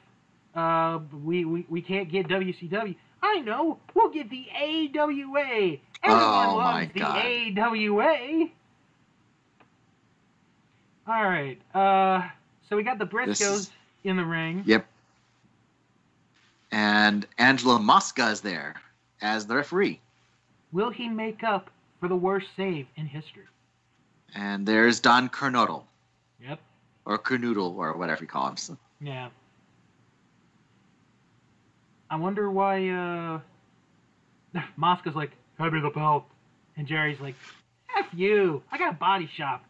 S1: Uh, we, we, we can't get WCW. I know. We'll get the AWA. Everyone
S3: Oh,
S1: loves
S3: my
S1: the
S3: God.
S1: AWA. All right. Uh, so we got the Briscoes
S3: This is-
S1: in the ring.
S3: yep. And Angela Mosca is there as the referee.
S1: Will he make up for the worst save in history?
S3: And there's Don Kernoodle
S1: Yep.
S3: or Kernoodle or whatever you call him. So-
S1: Yeah. I wonder why uh Mosca's like, hand me the belt. And Jerry's like, F you. I got a body shop.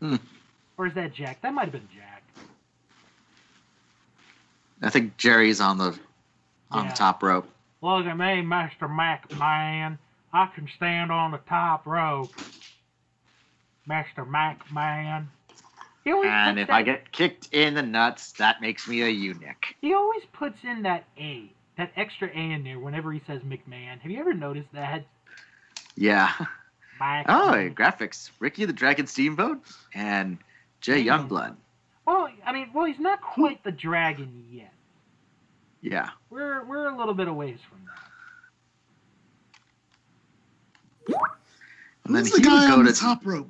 S3: Hmm.
S1: Or is that Jack? That might have been Jack.
S3: I think Jerry's on the on
S1: Yeah.
S3: the top rope.
S1: Look at me, Master Mac Man. I can stand on the top rope. Master Mac Man. He always
S3: And
S1: puts
S3: if
S1: that-
S3: I get kicked in the nuts, that makes me a eunuch.
S1: He always puts in that A, that extra A in there whenever he says McMahon. Have you ever noticed that?
S3: Yeah.
S1: Mac
S3: Oh,
S1: Man.
S3: and graphics. Ricky the Dragon Steamboat and Jay
S1: Yeah.
S3: Youngblood.
S1: Well, I mean, well, he's not quite the dragon yet.
S3: Yeah.
S1: We're we're a little bit a ways from that.
S3: And then
S2: Who's
S3: he
S2: the
S3: would
S2: guy
S3: go
S2: on
S3: to
S2: the top rope?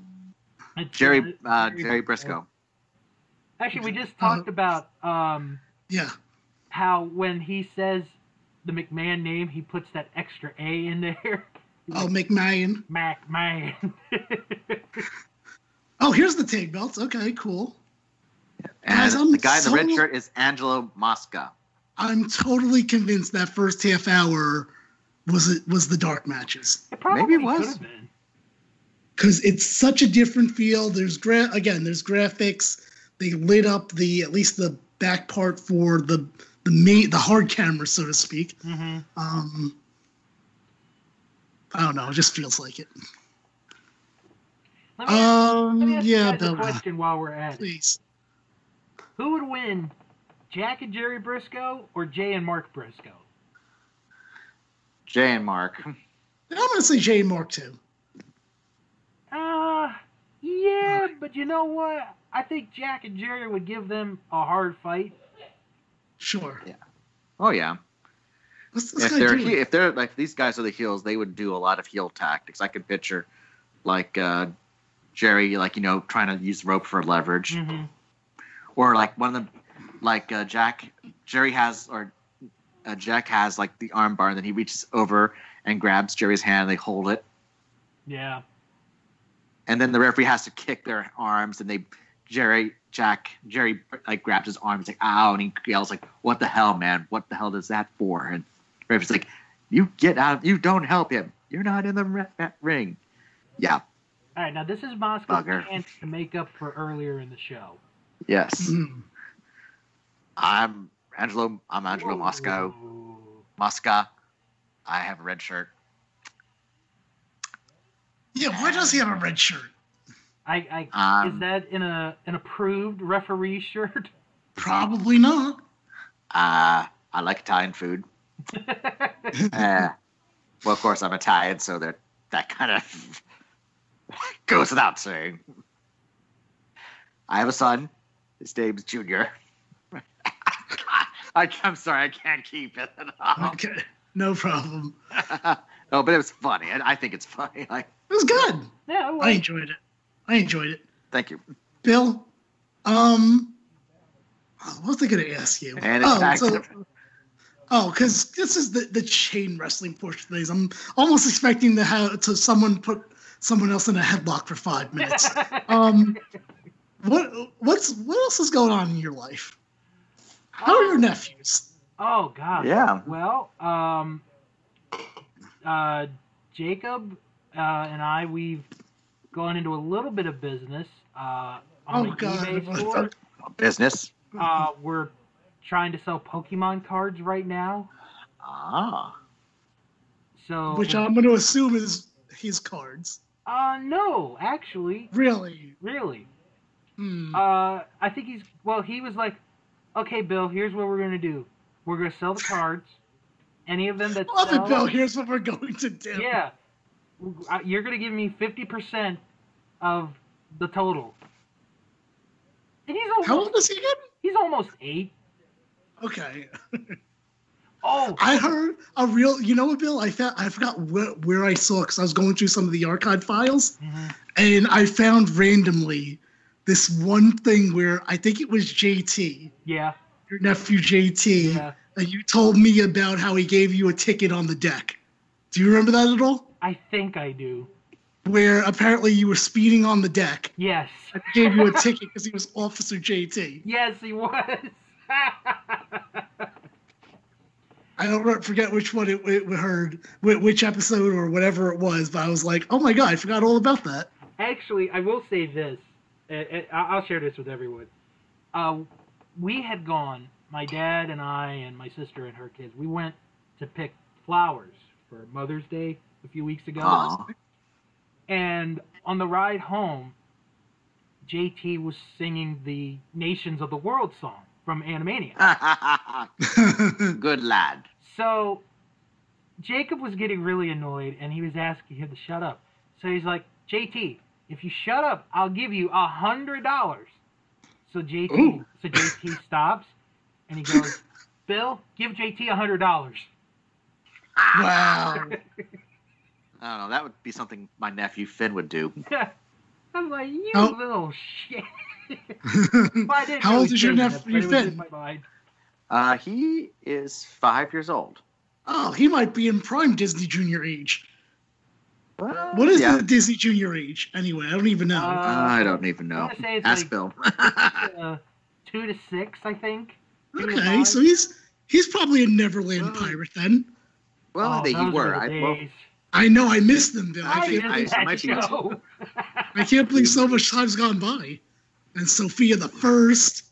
S1: It's,
S3: Jerry
S1: uh,
S3: uh, Jerry Briscoe.
S1: Actually, we just talked about um,
S2: Yeah.
S1: how when he says the McMahon name, he puts that extra A in there.
S2: Oh, McMahon.
S1: Mac Man.
S2: Oh, here's the tag belts. Okay, cool.
S3: And
S2: Guys, I'm
S3: the guy in
S2: so-
S3: the red shirt is Angelo Mosca.
S2: I'm totally convinced that first half hour was it was the dark matches
S1: it probably
S3: it was.
S1: could have been.
S2: because it's such a different feel. There's gra- again, there's graphics. They lit up the at least the back part for the the main the hard camera, so to speak.
S1: hmm
S2: Um, I don't know. It just feels like it.
S1: Let me ask,
S2: Um,
S1: let me ask
S2: yeah,
S1: you guys a
S2: but
S1: question while we're at it.
S2: please.
S1: Who would win Jack and Jerry Briscoe or Jay and Mark Briscoe?
S3: Jay and Mark.
S2: I'm gonna say Jay and Mark too.
S1: Uh, yeah, but you know what? I think Jack and Jerry would give them a hard fight.
S2: Sure.
S3: Oh yeah.
S2: What's this
S3: If
S2: guy
S3: they're
S2: doing?
S3: he- if they're like these guys are the heels, they would do a lot of heel tactics. I could picture like uh, Jerry, like you know, trying to use rope for leverage,
S1: Mm-hmm.
S3: or like one of them, like uh, Jack. Jerry has or uh, Jack has like the arm bar, and then he reaches over and grabs Jerry's hand. They hold it,
S1: Yeah.
S3: and then the referee has to kick their arms, and they Jerry Jack Jerry like grabs his arm. He's like, "Ow!" and he yells like, "What the hell, man? What the hell is that for?" And referee's like, "You get out! You don't help him. You're not in the re- that ring." Yeah.
S1: All right, now this is Moscow's
S3: Bugger.
S1: chance to make up for earlier in the show.
S3: Yes.
S2: Mm.
S3: I'm Angelo. I'm Angelo Moscow.
S1: Whoa.
S3: Mosca. I have a red shirt.
S2: Yeah, why does he have a red shirt?
S1: I, I is
S3: Um,
S1: that in a an approved referee shirt?
S2: Probably not.
S3: uh, I like Italian food. Uh, well, of course, I'm Italian, so that that kind of goes without saying. I have a son. His name's Junior. I, I'm sorry, I can't keep it.
S1: Oh.
S2: Okay, no problem.
S3: no, but it was funny. I, I think it's funny. Like,
S2: It was good.
S1: yeah, well,
S2: I enjoyed it. I enjoyed it.
S3: thank
S2: Oh,
S3: you.
S2: Bill, um, oh, what was I going to ask you?
S3: And it's
S2: oh,
S3: back
S2: so,
S3: to-
S2: oh, because this is the, the chain wrestling portion of these. I'm almost expecting to have to someone put someone else in a headlock for five minutes. um, what what's what else is going on in your life? How are your nephews?
S1: oh god.
S3: Yeah.
S1: Well, um, uh, Jacob uh, and I we've gone into a little bit of business uh, on
S2: Oh,
S1: the
S2: God,
S1: eBay
S2: what
S1: store.
S3: business.
S1: Uh, we're trying to sell Pokemon cards right now.
S3: Ah,
S1: So
S2: Which I'm going to assume is his cards.
S1: uh no, actually,
S2: Really?
S1: really.
S2: Hmm.
S1: Uh, I think he's well. He was like, "Okay, Bill, here's what we're gonna do. We're gonna sell the cards. Any of them that
S2: Love
S1: sell,
S2: it, Bill. Here's what we're going to do.
S1: yeah, Uh, you're gonna give me fifty percent of the total." And he's almost,
S2: How old is he again?
S1: he's almost eight.
S2: Okay.
S1: Oh,
S2: I heard a real, you know what, Bill? I found, I forgot where, where I saw because I was going through some of the archive files
S1: mhm.
S2: and I found randomly this one thing where I think it was JT,
S1: yeah,
S2: your nephew JT,
S1: yeah.
S2: and you told me about how he gave you a ticket on the deck. Do you remember that at all?
S1: I think I do.
S2: Where apparently you were speeding on the deck.
S1: Yes,
S2: and he Gave you a ticket because he was Officer JT.
S1: yes, he was.
S2: I don't re- forget which one it, it heard, whi- which episode or whatever it was, but I was like, oh my god, I forgot all about that.
S1: Actually, I will say this. and- and I- I'll share this with everyone. Uh, we had gone, my dad and I, and my sister and her kids, we went to pick flowers for Mother's Day a few weeks ago.
S3: Aw.
S1: And on the ride home, JT was singing the Nations of the World song from Animaniacs.
S3: good lad.
S1: So Jacob was getting really annoyed and he was asking him to shut up. So he's like, JT, if you shut up, I'll give you a hundred dollars. So JT
S2: Ooh.
S1: so JT stops and he goes, Bill, give JT a hundred dollars.
S2: wow.
S3: I don't know. That would be something my nephew Finn would do.
S1: I'm like, you
S2: Oh.
S1: little shit. Well, I didn't
S2: How
S1: really
S2: old is your
S1: say that,
S2: nephew
S1: but it was in
S2: Finn?
S1: my mind.
S3: Uh, he is five years old.
S2: oh, he might be in prime Disney Junior age. What is
S3: yeah.
S2: the Disney Junior age anyway? I don't even know.
S1: Uh,
S3: I don't even
S1: I'm
S3: know.
S1: gonna say it's
S3: Ask
S1: like-
S3: Bill.
S1: Uh, two to six, I think. Two to
S2: okay,
S1: five.
S2: so he's he's probably a Neverland
S3: Well-
S2: pirate then.
S3: well,
S1: Oh,
S3: they
S1: those
S3: were.
S1: the
S3: I, well,
S1: days.
S2: I know I missed them, Bill. I
S1: I
S2: can't,
S1: missed
S2: believe,
S3: I- I
S1: that
S3: might be missing-
S1: show.
S2: I can't believe so much time's gone by. And Sophia the First.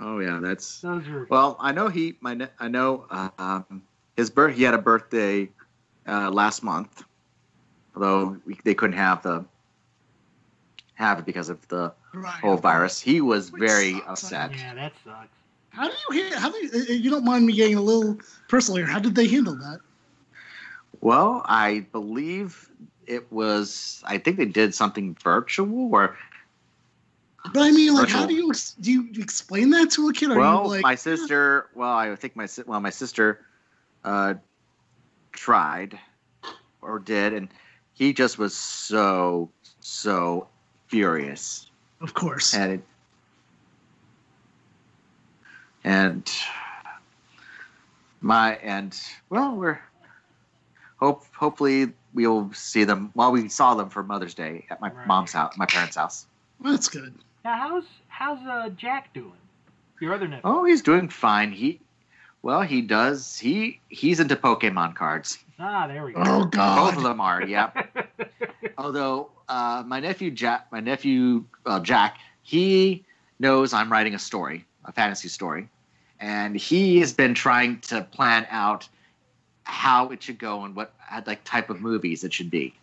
S3: oh yeah, that's.
S1: Those were
S3: Well, I know he. My ne- I know uh, um, his birth. He had a birthday uh, last month, although we, they couldn't have the have it because of the
S2: Right.
S3: whole virus. He was
S2: Which
S3: very
S2: sucks.
S3: upset.
S1: Yeah, that sucks.
S2: How do you hear? How do you, uh, you don't mind me getting a little personal here? How did they handle that?
S3: Well, I believe it was. I think they did something virtual, or
S2: But I mean, like, how
S3: Virtual.
S2: do you ex- do you explain that to a kid? Are
S3: well,
S2: you like
S3: my sister. Well, I think my si- well, my sister uh, tried or did, and he just was so so furious
S2: Of course.
S3: at it, and my and well, we're hope hopefully we'll see them. Well, we saw them for Mother's Day at my
S1: Right.
S3: mom's house, my parents' house.
S2: Well, that's good.
S1: Now, how's how's uh, Jack doing? Your other nephew.
S3: Oh, he's doing fine. He, well, he does. He he's into Pokemon cards.
S1: Ah, there we go.
S2: Oh
S3: Both of
S2: God.
S3: them are. Yeah. Although uh, my nephew Jack, my nephew uh, Jack, he knows I'm writing a story, a fantasy story, and he has been trying to plan out how it should go and what like type of movies it should be.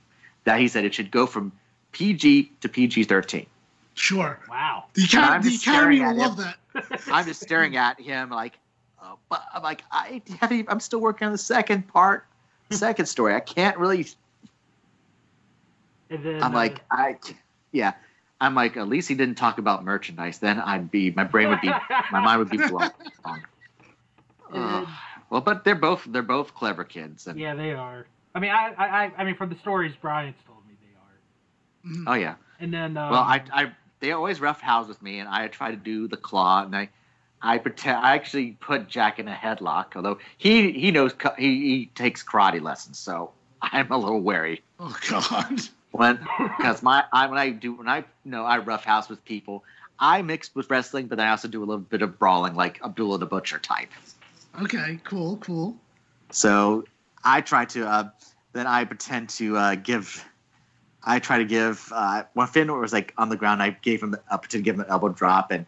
S3: That he said it should go from PG to PG-13.
S2: Sure.
S1: Wow.
S2: The,
S3: I'm
S2: Acad- the
S3: just
S2: Academy will
S3: staring at
S2: love that.
S3: I'm just staring at him like, uh, but I'm like, I haven't. even- I'm still working on the second part, second story. I can't really.
S1: And then,
S3: I'm
S1: uh,
S3: like, I, can't- yeah. I'm like, at least he didn't talk about merchandise. Then I'd be, my brain would be, my mind would be blown.
S1: and then-
S3: Ugh. well, but they're both, they're both clever kids. And,
S1: yeah, they are. I mean, I, I, I- I mean, from the stories Brian's told me, they are.
S2: Mhm.
S3: Oh yeah.
S1: And then, um,
S3: Well, I, I, they always rough house with me, and I try to do the claw, and I, I pretend, I actually put Jack in a headlock. Although he, he knows, ca- he, he takes karate lessons, so I'm a little wary.
S2: Oh God.
S3: when because my I when I do when I you know I roughhouse with people, I mix with wrestling, but I also do a little bit of brawling, like Abdullah the Butcher type.
S2: Okay. Cool. Cool.
S3: So I try to uh, then I pretend to uh, give. I try to give uh, when Finn was like on the ground. I gave him I pretend to give him an elbow drop, and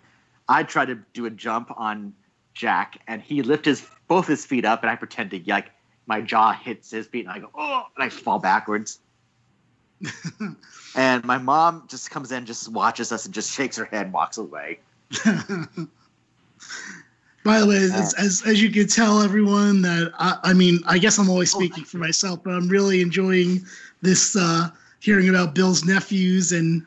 S3: I try to do a jump on Jack, and he lift his both his feet up, and I pretend to like my jaw hits his feet, and I go oh, and I fall backwards. and my mom just comes in, just watches us, and just shakes her head, and walks away.
S2: By the way, as, as as you can tell, everyone that I, I mean, I guess I'm always speaking for myself, but I'm really enjoying this uh, hearing about Bill's nephews and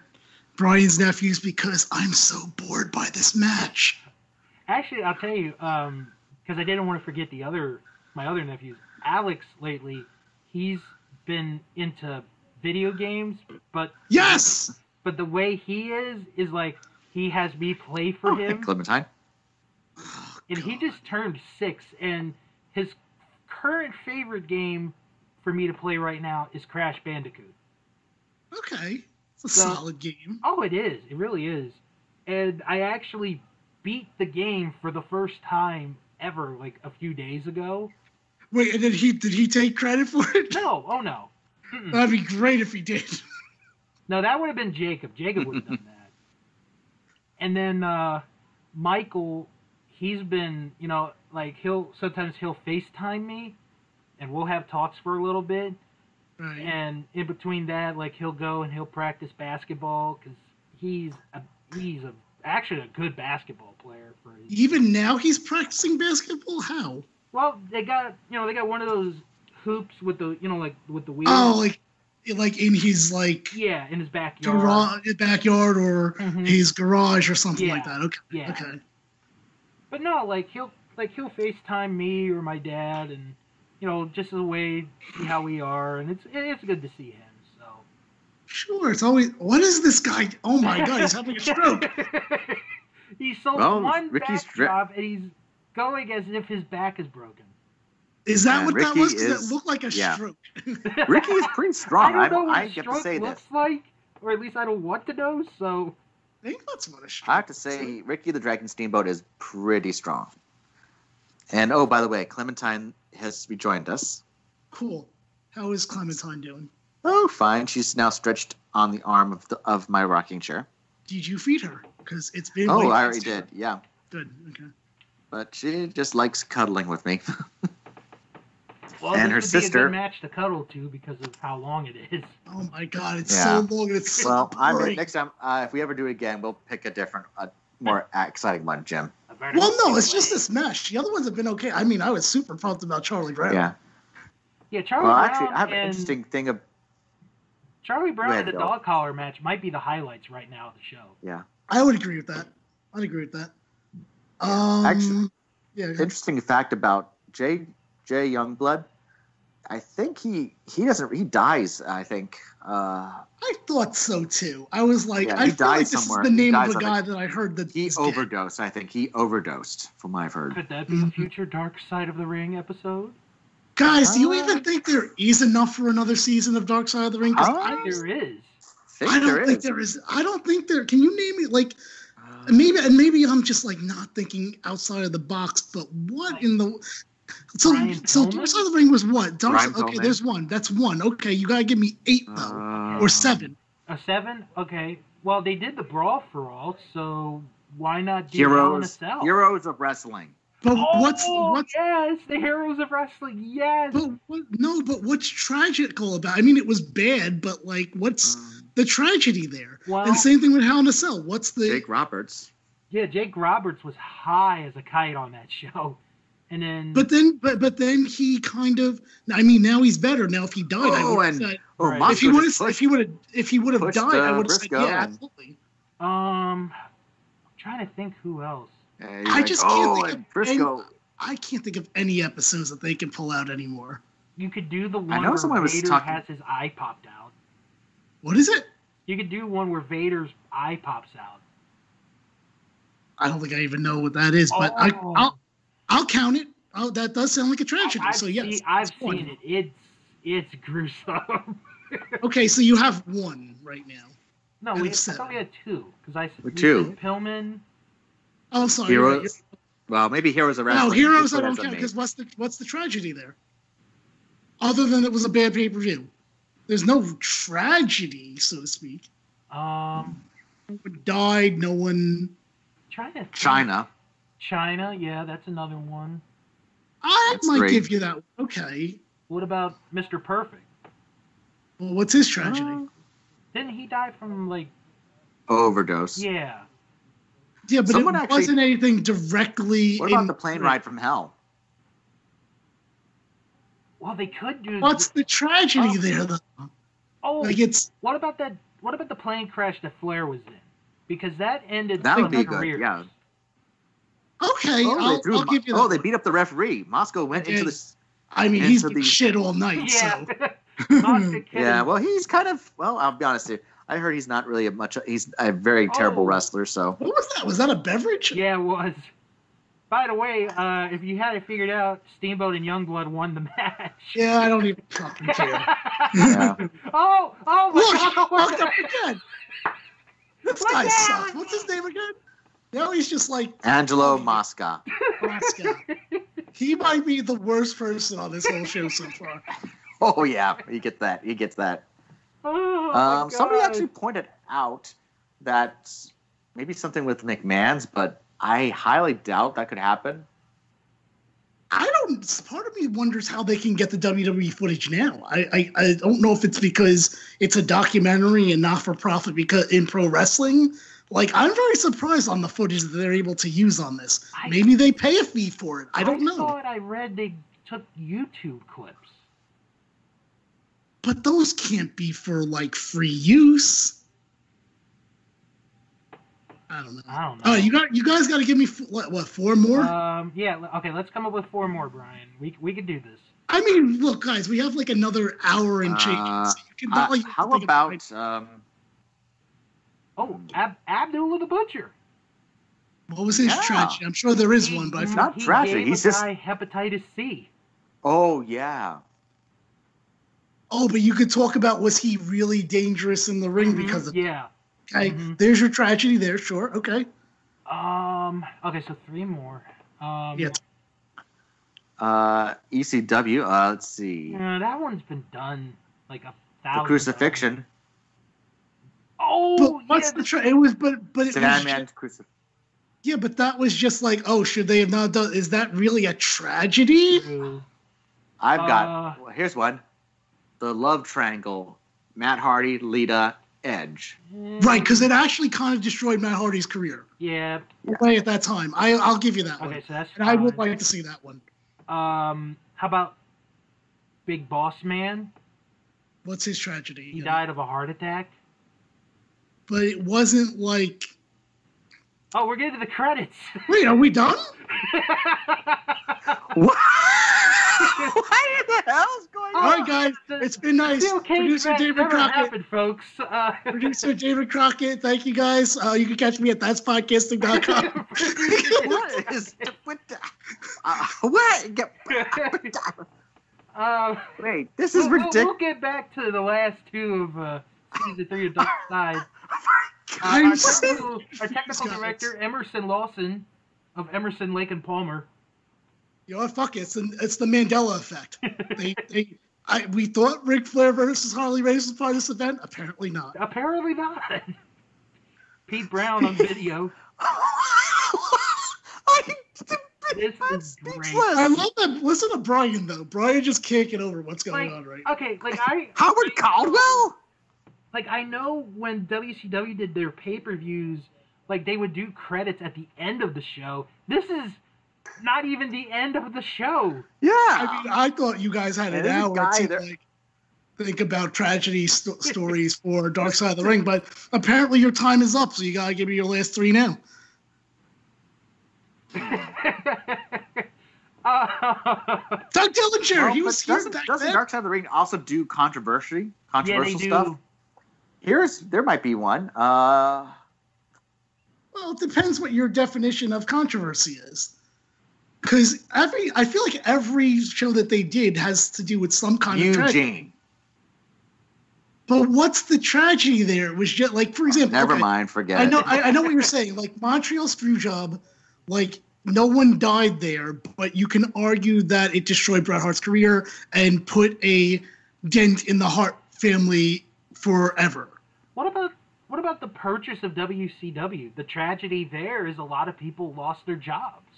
S2: Brian's nephews because I'm so bored by this match.
S1: Actually, I'll tell you, because I didn't want to forget the other my other nephews. Alex lately, he's been into video games, but
S2: Yes,
S1: but the way he is is like he has me play for him,
S3: Oh, Clementine.
S1: and he just turned six, and his current favorite game for me to play right now is Crash Bandicoot.
S2: okay, it's a
S1: So-
S2: solid game.
S1: Oh, it is. It really is. And I actually beat the game for the first time ever, like a few days ago.
S2: Wait, and did he did he take credit for it?
S1: No, oh no. Mm-mm.
S2: That'd be great if he did.
S1: No, that would have been Jacob. Jacob would have done that. And then uh, Michael, he's been, you know, like he'll sometimes he'll FaceTime me, and we'll have talks for a little bit.
S2: Right.
S1: And in between that, like he'll go and he'll practice basketball because he's a, he's a, actually a good basketball player for his
S2: Even now, he's practicing basketball. How?
S1: Well, they got you know they got one of those hoops with the you know like with the wheels.
S2: Oh, like like in his like
S1: yeah, in his backyard.
S2: garage, backyard, or
S1: Mhm.
S2: his garage or something
S1: Yeah.
S2: like that. Okay.
S1: Yeah.
S2: Okay.
S1: But no, like he'll like he'll FaceTime me or my dad, and you know just as a way see how we are, and it's it's good to see him. So.
S2: Sure. It's always what is this guy? Oh my god, he's having a stroke.
S1: he sold
S3: Well,
S1: one
S3: Ricky's
S1: back
S3: dri-
S1: job, and he's going as if his back is broken.
S2: Is that
S3: Man,
S2: what that
S3: Ricky
S2: was? Does
S3: is-
S2: it looked like a
S3: yeah.
S2: stroke?
S3: Ricky is pretty
S1: I
S3: strong.
S1: don't know what
S3: I, I
S1: a
S3: have
S1: stroke
S3: to say
S1: looks
S3: this.
S1: like, or at least I don't want to know. So
S2: I think that's what a stroke.
S3: I have to
S2: is.
S3: say, Ricky the Dragon Steamboat is pretty strong. And oh, by the way, Clementine has rejoined us.
S2: cool. How is Clementine doing?
S3: Oh, fine. She's now stretched on the arm of the, of my rocking chair.
S2: Did you feed her? Because it's been.
S3: Oh,
S2: like-
S3: I already did. Yeah,
S2: Good. Okay.
S3: but she just likes cuddling with me.
S1: well,
S3: And
S1: this would be
S3: her
S1: a
S3: sister-
S1: good match to cuddle to because of how long it is.
S2: Oh my god, it's
S3: Yeah.
S2: so long. and It's so
S3: well, I
S2: boring.
S3: mean, next time uh, if we ever do it again, we'll pick a different, a more exciting one, Jim.
S1: A very
S2: Well, no, it's
S1: nice
S2: just this match. The other ones have been okay. I mean, I was super pumped about Charlie Brown.
S3: Yeah.
S1: Yeah, Charlie
S3: Well,
S1: Brown
S3: actually, I have an
S1: Oh, and
S3: interesting thing. Of,
S1: Charlie Brown
S3: Go
S1: and the
S3: ahead, Bill.
S1: dog collar match might be the highlights right now of the show.
S2: I would agree with that. I'd agree with that. Um,
S3: Actually-
S2: yeah,
S3: interesting fact about Jay Jay Youngblood. I think he he doesn't he dies. I think. Uh,
S2: I thought so too. I was like,
S3: Yeah,
S2: I
S3: he
S2: feel like
S3: dies
S2: this
S3: somewhere.
S2: is the
S3: He
S2: name of
S3: dies
S2: a
S3: on a-
S2: guy that I heard that
S3: he
S2: he's dead.
S3: overdosed. I think he overdosed, from what I've heard.
S1: Could that be
S2: Mm-hmm.
S1: a future Dark Side of the Ring episode?
S2: Guys, do you
S3: Ah.
S2: even think there is enough for another season of Dark Side of the Ring? 'Cause
S3: Ah.
S1: I think there is.
S3: Think
S2: I don't
S3: there
S2: think
S3: is.
S2: there is. I don't think there. Can you name it? Like
S3: Uh,
S2: maybe, and maybe I'm just like not thinking outside of the box. But what in the? So,
S1: Brian
S2: so
S1: Pillman?
S2: Dark Side of the Ring was what? Dark.
S3: Brian
S2: Side- okay,
S3: Pillman.
S2: there's one. That's one. Okay, you gotta give me eight though, or
S3: uh,
S2: seven.
S1: A seven? Okay. Well, they did the brawl for all, so why not do Hell in a
S3: Heroes,
S1: Cell?
S3: heroes of wrestling.
S2: But
S1: Oh,
S2: what's what's
S1: yes, the heroes of wrestling. Yes.
S2: But what, no, but what's tragical about? I mean, it was bad, but like, what's
S3: Um,
S2: the tragedy there?
S1: Well-
S2: and same thing with Hell in a Cell. What's the?
S3: Jake Roberts.
S1: yeah, Jake Roberts was high as a kite on that show, and then
S2: But then, but but then he kind of. I mean, now he's better. Now if he died, I
S3: Oh,
S2: would
S3: and
S2: said,
S3: Oh,
S1: Right.
S3: Moxley
S2: if he would
S3: just
S2: have, if
S3: pushed-
S2: he would have, if he would have
S3: pushed,
S2: died, I
S3: uh,
S2: would have said,
S3: Briscoe
S2: yeah,
S3: and-
S2: absolutely.
S1: um, I'm trying to think who else.
S3: Uh, he's
S2: I
S3: like,
S2: just can't
S3: "Oh,
S2: think
S3: and
S2: of
S3: Briscoe.
S2: I can't think of any episodes that they can pull out anymore.
S1: You could do the one
S3: know
S1: where
S3: someone was
S1: Vader
S3: talking-
S1: has his eye popped out.
S2: What is it?
S1: You could do one where Vader's eye pops out.
S2: I don't think I even know what that is, but I,
S1: Oh.
S2: I'll I'll count it. Oh, that does sound like a tragedy.
S1: I've,
S2: so yes,
S1: seen, I've
S2: that's one.
S1: seen it. It's it's gruesome.
S2: Okay, so you have one right now.
S1: no,
S2: And
S1: we, I
S2: it's
S1: thought we had two because I
S3: We
S1: we
S3: two.
S1: said Pillman.
S2: Oh, I'm sorry. you're right,
S3: Heroes. Well, maybe heroes of
S2: you're- No,
S3: wrestling.
S2: heroes.
S3: That's
S2: I
S3: what
S2: don't
S3: that's
S2: count
S3: amazing.
S2: because what's the what's the tragedy there? Other than it was a bad pay per view, there's no tragedy, so to speak.
S1: Um,
S2: No one died. No one.
S1: trying to think.
S3: China.
S1: China, yeah, that's another one.
S2: I
S3: That's
S2: might
S3: great.
S2: give you that. Okay.
S1: What about Mr. Perfect?
S2: Well, what's his tragedy?
S3: Uh,
S1: Didn't he die from like
S3: Overdose.
S1: yeah?
S2: yeah, but it
S3: someone actually-
S2: wasn't anything directly.
S3: What about
S2: in-
S3: the plane ride from hell?
S1: Well, they could do.
S2: What's the tragedy
S1: Oh.
S2: there, though?
S1: oh?
S2: Like it's
S1: what about that? What about the plane crash that Flair was in? Because that ended
S3: That would
S1: some
S3: be good,
S1: careers.
S3: yeah.
S2: okay.
S3: oh,
S2: I'll,
S3: they threw
S2: I'll
S3: Mo-
S2: give you that.
S3: oh, they beat up the referee. Moscow went into
S2: Yeah.
S3: the.
S2: I mean, he's
S3: into
S2: been
S3: the-
S2: shit all night.
S1: Yeah.
S2: So.
S1: Monica Kennedy.
S3: Yeah, well, he's kind of. Well, I'll be honest. Here. I heard he's not really a much. He's a very terrible
S1: Oh.
S3: wrestler. So
S2: what was that? Was that a beverage?
S1: Yeah, it was. By the way, uh, if you had it figured out, Steamboat and Youngblood won the match.
S2: Yeah, I don't even fucking care.
S3: yeah.
S1: oh, oh my
S2: Look,
S1: God!
S2: fucked up again. This
S1: Look
S2: guy
S1: out.
S2: sucks. What's his name again? Now he's just like
S1: Oh,
S3: Angelo Mosca.
S2: Alaska. he might be the worst person on this whole show so far.
S3: Oh yeah, he gets that. He gets that.
S1: Oh, my
S3: Um, somebody
S1: God.
S3: actually pointed out that maybe something with McMahon's, but I highly doubt that could happen.
S2: I don't. Part of me wonders how they can get the WWE footage now. I I, I don't know if it's because it's a documentary and not for profit because in pro wrestling. Like I'm very surprised on the footage that they're able to use on this.
S1: I-
S2: Maybe they pay a fee for it. I don't know.
S1: Thought I read they took YouTube clips.
S2: but those can't be for like free use. I don't know.
S1: I don't know.
S2: Oh, you got you guys got to give me f- what, what four more?
S1: Um, yeah. l- Okay, let's come up with four more, Brian. We we could do this.
S2: I mean, look, guys, we have like another hour and change.
S3: Uh,
S2: so you can
S3: Uh,
S2: probably
S3: how
S2: think
S3: about um,
S1: Oh, Ab- Abdullah the Butcher.
S2: what was his
S3: Yeah.
S2: tragedy? I'm sure there is
S1: He-
S2: one, but I
S1: he-
S2: forgot.
S3: not
S1: he
S3: tragic,
S1: gave
S3: he's
S1: a
S3: just-
S1: guy hepatitis C.
S3: Oh yeah.
S2: oh, but you could talk about was he really dangerous in the ring
S1: Mhm,
S2: because of
S1: yeah.
S2: okay?
S1: mhm.
S2: There's your tragedy there, sure, okay.
S1: Um. Okay, so three more. Um,
S2: Yeah.
S3: Uh, ECW. Uh, let's see.
S1: yeah, that one's been done like a
S3: The
S1: thousand.
S3: crucifixion.
S1: times. Oh,
S2: But
S1: yeah,
S2: what's the tra- it was but but it was
S3: Sandman's crucif-
S2: yeah, but that was just like oh, should they have not done? Is that really a tragedy?
S1: true.
S3: I've got.
S1: Uh,
S3: well, here's one. The love triangle. Matt Hardy, Lita, Edge.
S2: Right, because it actually kind of destroyed Matt Hardy's career
S1: Mm, Yeah.
S2: way at that time. I, I'll give you that one.
S1: Okay, so uh, that's.
S2: And I would
S1: fine.
S2: like to see that one.
S1: Um, how about Big Boss Man?
S2: What's his tragedy?
S1: He
S2: you know?
S1: died of a heart attack.
S2: But it wasn't like.
S1: Oh, we're getting to the credits.
S2: Wait, are we done?
S3: What? what in the hell's going
S1: Oh,
S2: All right, guys. It's been nice.
S1: Steel Cage
S2: Producer
S1: match
S2: David
S1: never
S2: Crockett.
S1: happened, folks. Uh,
S2: Producer David Crockett. Thank you guys. Uh, you can catch me at thatspodcasting.com.
S3: what is what? The, uh, what? Get-
S1: um,
S3: Wait, this is
S1: we'll, we'll-
S3: ridiculous.
S1: We'll get back to the last two of uh, season three of Dark Side.
S2: Oh
S1: Uh,
S2: I'm
S1: our,
S2: so
S1: technical, our technical
S2: confused, guys.
S1: director, Emerson Lawson of Emerson, Lake, and Palmer.
S2: You know, what? fuck it. It's, an, it's the Mandela effect. They, they, I, we thought Ric Flair versus Harley Race was part of this event. Apparently not.
S1: Apparently not. Pete Brown on video.
S3: I,
S1: This
S3: I'm
S1: is
S3: speechless.
S1: great.
S2: I love that. Listen to Brian, though. Brian just can't get over what's going
S1: Like,
S2: on right
S1: Okay, like I
S3: Howard Caldwell?
S1: like I know when WCW did their pay per views, like they would do credits at the end of the show. This is not even the end of the show.
S3: Yeah.
S2: I mean, I thought you guys had an
S3: There's a
S2: hour
S3: Um, guy
S2: to
S3: there-
S2: like, think about tragedy st- stories for Dark Side of the Ring, but apparently your time is up, so you gotta give me your last three now.
S1: Uh,
S2: Doug Dillinger,
S3: Well,
S2: he
S3: but
S2: was here
S3: doesn't,
S2: back
S3: doesn't
S2: then.
S3: Dark Side of the Ring also do controversy,
S1: yeah,
S3: controversial
S1: they do.
S3: stuff? Here's there might be one. Uh,
S2: Well, it depends what your definition of controversy is. Because every, I feel like every show that they did has to do with some kind of tragedy.
S3: Eugene.
S2: But what's the tragedy there? It was just like, for example,
S3: Never
S2: okay,
S3: mind, forget
S2: I know,
S3: it.
S2: I, I know what you're saying. Like Montreal screw job, like no one died there, but you can argue that it destroyed Bret Hart's career and put a dent in the Hart family forever.
S1: What about what about the purchase of WCW? The tragedy there is a lot of people lost their jobs.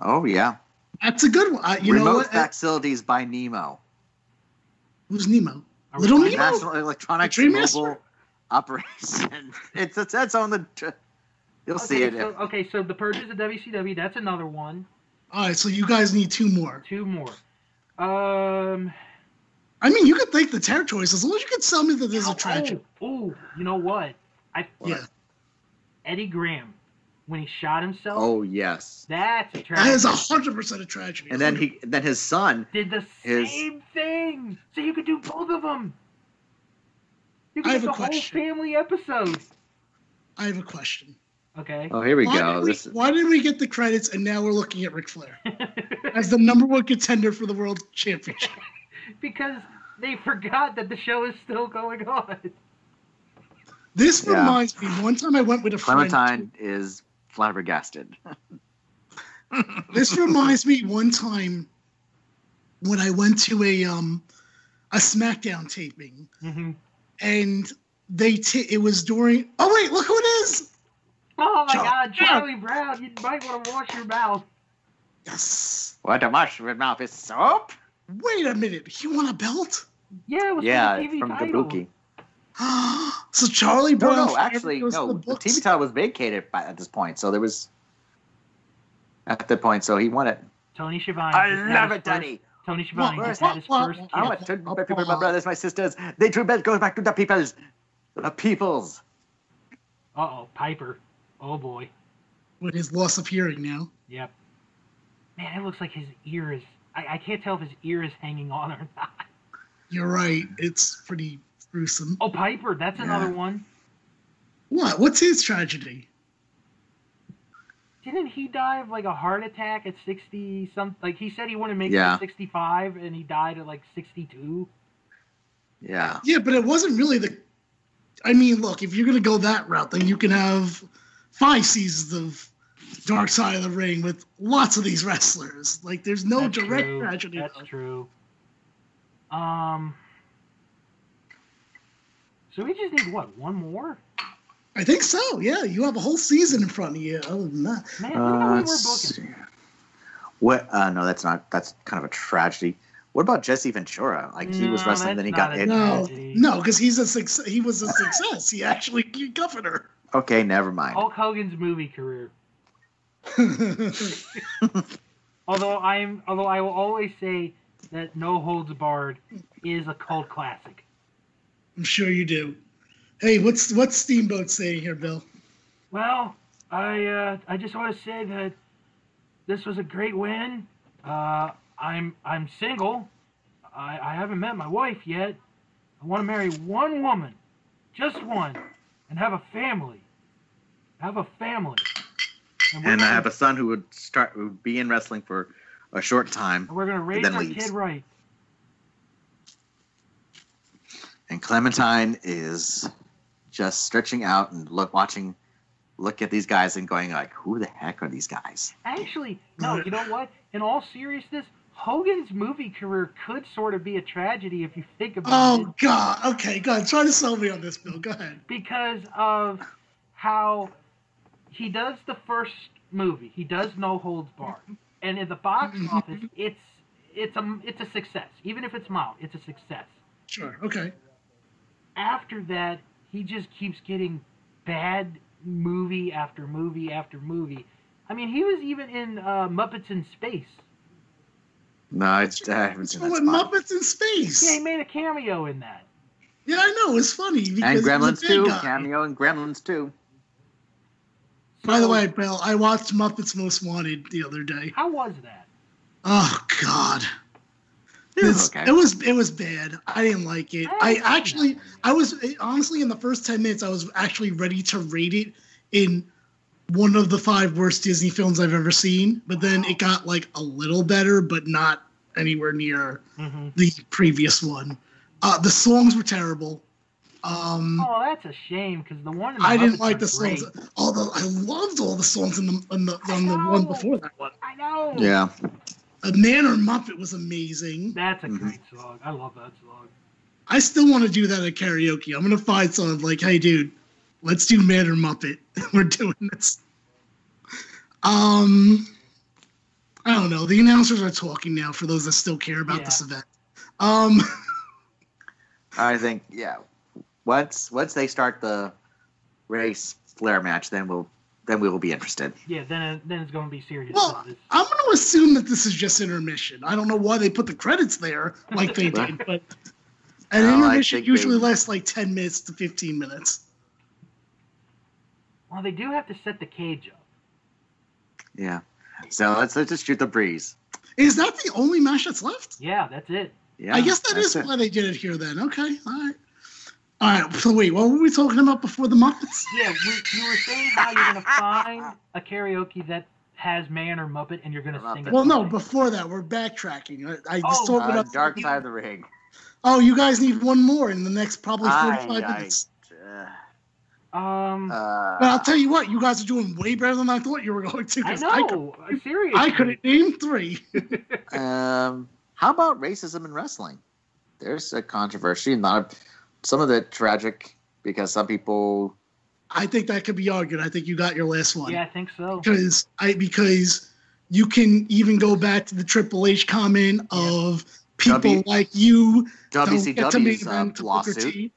S3: Oh yeah,
S2: That's a good one. I, you know
S3: remote
S2: what?
S3: facilities by Nemo,
S2: Who's Nemo?
S1: Are
S2: Little
S1: we-
S2: Nemo?
S3: National Electronics
S2: Dream
S3: Mobile
S2: Master?
S3: Operation. It's it's that's on the. tr- You'll
S1: Okay,
S3: see it.
S1: So, okay, so the purchase of WCW. That's another one.
S2: All right, so you guys need two more.
S1: Two more. Um.
S2: I mean, you could think the territories as long as you could sell me that there's a tragedy.
S1: Oh, oh, you know what? I
S2: yeah,
S1: Eddie Graham when he shot himself.
S3: oh yes,
S1: That's a tragedy.
S2: that is a hundred percent a tragedy.
S3: and then he then his son.
S1: Did the
S3: His-
S1: same thing. So you could do both of them. You could
S2: I have
S1: do
S2: a
S1: the whole
S2: question.
S1: family episode.
S2: I have a question.
S1: Okay.
S2: Uh.
S3: Oh here we
S2: why,
S3: go.
S2: Did we,
S3: This-
S2: why did we get the credits and now we're looking at Ric Flair as the number one contender for the world championship?
S1: because they forgot that the show is still going on.
S2: This
S3: Yeah.
S2: reminds me. One time I went with a friend.
S3: Clementine is flabbergasted.
S2: This reminds me. One time when I went to a um a SmackDown taping
S1: Mm-hmm.
S2: and they t- it was during. Oh wait, look who it is!
S1: Oh my
S2: Char-
S1: God, Charlie Brown! You might want to wash your mouth.
S2: Yes.
S3: What a mushroom mouth is soap.
S2: Wait a minute. He won a belt.
S1: Yeah, it was
S3: Yeah,
S1: from the
S3: it's
S1: TV
S3: from
S1: title.
S3: Kabuki.
S2: so Charlie
S3: No,
S2: Brown.
S3: no,
S2: forever
S3: actually,
S2: goes to
S3: no.
S2: the
S3: The,
S2: books.
S3: TV title was vacated by, at this point, so there was at that point, so he won it.
S1: Tony Schiavone.
S3: I
S1: just had
S3: love
S1: his
S3: it,
S1: first-
S3: Danny.
S1: Tony Schiavone
S3: Well,
S1: just had his
S2: well,
S1: first
S2: well,
S1: kiss.
S3: I
S2: Yeah.
S3: want to my people, my brothers, my sisters. They true best goes back to the peoples, the peoples.
S1: Uh oh, Piper. Oh boy.
S2: with his loss of hearing now.
S1: Yep. Man, it looks like his ear is. I, I can't tell if his ear is hanging on or not.
S2: You're right. It's pretty gruesome.
S1: Oh, Piper, that's another
S3: Yeah.
S1: one.
S2: What? What's his tragedy?
S1: Didn't he die of like a heart attack at 60 something? Like he said he wouldn't make it
S3: Yeah.
S1: to 65 and he died at like 62.
S3: Yeah,
S2: Yeah, but it wasn't really the. I mean, look, if you're gonna go that route, then you can have five seasons of Dark Side of the Ring with lots of these wrestlers. Like, there's no
S1: That's
S2: direct
S1: true.
S2: tragedy.
S1: That's true. Um. So we just need what? One more?
S2: I think so. Yeah, you have a whole season in front of you. Other than that,
S1: Man, look at
S3: Uh,
S1: what we're
S3: let's
S1: booking.
S3: see. What? Uh, no, that's not. That's kind of a tragedy. What about Jesse Ventura? Like he was
S1: No,
S3: wrestling, then he
S1: that's
S3: got
S1: not it.
S3: hit.
S2: No,
S1: Tragedy.
S2: no, because he's a success. He was a success. he actually covered her.
S3: Okay, never mind.
S1: Hulk Hogan's movie career. Although I'm, although I will always say that No Holds Barred is a cult classic.
S2: I'm sure you do. Hey, what's what's Steamboat saying here, Bill?
S1: Well, I uh, I just want to say that this was a great win. Uh, I'm I'm single. I, I haven't met my wife yet. I want to marry one woman, just one, and have a family. Have a family. we're
S3: And I
S1: gonna-
S3: have a son who would start who would be in wrestling for a short time,
S1: and We're gonna raise
S3: then
S1: our
S3: leaves.
S1: kid right.
S3: and Clementine is just stretching out and look watching, look at these guys and going like, "Who the heck are these guys?"
S1: Actually, no, you know what? In all seriousness, Hogan's movie career could sort of be a tragedy if you think about it.
S2: Oh God. Okay, God, try to sell me on this, Bill. Go ahead.
S1: Because of how he does the first movie. He does No Holds Barred. And in the box office, it's it's a it's a success. Even if it's mild, it's a success.
S2: Sure. Okay.
S1: After that, he just keeps getting bad movie after movie after movie. I mean, he was even in uh, Muppets in Space.
S3: No, I, I haven't seen
S2: Oh,
S3: that
S2: with
S3: spot.
S2: Muppets in
S1: Yeah, he
S2: space.
S1: made a cameo in that.
S2: Yeah, I know. It's funny
S3: And
S2: because
S3: Gremlins
S2: he's a big
S3: too,
S2: guy.
S3: cameo and Gremlins too.
S2: By the
S1: So,
S2: way, Bill, I watched Muppets Most Wanted the other day.
S1: how was that?
S2: Oh God.
S3: It was
S2: It's-
S3: okay.
S2: It was it was bad. I didn't like it.
S1: I
S2: I
S1: haven't seen that
S2: actually
S1: one yet.
S2: I was honestly in the first ten minutes I was actually ready to rate it in one of the five worst Disney films I've ever seen. But then it got like a little better, but not anywhere near
S1: Mm-hmm.
S2: the previous one. Uh, the songs were terrible. Um,
S1: Oh, that's a shame because the one in the
S2: I didn't
S1: Muppets
S2: like
S1: are
S2: the songs.
S1: great.
S2: Although I loved all the songs in the on the, on the
S1: know.
S2: one before that one.
S1: I know.
S3: Yeah,
S2: A Man or Muppet was amazing.
S1: That's a
S3: Mhm.
S1: great song. I love that song.
S2: I still want to do that at karaoke. I'm gonna find someone like, hey dude, let's do Man or Muppet. We're doing this. Um I don't know. The announcers are talking now for those that still care about
S1: Yeah.
S2: this event. Um
S3: I think yeah. Once once they start the race flare match, then we'll then we will be interested.
S1: Yeah, then then it's gonna be serious.
S2: Well,
S1: business.
S2: I'm going to assume that this is just intermission. I don't know why they put the credits there like they did, but an
S3: No, I
S2: intermission
S3: think
S2: usually
S3: they-
S2: lasts like 10 minutes to 15 minutes.
S1: well, they do have to set the cage up.
S3: Yeah. So let's let's just shoot the breeze.
S2: Is that the only match that's left?
S1: Yeah, that's it.
S3: Yeah.
S2: I guess that
S3: that's
S2: is
S3: it.
S2: why they did it here then. Okay, all right. All right, so wait, what were we talking about before the Muppets?
S1: Yeah, we, you were saying how you're gonna find a karaoke that has man or Muppet, and you're gonna
S3: Muppet.
S1: sing. it
S2: Well, no,
S1: live.
S2: before that, we're backtracking. I, I just
S1: Oh,
S2: talked
S3: Uh,
S2: about.
S3: dark side of the ring.
S2: Oh, you guys need one more in the next probably
S3: Aye,
S2: 45
S3: aye.
S2: minutes.
S3: Uh,
S1: um,
S2: But I'll
S3: uh,
S2: tell you what, you guys are doing way better than I thought you were going to.
S1: I
S2: 'cause could-
S1: know. seriously,
S2: I couldn't name three.
S3: um, how about racism in wrestling? There's a controversy, and not some of it tragic because some people.
S2: I think that could be argued. I think you got your last one
S1: Yeah, I think so.
S2: because I because you can even go back to the Triple H comment of people
S3: W-
S2: like you don't get to main
S3: WCW's uh,
S2: event to Booker
S3: lawsuit.
S2: T.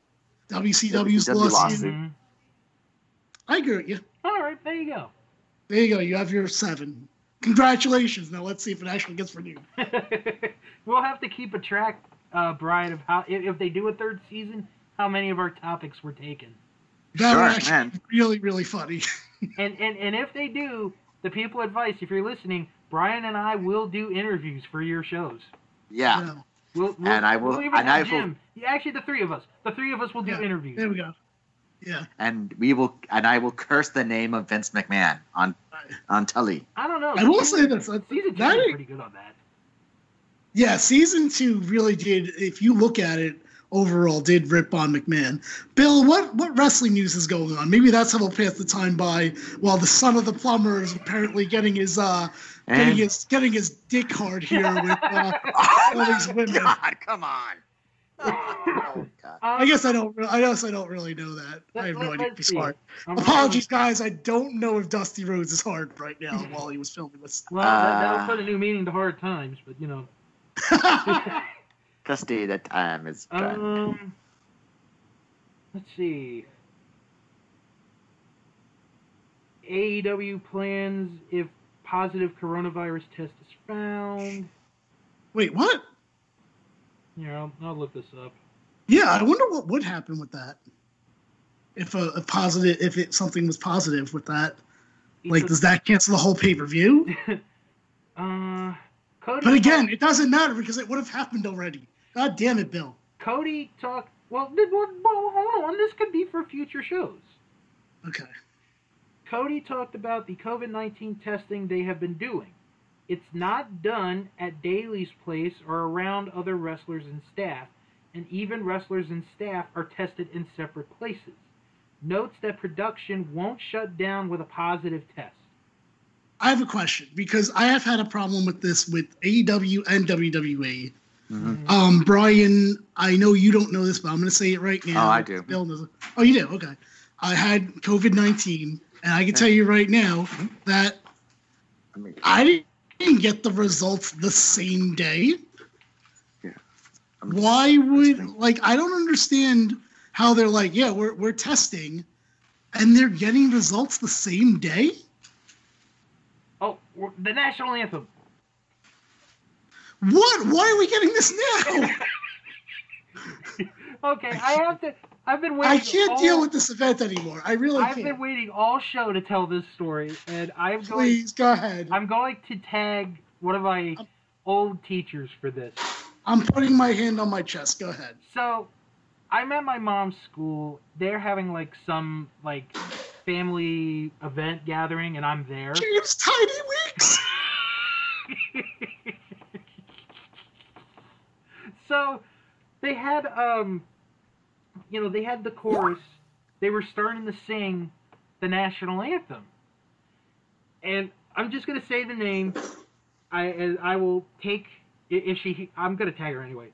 S2: WCW's
S3: WCW
S2: lawsuit.
S3: lawsuit.
S1: Mhm.
S2: I agree with you.
S1: All right, there you go.
S2: There you go. You have your seven. Congratulations. Now let's see if it actually gets renewed.
S1: we'll have to keep a track, uh, Brian, of how if, if they do a third season, how many of our topics were taken,
S2: That
S3: Sure,
S2: would actually
S3: man.
S2: be really, really funny.
S1: and and and if they do, the people advice if you're listening, Brian and I will do interviews for your shows.
S3: Yeah.
S2: No.
S1: We'll, we'll,
S3: And I will-
S1: We'll even
S3: and
S1: have
S3: I will-
S1: Jim. Yeah, actually, the three of us. The three of us will do
S2: Yeah,
S1: interviews.
S2: There we go. Yeah.
S3: and we will and I will curse the name of Vince McMahon on on Tully.
S1: I don't know.
S2: I will
S1: season-
S2: say this. I-
S1: Season two
S2: that
S1: was
S2: is-
S1: pretty good on that.
S2: Yeah, season two really did. If you look at it overall, did rip on McMahon. Bill, what what wrestling news is going on? Maybe that's how we'll pass the time by while the son of the plumber is apparently getting his uh getting
S3: And
S2: his getting his dick hard here with. Uh, all these women.
S3: Oh God, come on. Oh, God.
S2: I
S1: Um,
S2: guess I don't. re- I guess I don't really know that. I have no idea. if He's hard. Apologies, guys. I don't know if Dusty Rhodes is hard right now while he was filming this.
S1: Well, that, that'll
S3: Uh,
S1: put a new meaning to hard times, but you know.
S3: Dusty, the time is done.
S1: um, let's see. AEW E plans if positive coronavirus test is found.
S2: Wait, what?
S1: You know, I'll look this up.
S2: Yeah, I wonder what would happen with that. If a, a positive, if it something was positive with that, like does that cancel the whole pay per view?
S1: Uh, Cody.
S2: But again, it doesn't matter because it would have happened already. God damn it, Bill.
S1: Cody talked. Well, did, well, well, hold on. This could be for future shows.
S2: Okay.
S1: Cody talked about the COVID 19 testing they have been doing. It's not done at Daly's place or around other wrestlers and staff, and even wrestlers and staff are tested in separate places. Notes that production won't shut down with a positive test.
S2: I have a question because I have had a problem with this with AEW and WWE.
S3: Mhm.
S2: Um, Brian, I know you don't know this, but I'm going to say it right now.
S3: Oh, I do.
S2: Bill knows it. Oh, you do? Okay. I had COVID 19, and I can tell you right now that
S3: I mean,
S2: I didn't get the results the same day.
S3: I'm just-
S2: Why would,
S3: listening.
S2: like, I don't understand how they're like, yeah, we're, we're testing, and they're getting results the same day?
S1: Oh, we're- the national anthem.
S2: What? Why are we getting this now?
S1: Okay, I have to. I've been waiting.
S2: I can't
S1: all-
S2: deal with this event anymore. I really
S1: I've been
S2: can't.
S1: waiting all show to tell this story, and I'm going.
S2: Please go ahead.
S1: I'm going to tag one of my old teachers for this.
S2: I'm putting my hand on my chest. Go ahead.
S1: So, I'm at my mom's school. They're having like some like family event gathering, and I'm there.
S2: James Tiny Weeks.
S1: so, they had um, you know, they had the chorus. They were starting to sing the national anthem, and I'm just gonna say the name. I and I will take i- if she. I'm gonna tag her anyway.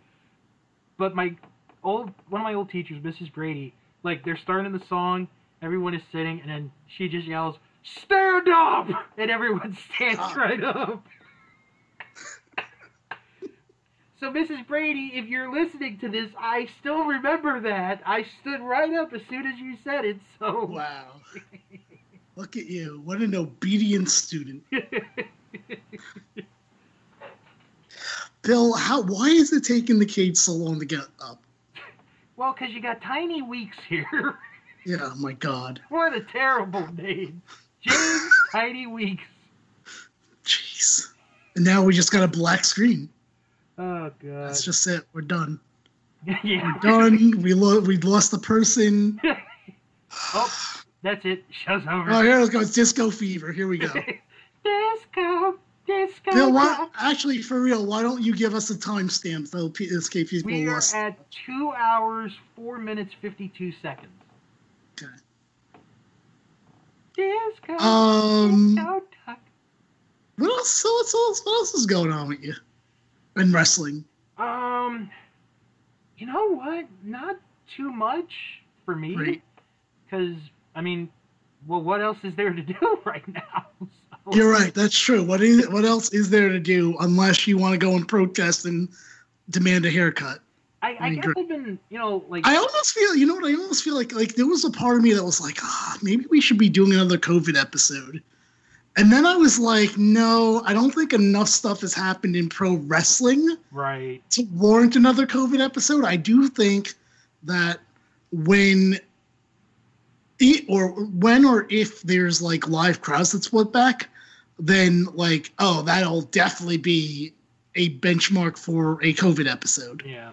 S1: But my old one of my old teachers, Mrs. Brady, like they're starting the song. Everyone is sitting, and then she just yells, "Stand up!" and everyone stands
S2: Ah.
S1: right up. so, Mrs. Brady, if you're listening to this, I still remember that. I stood right up as soon as you said it. So.
S2: Wow. Look at you. What an obedient student. Bill, how why is it taking the cage so long to get up?
S1: Well, because you got Tiny Weeks here.
S2: Yeah, my god.
S1: what a terrible name. James Tiny Weeks.
S2: Jeez. And now we just got a black screen.
S1: Oh, God.
S2: That's just it. We're done.
S1: yeah.
S2: Done. We lo- we lost the person.
S1: Oh, that's it. Show's over.
S2: Oh, here it goes. Disco fever. Here we go.
S1: disco, disco.
S2: Bill, why,
S1: disco.
S2: actually, for real, why don't you give us a timestamp so P- SK people
S1: We are
S2: lost?
S1: at 2 hours, 4 minutes, 52 seconds.
S2: Okay.
S1: Disco.
S2: Um,
S1: disco duck.
S2: What else? So what's else? What else is going on with you? In wrestling,
S1: Um, you know what? Not too much for me.
S2: Right.
S1: Because, I mean, well, what else is there to do right now? So-
S2: you're right. That's true. What is? What else is there to do unless you want to go and protest and demand a haircut?
S1: I, I
S2: I
S1: guess
S2: agree.
S1: I've been, you know, like,
S2: I almost feel. You know what? I almost feel like like there was a part of me that was like, ah, maybe we should be doing another COVID episode. And then I was like, no, I don't think enough stuff has happened in pro wrestling.
S1: right.
S2: to warrant another COVID episode. I do think that when it, or when or if there's like live crowds that's put back, then like oh that'll definitely be a benchmark for a COVID episode.
S1: Yeah.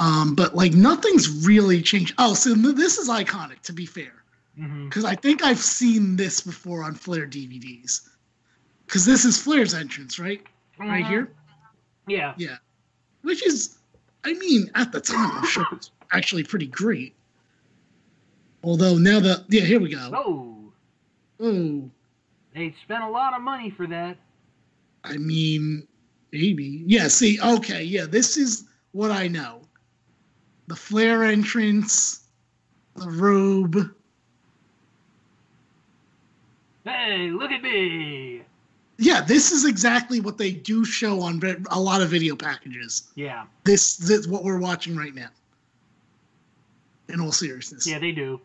S2: Um, but like nothing's really changed. Oh, so th- this is iconic to be fair
S1: hmm
S2: because I think I've seen this before on Flair DVDs. Because this is Flair's entrance, right? Right here
S1: Mm-hmm. Yeah.
S2: which is, I mean, at the time, I'm sure it's actually pretty great. Although now that yeah, here we go.
S1: Oh,
S2: Oh,
S1: they spent a lot of money for that.
S2: I mean, maybe yeah. See, okay, yeah, this is what I know: the flare entrance, the robe.
S1: Hey, look at me.
S2: yeah, this is exactly what they do show on ve- a lot of video packages.
S1: Yeah,
S2: This, this what we're watching right now. In all seriousness.
S1: yeah, they do.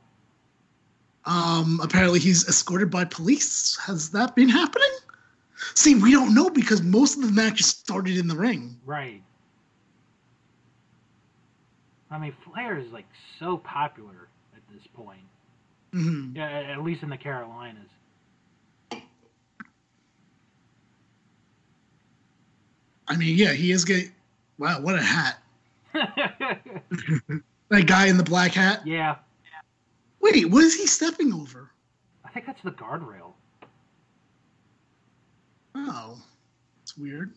S2: Um, apparently he's escorted by police. Has that been happening? See, we don't know because most of the matches started in the ring.
S1: Right. I mean, Flair is like so popular at this point.
S2: hmm
S1: Yeah, a- at least in the Carolinas.
S2: I mean, yeah, he is getting. Wow, what a hat! That guy in the black hat.
S1: yeah,
S2: Wait, what is he stepping over?
S1: I think that's the guardrail.
S2: Oh, it's weird.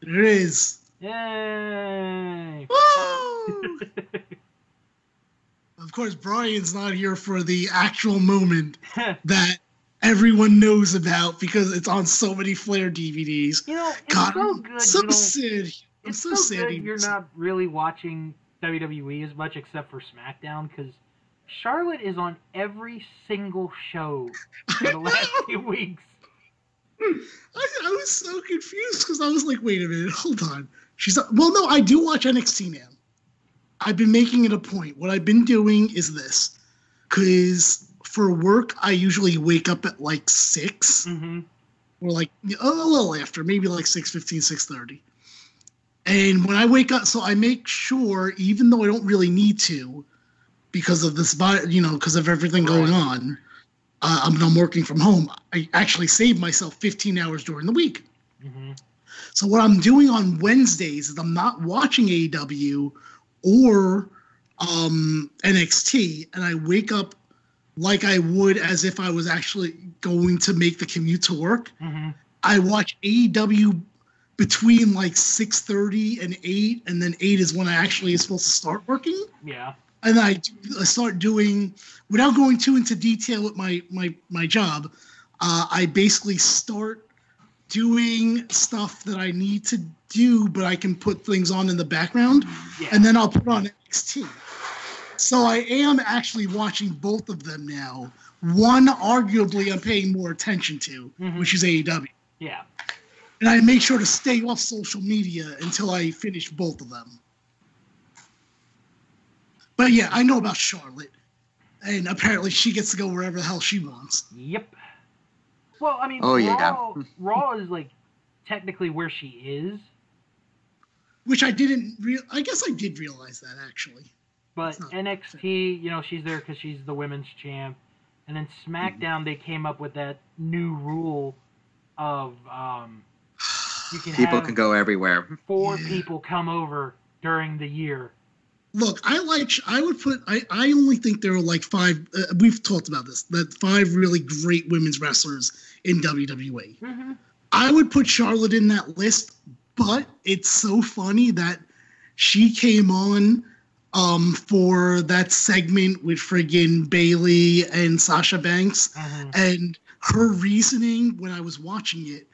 S2: There it is.
S1: Yay!
S2: Woo! of course, Brian's not here for the actual moment that everyone knows about because it's on so many Flair DVDs.
S1: you know, it's
S2: God,
S1: so
S2: I'm
S1: good.
S2: so
S1: you don't-
S2: sad. I'm
S1: it's
S2: so,
S1: so,
S2: sad.
S1: good
S2: he
S1: you're
S2: was-
S1: not really watching WWE as much except for SmackDown because Charlotte is on every single show for
S2: I,
S1: the
S2: know.
S1: last few weeks.
S2: I, I was so confused because I was like, wait a minute, hold on. She's not, well, no, I do watch NXT now. I've been making it a point. What I've been doing is this, because for work I usually wake up at like six.
S1: hmm
S2: or like a little after, maybe like 6.15, 6.30. And when I wake up, so I make sure, even though I don't really need to, because of this, vi- you know, because of everything going on, uh, I'm, I'm working from home. I actually save myself 15 hours during the week.
S1: hmm
S2: So what I'm doing on Wednesdays is I'm not watching AEW or um, NXT, and I wake up like I would as if I was actually going to make the commute to work.
S1: hmm
S2: I watch AEW between like 6:30 and 8 and then 8 is when I actually is supposed to start working
S1: Yeah.
S2: and I, do- I start doing without going too into detail with my my my job uh, I basically start doing stuff that I need to do but I can put things on in the background
S1: Yeah.
S2: and then I'll put on NXT. So I am actually watching both of them now. One arguably I'm paying more attention to,
S1: Mhm.
S2: which is E AEW
S1: yeah.
S2: and I make sure to stay off social media until I finish both of them. But yeah, I know about Charlotte, and apparently she gets to go wherever the hell she wants.
S1: Yep. Well, I mean,
S3: Oh, yeah.
S1: Raw, Raw is like technically where she is,
S2: Which I didn't real. I guess I did realize that actually.
S1: but
S2: It's not-
S1: NXT, you know, she's there because she's the women's champ. And then
S2: Mm-hmm.
S1: SmackDown, they came up with that new rule of um, you can
S3: People
S1: have
S3: can go everywhere.
S1: four
S2: Yeah.
S1: people come over during the year.
S2: Look, I like. I would put. I. I only think there are like five. Uh, we've talked about this. That five really great women's wrestlers in E. WWE.
S1: Mm-hmm.
S2: I would put Charlotte in that list, but it's so funny that she came on um, for that segment with friggin' Bailey and Sasha Banks.
S1: hmm
S2: And her reasoning when I was watching it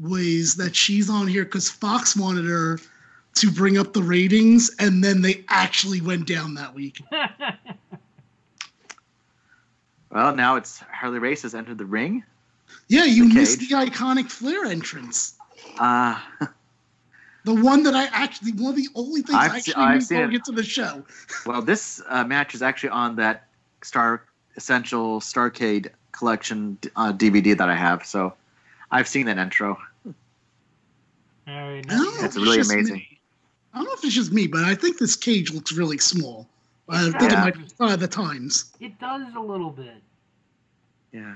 S2: was that she's on here because Fox wanted her to bring up the ratings, and then they actually went down that week.
S3: Well, now it's Harley Race has entered the ring.
S2: Yeah, you
S3: The
S2: missed
S3: cage.
S2: the iconic Flair entrance.
S3: Uh,
S2: The one that I actually, one of the only things
S3: I've
S2: I
S3: se-
S2: actually
S3: I've
S2: knew
S3: seen
S2: going
S3: it.
S2: into the show.
S3: well, this uh, match is actually on that Star Essential Starcade Collection uh, DVD that I have, so I've seen that intro.
S1: All right.
S2: I don't know
S3: It's
S2: if
S3: really
S2: just
S3: amazing.
S2: me. I don't know if it's just me, but I think this cage looks really small. I think
S3: Yeah.
S2: it might be uh, the times.
S1: It does a little bit.
S3: Yeah,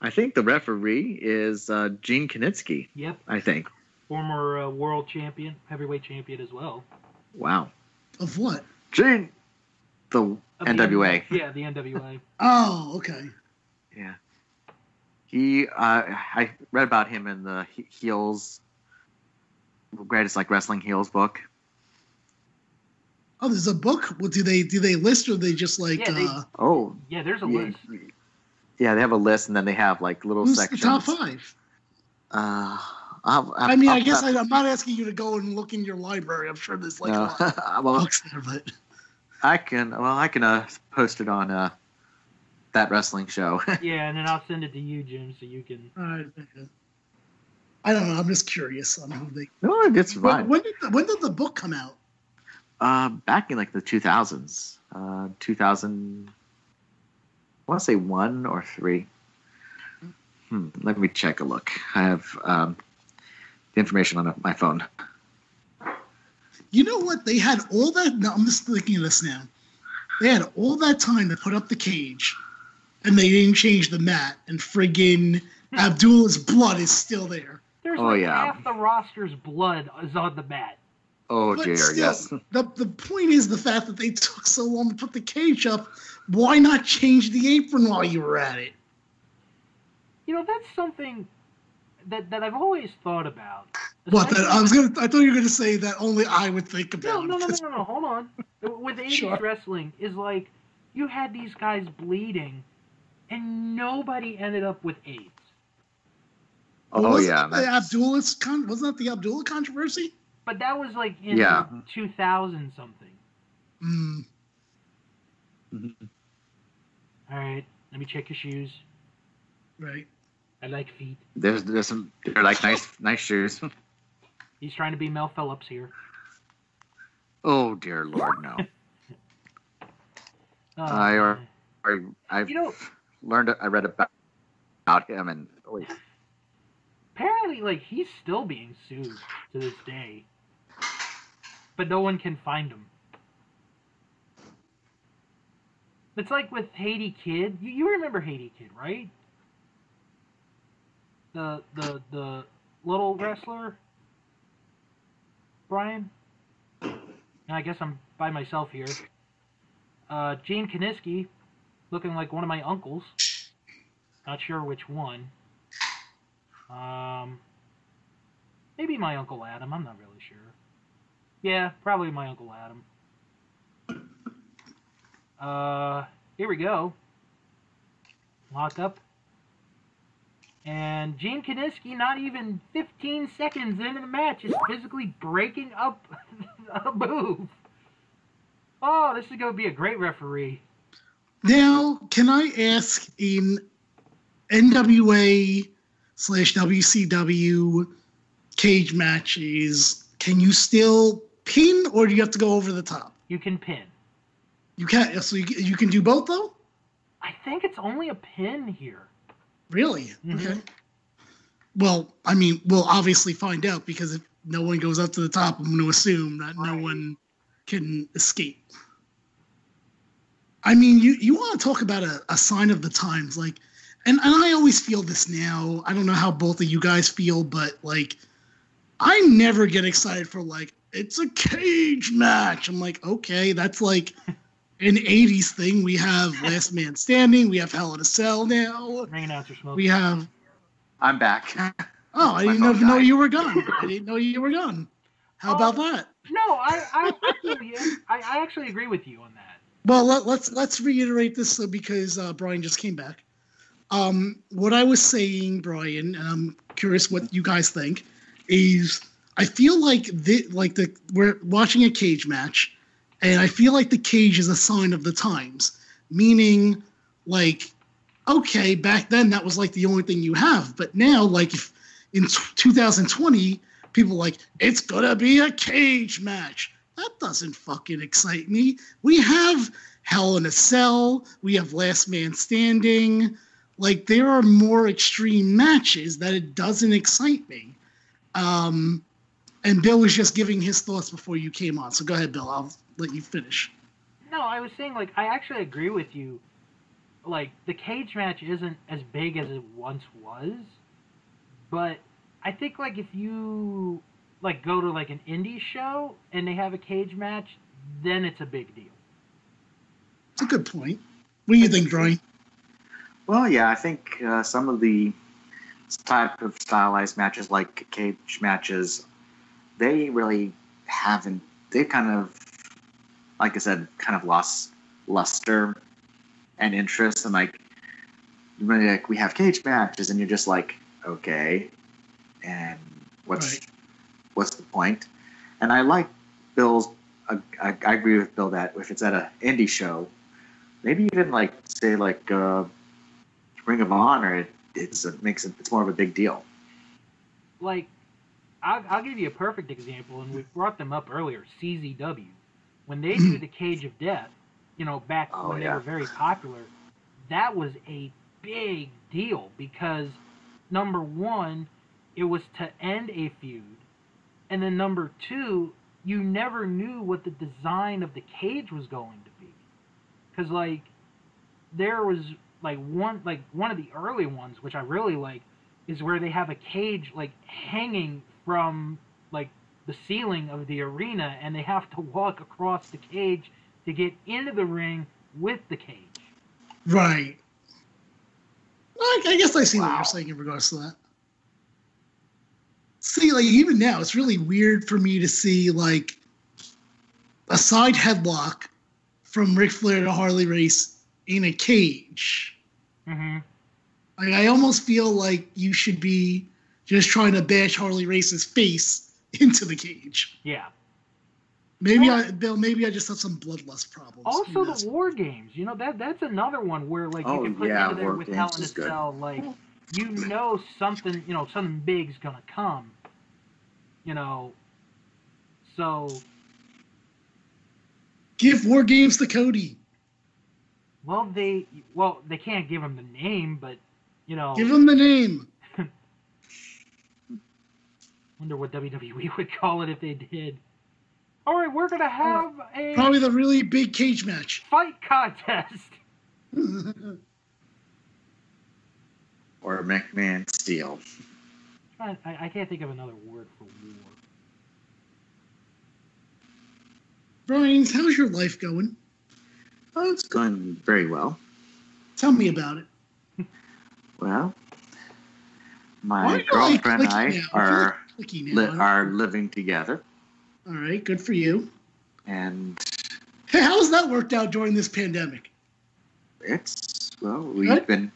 S3: I think the referee is uh, Gene Konitsky.
S1: Yep.
S3: I think.
S1: Former uh, world champion, heavyweight champion as well.
S3: Wow,
S2: Of what?
S3: Gene, the
S1: Of the
S3: NWA.
S1: N- yeah, the NWA.
S2: Oh, okay.
S3: Yeah. He, uh, I read about him in the he- Heels, greatest like wrestling heels book.
S2: Oh, there's a book. Well, do they do they list or they just like
S1: Yeah, they-
S2: uh,
S3: Oh,
S1: Yeah, there's a
S3: yeah,
S1: list.
S3: yeah, they have a list and then they have like little
S2: who's
S3: sections.
S2: the top five?
S3: Uh,
S2: I, mean, i guess I, I'm not asking you to go and look in your library. I'm sure there's like a lot of
S3: no. well,
S2: books there, but
S3: I can. Well, I can uh, post it on uh, that wrestling show.
S1: Yeah, and then I'll send it to you, Jim, so you can.
S2: all right, okay. I don't know. I'm just curious on who they.
S3: No, it gets
S2: When,
S3: survived.
S2: when did the, when did the book come out?
S3: Uh, back in like the 2000s, uh, 2000, I want to say one or three. Hmm, let me check a look. I have um, the information on my phone.
S2: You know what? They had all that. No, I'm just thinking of this now. They had all that time to put up the cage, and they didn't change the mat. And friggin' Abdullah's blood is still there.
S1: There's
S3: Oh,
S1: like
S3: yeah.
S1: half the roster's blood is on the mat.
S3: Oh,
S2: But
S3: dear,
S2: still,
S3: yes.
S2: The the point is the fact that they took so long to put the cage up. Why not change the apron while you were at it?
S1: You know, that's something that that I've always thought about.
S2: What? That, I
S1: Especially-
S2: was gonna. I thought you were gonna say that only I would think
S1: No,
S2: about.
S1: no, no,
S2: it.
S1: no, no, no. Hold on. With 80s
S2: Sure.
S1: wrestling is like you had these guys bleeding, and nobody ended up with AIDS.
S2: Well,
S3: Oh,
S2: wasn't
S3: yeah.
S2: it The
S3: that's-
S2: Abdullah's con- wasn't that the Abdullah controversy?
S1: But that was like in
S3: Yeah.
S1: 2000 something.
S2: Mm,
S1: All right, let me check your shoes.
S2: right.
S1: I like feet.
S3: There's, there's some, they're like nice, nice shoes.
S1: He's trying to be Mel Phillips here.
S3: Oh, dear Lord, no.
S1: Uh,
S3: I or- I, I've
S1: you know,
S3: learned, I read about, about him and, oh, wait.
S1: apparently, like he's still being sued to this day, but no one can find him. It's like with Haiti Kid. You, you remember Haiti Kid, right? The the the little wrestler, Brian. I guess I'm by myself here. Uh, Gene Kaniski, looking like one of my uncles. Not sure which one. Um, maybe my uncle Adam. I'm not really sure. Yeah, probably my uncle Adam. Uh, here we go. Lock up. And Gene Kaniski, not even 15 seconds into the match, is physically breaking up a move. Oh, this is going to be a great referee.
S2: Now, can I ask in NWA slash WCW cage matches, can you still pin or do you have to go over the top?
S1: You can pin.
S2: You can't. So you, you can do both though.
S1: I think it's only a pin here.
S2: Really?
S1: Mhm.
S2: Okay. Well, I mean, we'll obviously find out because if no one goes up to the top, I'm going to assume that no
S1: Right.
S2: one can escape. I mean, you, you want to talk about a, a sign of the times, like, and, and I always feel this now. I don't know how both of you guys feel, but like, I never get excited for like it's a cage match. I'm like, okay, that's like an '80s thing. We have Last Man Standing, we have Hell in a Cell now.
S1: Ring announcer smoke.
S2: We have.
S3: I'm back.
S2: Oh, I
S3: My
S2: didn't even
S3: phone
S2: know
S3: died.
S2: you were gone. I didn't know you were gone. How
S1: Oh.
S2: about that?
S1: No, I I, I, feel you. I I actually agree with you on that.
S2: Well, let, let's let's reiterate this though, because uh, Brian just came back. Um, what I was saying, Brian, and I'm curious what you guys think, is I feel like the like the we're watching a cage match, and I feel like the cage is a sign of the times, meaning like okay, back then that was like the only thing you have, but now like if in t- 2020 people like it's gonna be a cage match. That doesn't fucking excite me. We have Hell in a Cell. We have Last Man Standing. Like there are more extreme matches that it doesn't excite me. Um, and Bill was just giving his thoughts before you came on. So go ahead, Bill. I'll let you finish.
S1: No, I was saying like I actually agree with you. Like the cage match isn't as big as it once was, but I think like if you like go to like an indie show and they have a cage match, then it's a big deal.
S2: It's a good point. What do you think, Brian?
S3: Well, yeah, I think uh, some of the type of stylized matches, like cage matches, they really haven't. They kind of, like I said, kind of lost luster and interest. And like, really, like we have cage matches, and you're just like, okay, and what's
S2: Right.
S3: what's the point? And I like Bill's. I, I, I agree with Bill that if it's at a indie show, maybe even like say like. Uh, Ring of Honor, it, it's a, makes it, it's more of a big deal.
S1: like I'll, I'll give you a perfect example, and we brought them up earlier. CZW, when they did the Cage of Death, you know, back
S3: Oh,
S1: when they
S3: yeah.
S1: were very popular, that was a big deal because number one, it was to end a feud, and then number two, you never knew what the design of the cage was going to be, because like there was like one like one of the early ones which I really like is where they have a cage like hanging from like the ceiling of the arena and they have to walk across the cage to get into the ring with the cage.
S2: Right. I, I guess I see what
S3: Wow.
S2: you're saying in regards to that. See, like even now, it's really weird for me to see like a side headlock from Ric Flair to Harley Race in a cage.
S1: Mm-hmm.
S2: Like I almost feel like you should be just trying to bash Harley Race's face into the cage.
S1: Yeah.
S2: Maybe I, Bill. Maybe I just have some bloodlust problems. Who
S1: Also
S2: knows?
S1: the war games, you know that that's another one where like you
S3: Oh,
S1: can put
S3: yeah,
S1: together
S3: War
S1: with
S3: Games
S1: Hell in a
S3: is good.
S1: Cell, like you know something, you know something big's gonna come, you know. So
S2: give war games to Cody.
S1: well they well they can't give him the name, but you know
S2: Give him the name.
S1: wonder what WWE would call it if they did. All right, we're gonna have a
S2: Probably the really big cage match.
S1: fight contest.
S3: Or McMahon Steel.
S1: I, I can't think of another word for war.
S2: Brian, how's your life going?
S3: Oh, it's going very well.
S2: Tell me about it.
S3: Well,
S2: Why
S3: my
S2: are you, like,
S3: girlfriend and I
S2: clicking now?
S3: are
S2: Clicky now.
S3: li- are living together,
S2: All right, good for you.
S3: and
S2: Hey, how's that worked out during this pandemic?
S3: it's well, we've
S2: Good.
S3: been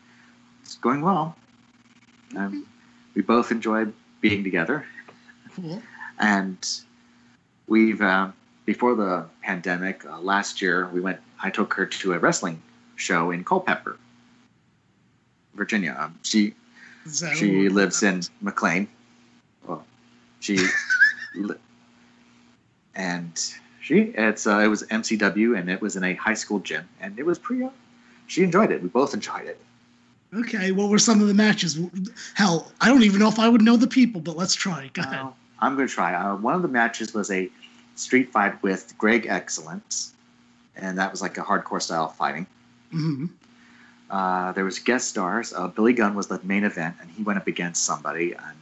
S3: it's going well. Um, we both enjoy being together,
S2: Cool.
S3: and we've uh, before the pandemic uh, last year we went. I took her to a wrestling show in Culpeper, Virginia. Um, she
S2: Is that
S3: she
S2: all?
S3: lives in McLean. Well, she li- and she it's uh, it was MCW and it was in a high school gym and it was pretty. uh, She enjoyed it. We both enjoyed it.
S2: Okay, what were some of the matches? Hell, I don't even know if I would know the people, but let's try. it. Go ahead.
S3: Uh, I'm going to try. Uh, one of the matches was a street fight with Greg Excellence, and that was like a hardcore style fighting.
S2: hmm
S3: Uh, there was guest stars. Uh, Billy Gunn was the main event, and he went up against somebody. And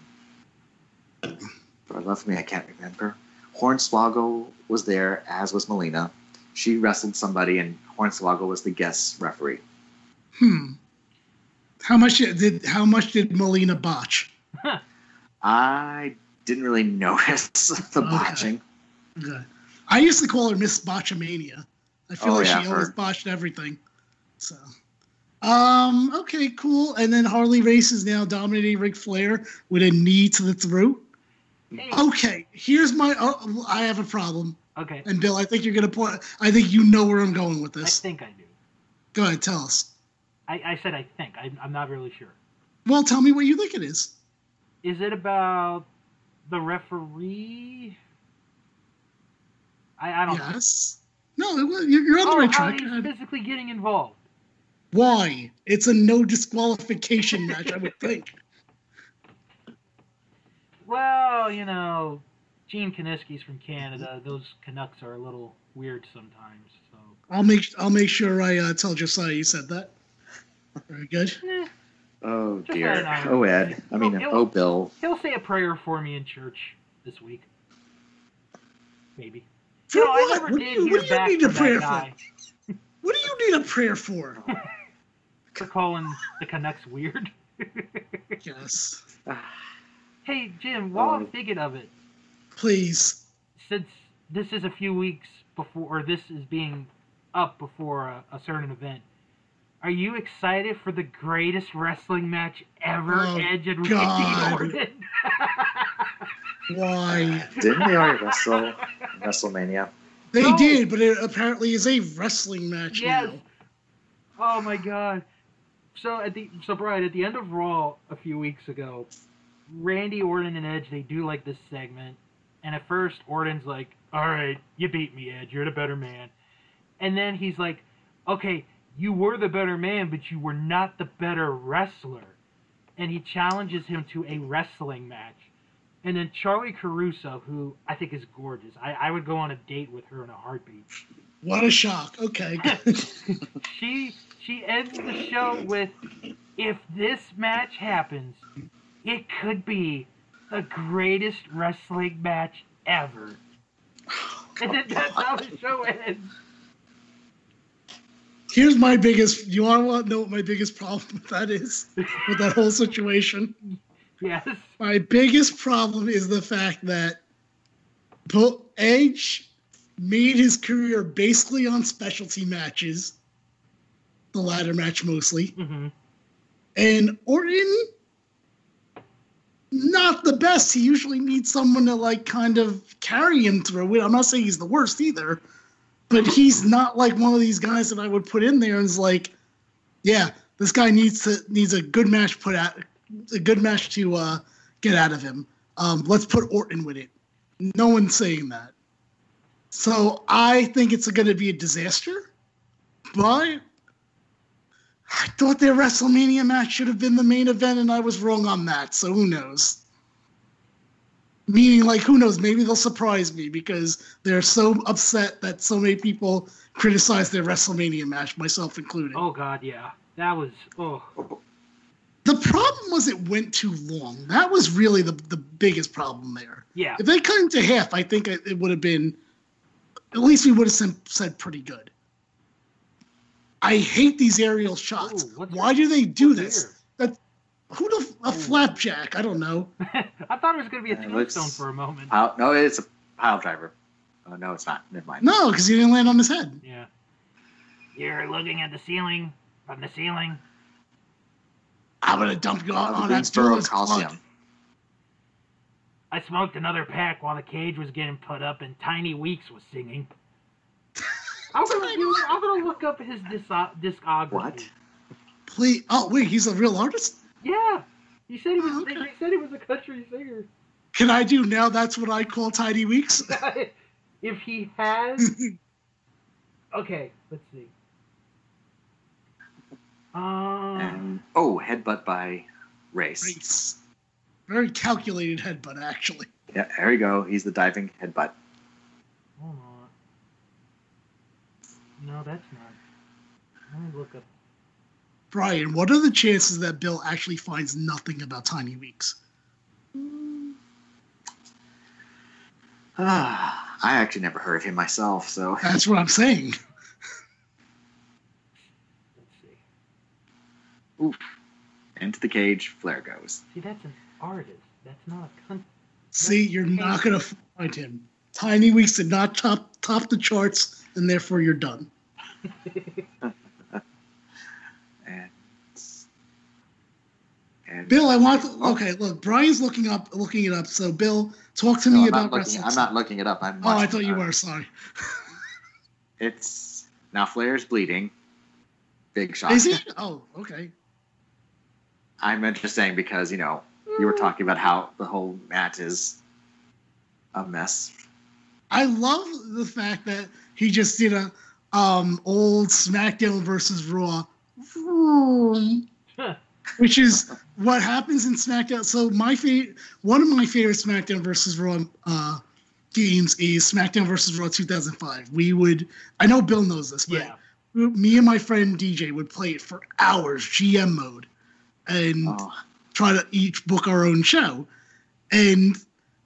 S3: for the love of me, I can't remember. Hornswoggle was there, as was Melina. She wrestled somebody, and Hornswoggle was the guest referee.
S2: Hmm. How much did how much did Molina botch?
S3: I didn't really notice the
S2: Okay.
S3: botching.
S2: Okay. I used to call her Miss Botchamania. I feel
S3: Oh,
S2: like
S3: yeah,
S2: she always
S3: her.
S2: botched everything. So, um, okay, cool. And then Harley Race is now dominating Ric Flair with a knee to the throat.
S1: Hey,
S2: Okay, here's my. Oh, I have a problem,
S1: okay,
S2: and Bill, I think you're gonna point. I think you know where I'm going with
S1: I
S2: this.
S1: think I do.
S2: Go ahead, tell us.
S1: I, I said I think. I, I'm not really sure.
S2: Well, tell me what you think it is.
S1: Is it about the referee? I, I don't know.
S2: Yes. No, it, wa- you're you're on the
S1: Oh,
S2: right
S1: how
S2: track.
S1: he's physically getting involved.
S2: Why? It's a no disqualification match, I would think.
S1: Well, you know, Gene Kaniski's from Canada. Those Canucks are a little weird sometimes. So
S2: I'll make I'll make sure I uh, tell Josiah you said that. Very good.
S1: eh,
S3: Oh
S1: Just
S3: dear.
S1: that I-
S3: Oh Ed. I mean,
S1: Oh, it-
S3: oh Bill.
S1: he'll say a prayer for me in church this week. Maybe.
S2: For
S1: no, I
S2: what?
S1: never
S2: What do
S1: did
S2: you-
S1: hear
S2: what do you
S1: back
S2: need
S1: from
S2: a
S1: that
S2: prayer
S1: guy
S2: What do you need a prayer for?
S1: for calling the Canucks weird.
S2: yes,
S1: Hey Jim, while I'm
S2: Um.
S3: Oh.
S1: thinking of it,
S2: please.
S1: since this is a few weeks before, or this is being up before a, a certain event, are you excited for the greatest wrestling match ever?
S2: Oh,
S1: Edge and
S2: God.
S1: Randy Orton.
S2: Why
S3: Didn't they already wrestle in WrestleMania?
S2: they
S1: No.
S2: did, but it apparently is a wrestling match
S1: yes.
S2: now.
S1: Oh my God. So at the so Brian at the end of Raw a few weeks ago, Randy Orton and Edge they do like this segment, and at first Orton's like, "All right, you beat me, Edge. You're the better man," and then he's like, "Okay, you were the better man, but you were not the better wrestler," and he challenges him to a wrestling match. And then Charlie Caruso, who I think is gorgeous, I, I would go on a date with her in a heartbeat.
S2: What a shock. Okay.
S1: she she ends the show with if this match happens, it could be the greatest wrestling match ever. And then that's how the show ends.
S2: Here's my biggest. You want to know what my biggest problem with that is? With that whole situation?
S1: Yes.
S2: My biggest problem is the fact that Bo- Edge made his career basically on specialty matches, the ladder match mostly,
S1: hmm
S2: and Orton, not the best. He usually needs someone to like kind of carry him through it. I'm not saying he's the worst either, but he's not like one of these guys that I would put in there and is like, yeah, this guy needs to needs a good match put out, a good match to uh, get out of him. Um, let's put Orton with it. No one's saying that. So I think it's going to be a disaster, but I thought their WrestleMania match should have been the main event, and I was wrong on that. So who knows? Meaning, like, who knows? Maybe they'll surprise me because they're so upset that so many people criticize their WrestleMania match, myself included.
S1: Oh god, yeah. That was oh
S2: The problem was it went too long. That was really the the biggest problem there.
S1: yeah.
S2: If they cut him to half, I think it it would have been, at least we would have said, said pretty good. I hate these aerial shots.
S1: Ooh, what's
S2: Why
S1: that?
S2: do they do
S1: What's
S2: this? Who the f- a flapjack? I don't know.
S1: here? I thought it was gonna be a
S3: Yeah, it looks-
S1: tombstone for a moment.
S3: Pile, Uh, no, it's a pile driver. Oh, no, it's not. Never mind.
S2: No, because he didn't land on his head.
S1: Yeah. You're looking at the ceiling from the ceiling.
S2: I'm gonna dump you Oh, out on that
S3: Uh, Greensboro Coliseum.
S1: I smoked another pack while the cage was getting put up and Tiny Weeks was singing. I'm gonna,
S2: Tiny
S1: do, I'm gonna look up his disco- discography.
S3: What?
S2: Please. Oh wait, he's a real artist.
S1: Yeah, he said he was.
S2: Okay.
S1: They said he was a country singer.
S2: Can I do now? That's what I call tidy weeks.
S1: if he has, okay, let's see. Um,
S3: And, oh, headbutt by race.
S2: Nice. Very calculated headbutt, actually.
S3: Yeah, there you go. He's the diving headbutt.
S1: hold on. No, that's not. Let me look up.
S2: Brian, what are the chances that Bill actually finds nothing about Tiny Weeks?
S3: Ah, I actually never heard of him myself, so.
S2: That's what I'm saying.
S1: Let's see.
S3: Into the cage, Flair goes.
S1: See, that's an artist. That's not a country.
S2: See, you're not gonna find him. Tiny Weeks did not top top the charts, and therefore you're done.
S3: And. and Oh,
S2: Bill, I want. To, okay, look, Brian's looking up, looking it up. So, Bill, talk to
S3: No,
S2: me
S3: I'm,
S2: about
S3: not looking,
S2: wrestling.
S3: I'm not looking it up. I'm
S2: oh, I
S3: watching
S2: thought
S3: it.
S2: you were. Sorry.
S3: It's. Now Flair's bleeding. Big shot.
S2: Is he? Oh, okay.
S3: I'm just saying because, you know, you were talking about how the whole match is a mess.
S2: I love the fact that he just did a um old SmackDown versus Raw, vroom, which is what happens in SmackDown. So my favorite, one of my favorite SmackDown versus Raw uh, games is SmackDown versus Raw 2005. We would, I know Bill knows this, but
S1: Yeah.
S2: me and my friend DJ would play it for hours, GM mode, and
S3: Oh.
S2: try to each book our own show. And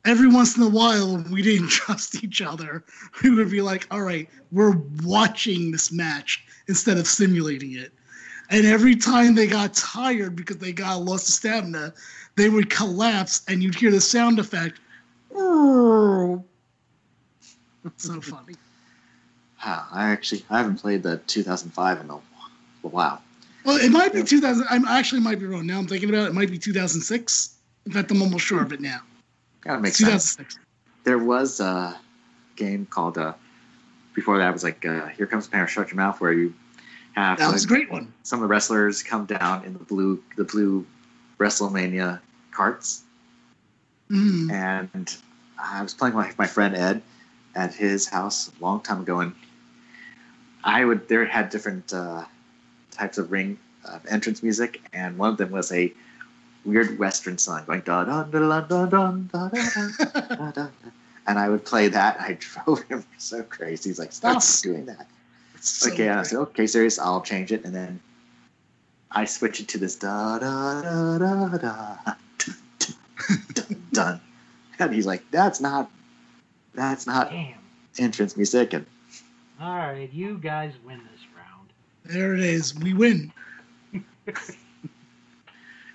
S2: every once in a while, when we didn't trust each other, we would be like, all right, we're watching this match instead of simulating it. And every time they got tired because they got lost of stamina, they would collapse, and you'd hear the sound effect. "Ooh." so funny.
S3: Wow, I actually I haven't played the 2005 in a, a while.
S2: Well, it might be 2000. I'm actually might be wrong. Now I'm thinking about it. It might be 2006. In fact, I'm almost sure of it now.
S3: Gotta make sense.
S2: 2006.
S3: There was a game called uh, before that was like uh, Here Comes Power, Shut Your Mouth, where you have
S2: That
S3: like,
S2: was a great one.
S3: some of the wrestlers come down in the blue the blue WrestleMania carts
S2: Mm.
S3: and I was playing with my friend Ed at his house a long time ago, and I would there had different uh, types of ring uh, entrance music, and one of them was a weird Western song going da da da da da da da da da da, and I would play that. And I drove him so crazy. He's like, "Stop
S2: That's-
S3: doing that."
S2: So
S3: okay, and I
S2: great.
S3: said, okay, serious, I'll change it. And then I switch it to this da da da da da dun, dun, dun. And he's like, that's not that's not
S1: Damn.
S3: entrance music. And
S1: All right, you guys win this round.
S2: There it is. We win.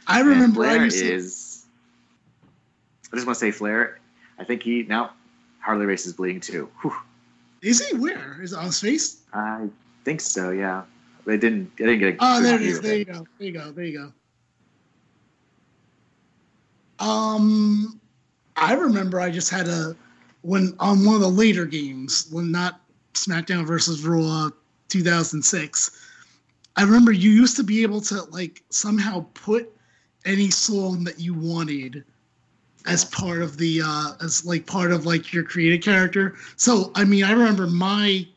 S2: I remember I
S3: Flair
S2: used to,
S3: is I just want to say Flair, I think he now Harley Race is bleeding too. Whew.
S2: Is he where? Is it on his face?
S3: I think so, yeah. They didn't they didn't get a
S2: Oh,
S3: good
S2: there it
S3: view
S2: is.
S3: of
S2: There you go. There you go. There you go. Um, I remember I just had a when on one of the later games when not SmackDown versus Raw 2006. I remember you used to be able to like somehow put any song that you wanted as part of the uh as like part of like your created character. So I mean, I remember my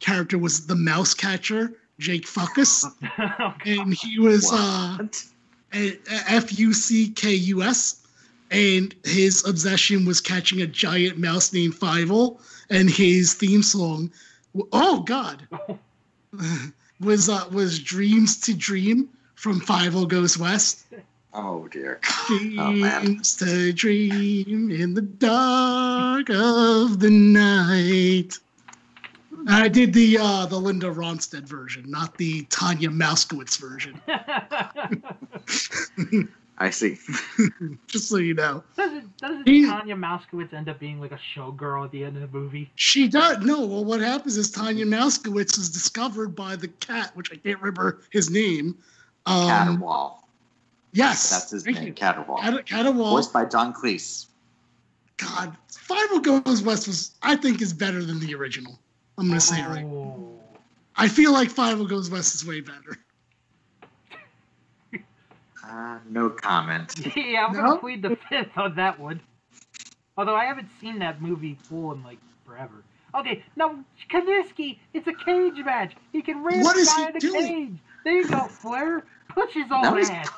S2: character was the mouse catcher, Jake Fuckus and he was uh,
S3: What?
S2: a- a- F U C K U S, and his obsession was catching a giant mouse named Fievel, and his theme song, w- oh god, was uh, was Dreams to Dream from Fievel Goes West.
S3: Oh dear. man.
S2: Dreams to dream in the dark of the night. I did the uh, the Linda Ronstadt version, not the Tanya Mouskowitz version.
S3: I see.
S2: Just so you know,
S1: doesn't doesn't
S2: He-
S1: Tanya Mouskowitz end up being like a showgirl at the end of the movie?
S2: she does. No, well, what happens is Tanya Mouskowitz is discovered by the cat, which I can't remember his name. Um,
S3: Caterwaul.
S2: yes,
S3: That's his
S2: thank
S3: name,
S2: you.
S3: Caterwaul.
S2: Cat- Catawal.
S3: Voiced by John Cleese.
S2: God, Final Goes West was, I think, is better than the original. I'm gonna say it right.
S1: Oh.
S2: I feel like Final Goes West is way better.
S3: Uh, no comment.
S1: yeah, I'm
S2: No?
S1: gonna plead the fifth on that one. Although I haven't seen that movie full in like forever. Okay, now Kaniski, it's a cage match. He can ram
S2: What
S1: the
S2: is
S1: guy
S2: he
S1: in the
S2: doing?
S1: cage. There you go, Flair. Push his old
S3: That was-
S1: ass.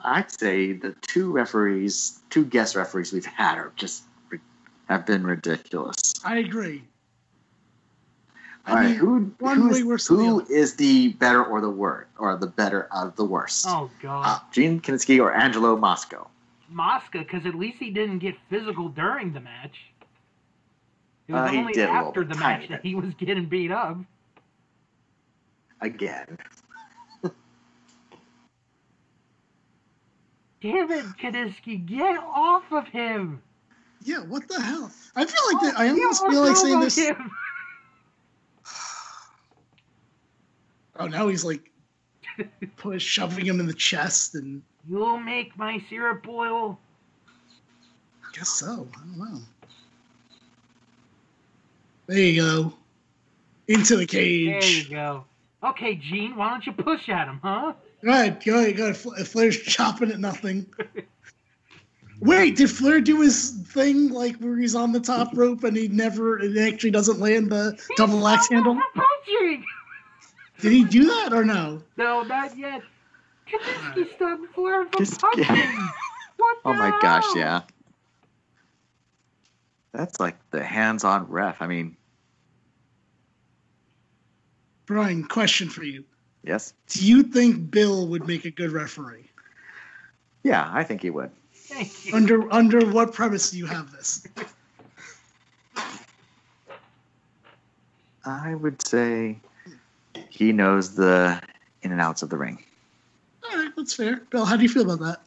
S3: I'd say the two referees, two guest referees we've had are just ri- have been ridiculous.
S2: I agree. I
S3: All right,
S2: mean,
S3: who
S2: one
S3: who's-
S2: way worse than the
S3: who is the better or the worst, or the better of the worst?
S1: Oh god.
S3: Uh, Gene Kinski or Angelo Mosco?
S1: Mosca because at least he didn't get physical during the match. It
S3: Uh,
S1: was
S3: he
S1: only
S3: did a little
S1: after the
S3: bit,
S1: match
S3: tiny
S1: that
S3: bit.
S1: he was getting beat up.
S3: Again,
S1: Damn it, Kaniski, get off of him!
S2: Yeah, what the hell? I feel like that, I
S1: Get
S2: almost
S1: off
S2: feel like saying
S1: of
S2: this.
S1: him.
S2: Oh, now he's like push, shoving him in the chest, and
S1: You'll make my syrup boil.
S2: I guess so. I don't know. There you go. Into the
S1: There you
S2: cage.
S1: go. Okay, Gene, why don't you push at him, huh?
S2: Go ahead, go ahead, go ahead. Fla- Flair's chopping at nothing. Wait, did Flair do his thing like where he's on the top rope and he never, it actually doesn't land the double axe handle?
S1: Punching!
S2: Did he do that or no?
S1: No, not yet. Kaniski stopped Flair from
S3: Just-
S1: punching. What the
S3: oh my gosh,
S1: hell?
S3: yeah, that's like the hands-on ref. I mean,
S2: Brian, question for you.
S3: yes,
S2: Do you think Bill would make a good referee?
S3: yeah, I think he would.
S1: Thank you.
S2: Under under what premise do you have this?
S3: I would say he knows the in and outs of the ring.
S2: All right, that's fair. Bill, how do you feel about that?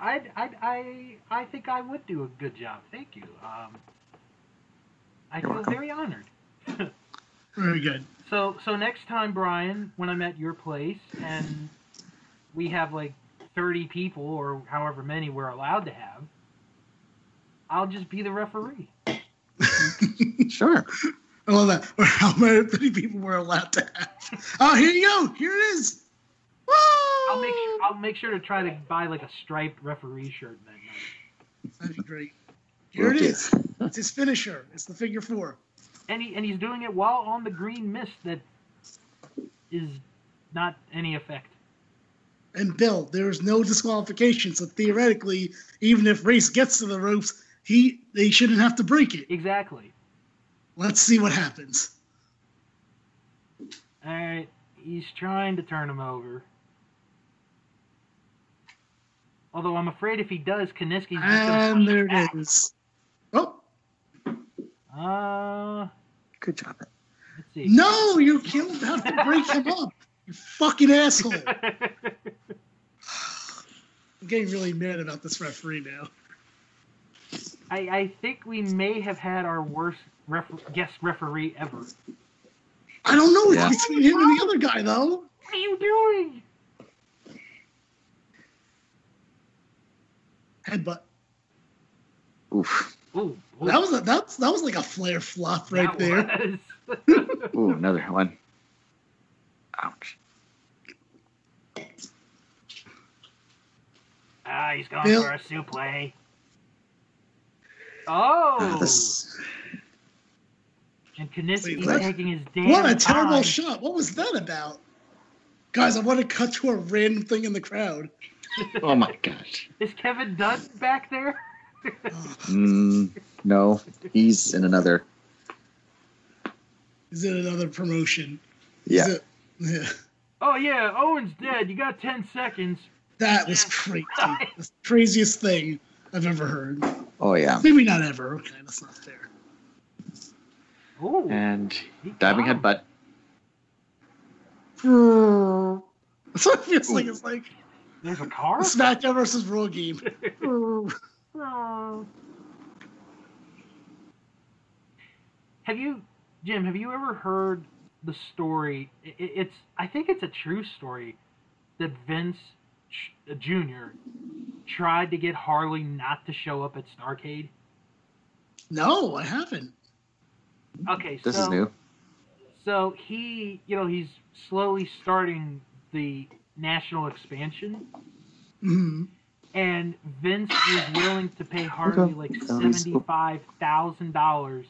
S1: I, I, I, I think I would do a good job. Thank you. Um, I feel
S3: welcome.
S1: very honored.
S2: Very good.
S1: So, so next time, Brian, when I'm at your place and we have like 30 people or however many we're allowed to have, I'll just be the referee.
S3: Sure.
S2: I love that. Or how many people were allowed to have? Oh, here you go. Here it is. Woo!
S1: I'll make sure, I'll make sure to try to buy like a striped referee shirt that night.
S2: That'd be great. Here it
S3: Okay.
S2: is. It's his finisher. It's the figure four.
S1: And he and he's doing it while on the green mist that is not any effect.
S2: And Bill, there is no disqualification, so theoretically, even if Race gets to the ropes, he they shouldn't have to break it.
S1: Exactly.
S2: Let's see what happens.
S1: All right, he's trying to turn him over. Although I'm afraid if he does, Kineski's just gonna
S2: And Um, there it is. Oh
S1: Uh,
S3: Good job.
S1: let's see.
S2: no, you can't have to break him up. You fucking asshole. I'm getting really mad about this referee now.
S1: I, I think we may have had our worst ref- guest referee ever.
S2: I don't know. It's
S3: Yeah.
S2: between him and the other guy though.
S1: What are you doing?
S2: Headbutt.
S3: Oof.
S1: Ooh, ooh,
S2: That was a, that was, that was like a flare flop right
S1: that
S2: there.
S1: was.
S3: Ooh, another one. Ouch.
S1: ah, he's going
S2: Bill.
S1: for a eh? suplex. Oh,
S3: Ah, this-
S1: and Kaniski
S2: Wait, what?
S1: taking his damn
S2: What a terrible
S1: time.
S2: shot! What was that about? Guys, I want to cut to a random thing in the crowd.
S3: oh my gosh.
S1: Is Kevin Dunn back there?
S2: Ugh.
S3: Mm, no, he's in another.
S2: Is it another promotion? Is
S3: Yeah.
S2: it- yeah.
S1: Oh yeah, Owen's dead. You got ten seconds.
S2: That was crazy. the craziest thing I've ever heard.
S3: Oh yeah.
S2: Maybe not ever. Okay, that's not fair.
S1: Ooh,
S3: And
S1: he
S3: Uh, diving
S1: got him.
S3: headbutt.
S2: That's what it feels like. It's like
S1: There's a car.
S2: a SmackDown versus Raw game.
S1: Have you, Jim? Have you ever heard the story? i- i- It's I think it's a true story that Vince Ch- Jr. tried to get Harley not to show up at Starcade.
S2: No, I haven't.
S1: Okay,
S3: This
S1: so
S3: is new.
S1: so he you know he's slowly starting the national expansion,
S2: Mhm.
S1: and Vince was willing to pay Harley like
S3: Okay. Um, so-
S1: seventy five thousand dollars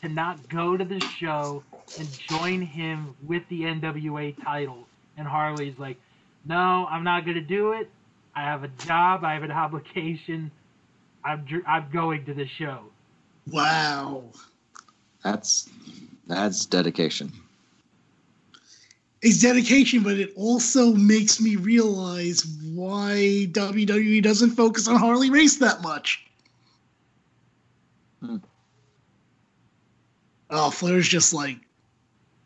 S1: to not go to the show and join him with the NWA title. And Harley's like, "No, I'm not gonna do it. I have a job. I have an obligation. I'm dr- I'm going to the show."
S2: Wow.
S3: That's that's dedication.
S2: It's dedication, but it also makes me realize why WWE doesn't focus on Harley Race that much.
S3: Hmm.
S2: Oh, Flair's just like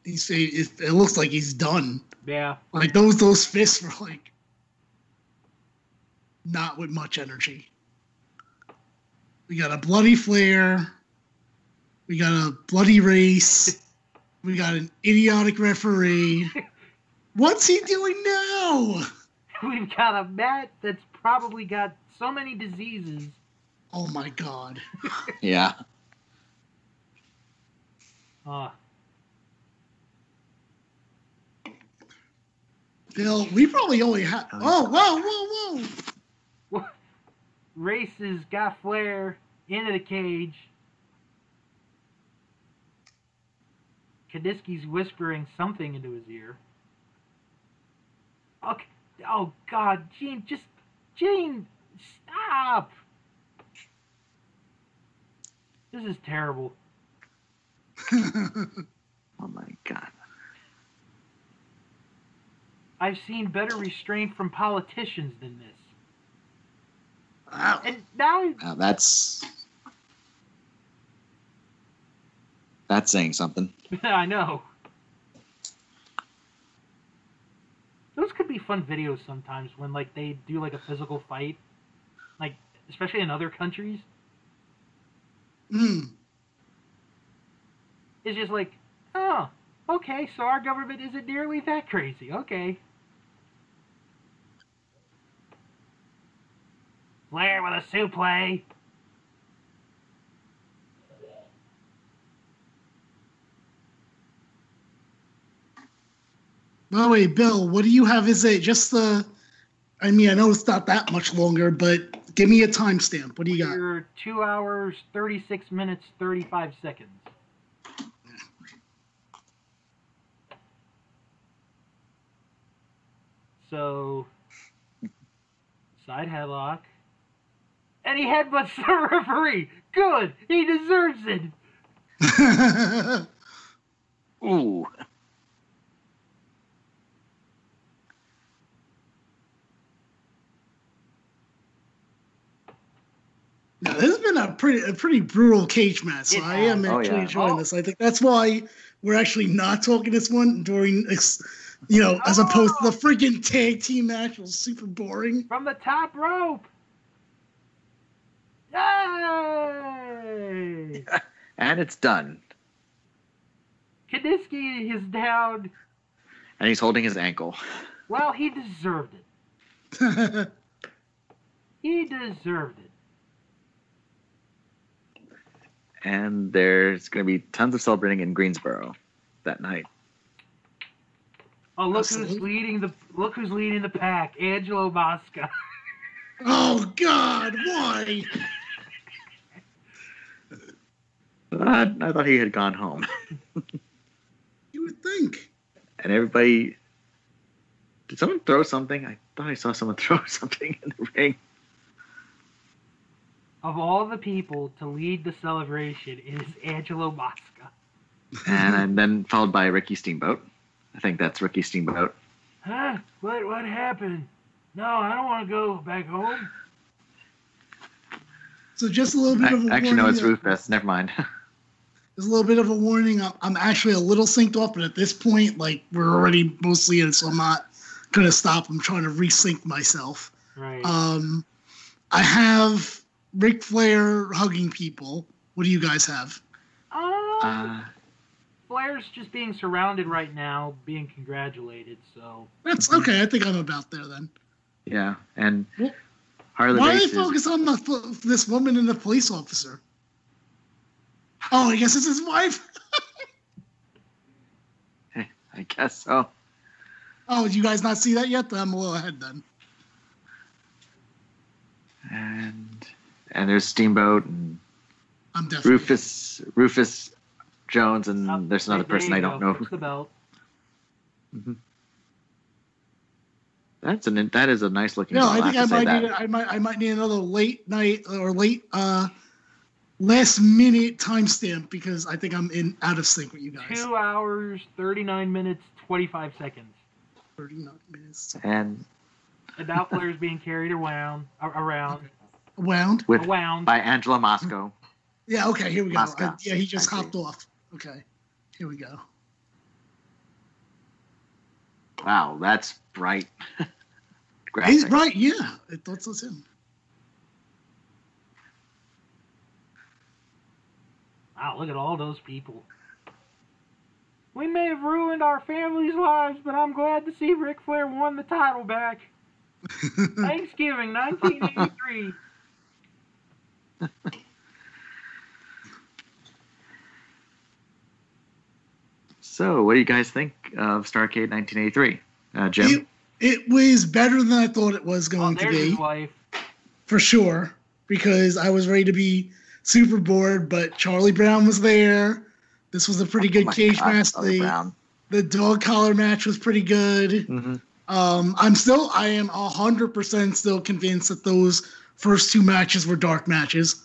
S2: he's it, it looks like he's done.
S1: Yeah,
S2: Like those those fists were like not with much energy. We got a bloody flare. We got a bloody race. We got an idiotic referee. What's he doing now?
S1: we've got a Matt that's probably got so many diseases.
S2: Oh my god.
S3: Yeah.
S1: Uh,
S2: Bill, we probably only have Oh, whoa, whoa, whoa.
S1: races got Flair into the cage. Kadiski's whispering something into his ear. Okay. Oh God, Gene, just Gene, stop! This is terrible.
S3: Oh my god.
S1: I've seen better restraint from politicians than this.
S2: Wow.
S1: And now he
S3: Now that's that's saying something.
S1: I know. Those could be fun videos sometimes when like they do like a physical fight, like especially in other countries.
S2: Mm.
S1: It's just like, oh, okay, so our government isn't nearly that crazy. Okay. Blair with a suplex.
S2: By the way, Bill, what do you have? Is it just the I mean, I know it's not that much longer, but give me a timestamp. What do you got?
S1: You're two hours, 36 minutes, 35 seconds. So, side headlock. And he headbutts the referee. Good. He deserves it.
S3: Ooh.
S2: now, this has been a pretty a pretty brutal cage match, so
S1: It
S2: I am
S3: has. Oh,
S2: actually
S3: yeah.
S2: enjoying
S1: Oh.
S2: this. I think that's why we're actually not talking this one during, ex- you know, as opposed to the
S3: Oh.
S2: freaking tag team match. It was super boring.
S1: From the top rope. Yay!
S3: And it's done.
S1: Kaniski is down.
S3: And he's holding his ankle.
S1: Well, he deserved it. He deserved it.
S3: And there's going to be tons of celebrating in Greensboro that night.
S1: Oh, look who's
S2: Absolutely.
S1: leading the look who's leading the pack, Angelo Mosca.
S2: oh God, why?
S3: I, I thought he had gone home.
S2: You would think.
S3: And everybody. Did someone throw something? I thought I saw someone throw something in the ring.
S1: Of all the people to lead the celebration is Angelo Mosca.
S3: and, and then followed by Ricky Steamboat. I think that's Ricky Steamboat.
S1: Huh? What what happened? No, I don't want to go back home.
S2: So just a little bit of
S3: I,
S2: a
S3: actually, no,
S2: warning
S3: it's
S2: there.
S3: Rufus. Never mind.
S2: There's a little bit of a warning. I'm- I'm actually a little synced off, but at this point, like we're already mostly in, so I'm not gonna stop. I'm trying to resync myself.
S1: Right.
S3: Uh,
S2: Um, I have Ric Flair hugging people. What do you guys have?
S1: Oh,
S3: uh,
S1: Flair's just being surrounded right now, being congratulated. So
S2: That's
S3: Mm-hmm.
S2: okay. I think I'm about there then.
S3: yeah, and Harley
S2: Why do they
S3: Race is,
S2: focus on the, fo- this woman and the police officer? Oh, I guess it's his wife.
S3: I guess so.
S2: Oh, you guys not see that yet? Then I'm a little ahead then.
S3: And and there's Steamboat and
S2: I'm definitely.
S3: Rufus Rufus Jones, and
S1: Uh,
S3: Mm, there's another
S1: there
S3: person
S1: you
S3: I don't
S1: go.
S3: know.
S1: Fix the belt.
S3: That's an that is a nice looking.
S2: No,
S3: doll,
S2: I think I
S3: have to say
S2: might
S3: that.
S2: need I might I might need another late night or late uh last minute timestamp because I think I'm in out of sync with you guys.
S1: Two hours, thirty-nine minutes, twenty-five seconds.
S2: Thirty nine minutes.
S3: And
S1: And now Flair's being carried around, a- around,
S2: Wound.
S3: with
S1: around.
S3: by Angela Mosco.
S2: Yeah, okay, here we go.
S3: Moscow.
S2: Uh, yeah, he just
S3: I see.
S2: hopped off. Okay. Here we go.
S3: Wow, that's bright.
S2: He's
S3: graphic.
S2: right, yeah. It thought was him.
S1: Wow, Ah, look at all those people. We may have ruined our families' lives, but I'm glad to see Ric Flair won the title back. Thanksgiving 1983.
S3: So, what do you guys think of Starcade 1983, uh, Jim?
S2: It, it was better than I thought it was
S1: oh,
S2: going to
S1: there's
S2: be.
S1: his wife.
S2: for sure because I was ready to be super bored, but Charlie Brown was there. This was a pretty
S3: Oh
S2: good
S3: my
S2: cage
S3: God,
S2: match.
S3: Charlie
S2: The,
S3: Brown.
S2: the dog collar match was pretty good.
S3: Mhm.
S2: Um, I'm still, I am hundred percent still convinced that those first two matches were dark matches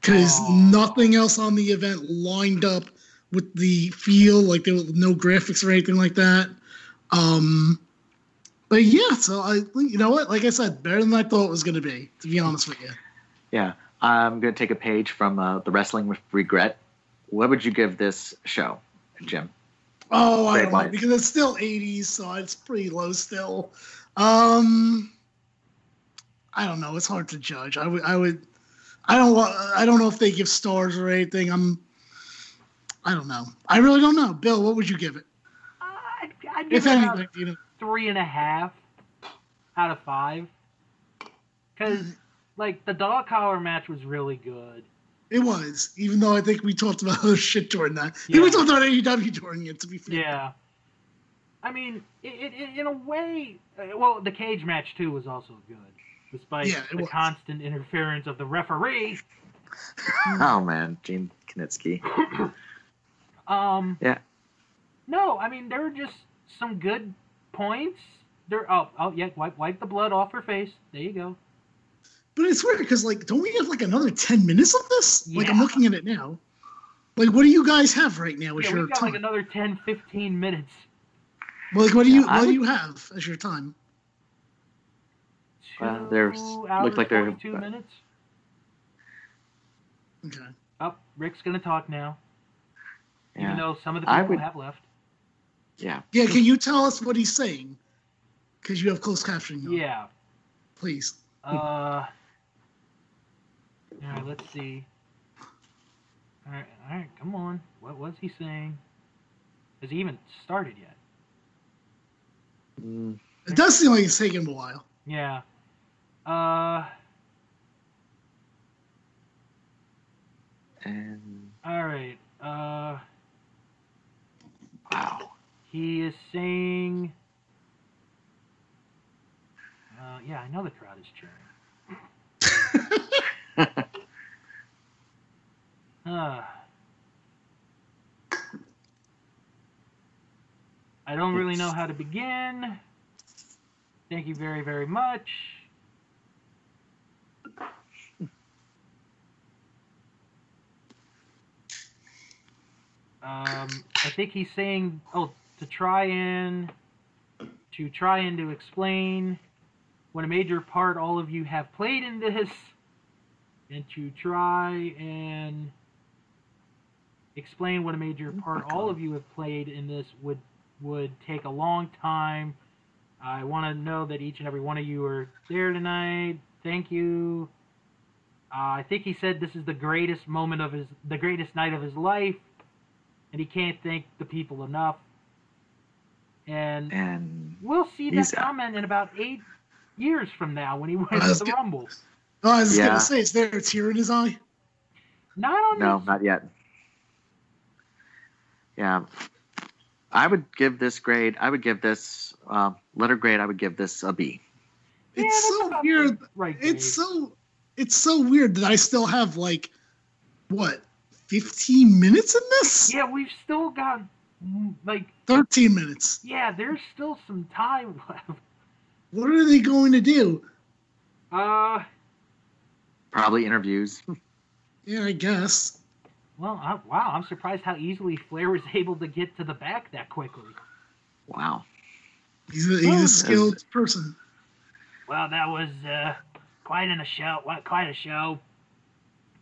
S2: because
S1: Aw.
S2: nothing else on the event lined up with the feel. Like there were no graphics or anything like that. Um, but yeah, so I, you know what? Like I said, better than I thought it was going to be. To be honest with you.
S3: Yeah, I'm going to take a page from uh, the Wrestling with Regret. What would you give this show, Jim?
S2: Oh, I
S3: Great
S2: don't know
S3: light.
S2: because it's still 80s, so it's pretty low still. Um, I don't know. It's hard to judge. I would, I would, I don't, wa- I don't know if they give stars or anything. I'm, I don't know. I really don't know. Bill, what would you give it?
S1: I'd, I'd give
S2: If
S1: it about
S2: anything, you know.
S1: three and a half out of five. Because, like, the dog collar match was really good.
S2: It was, even though I think we talked about other shit during that. I think
S1: Yeah.
S2: We talked about AEW during it, to be fair.
S1: Yeah. I mean, it, it, it, in a way, uh, well, the cage match too was also good, despite
S2: Yeah, it
S1: the
S2: was.
S1: constant interference of the referee.
S2: Hmm.
S3: oh man, Gene Konitsky.
S1: Um,
S3: Yeah.
S1: No, I mean there were just some good points. There, oh, oh yeah, wipe wipe the blood off her face. There you go.
S2: But it's weird because like, don't we have like another ten minutes of this? Like I'm
S1: Yeah.
S2: looking at it now. Like, what do you guys have right now as
S1: Yeah,
S2: your
S1: we've got
S2: time?
S1: like another 10, 15 minutes
S2: like, what do you
S3: Yeah, I
S2: what do
S3: would-
S2: you have as your time?
S1: Two
S3: Well, there's-
S1: hours,
S3: looked Uh, like uh, there-
S1: 42 minutes.
S2: Okay.
S1: Oh, Rick's gonna talk now,
S3: Yeah.
S1: even though some of the
S3: I
S1: people
S3: would-
S1: have left.
S3: yeah.
S2: Yeah, can you tell us what he's saying? Because you have closed captioning. on,
S1: Yeah.
S2: Please.
S1: Uh. All right. Let's see. All right. All right. Come on. What was he saying? Has he even started yet?
S3: Mm,
S2: It does seem like it's taking him a while.
S1: Yeah. Uh.
S3: and
S1: All right. Uh.
S3: wow.
S1: He is saying. Uh, yeah, I know the crowd is cheering. uh, I don't really know how to begin. Thank you very, very much. Um, I think he's saying, oh, to try and to try and to explain what a major part all of you have played in this, and to try and explain what a major part all of you have played in this would would take a long time. I want to know that each and every one of you are there tonight. Thank you. Uh, I think he said this is the greatest moment of his, the greatest night of his life, and he can't thank the people enough. And
S3: And
S1: We'll see that
S3: He's out.
S1: comment in about eight years from now when he
S2: I
S1: wins
S2: was
S1: the
S2: get-
S1: Rumble.
S2: Oh, I was just
S3: Yeah.
S2: gonna say, is there a tear in his eye?
S1: Not on
S3: no,
S1: these-
S3: not yet. Yeah. I would give this grade. I would give this uh, letter grade. I would give this a B.
S1: Yeah,
S2: It's
S1: that's
S2: so
S1: about
S2: weird.
S1: the Right.
S2: It's
S1: grade.
S2: so it's so weird that I still have like what 15 minutes in this?
S1: yeah, we've still got mm, like
S2: 13 minutes.
S1: yeah, there's still some time left.
S2: What are they going to do?
S1: Uh,
S3: Probably interviews.
S2: Yeah, I guess.
S1: well, I, wow, I'm surprised how easily Flair was able to get to the back that quickly.
S3: Wow.
S2: He's a,
S3: Well,
S2: he's a skilled person.
S1: Well, that was uh, quite an a show. What quite a show.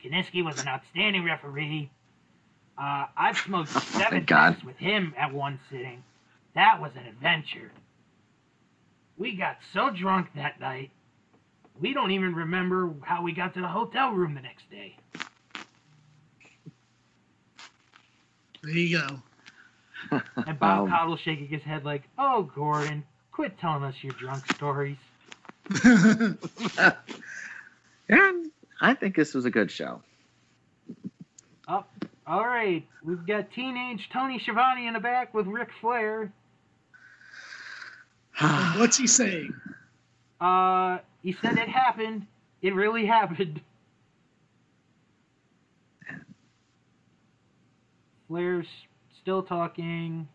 S1: Kaniski was an outstanding referee. Uh, I've smoked seven
S3: Oh, Thank God.
S1: packs with him at one sitting. That was an adventure. We got so drunk that night, we don't even remember how we got to the hotel room the next day.
S2: There you go.
S1: And Bob
S3: Um.
S1: Cottle shaking his head like, "Oh, Gordon, quit telling us your drunk stories."
S3: And I think this was a good show.
S1: All right, we've got teenage Tony Schiavone in the back with Ric Flair.
S2: What's he saying?
S1: Uh, he said it happened. It really happened. Flair's still talking.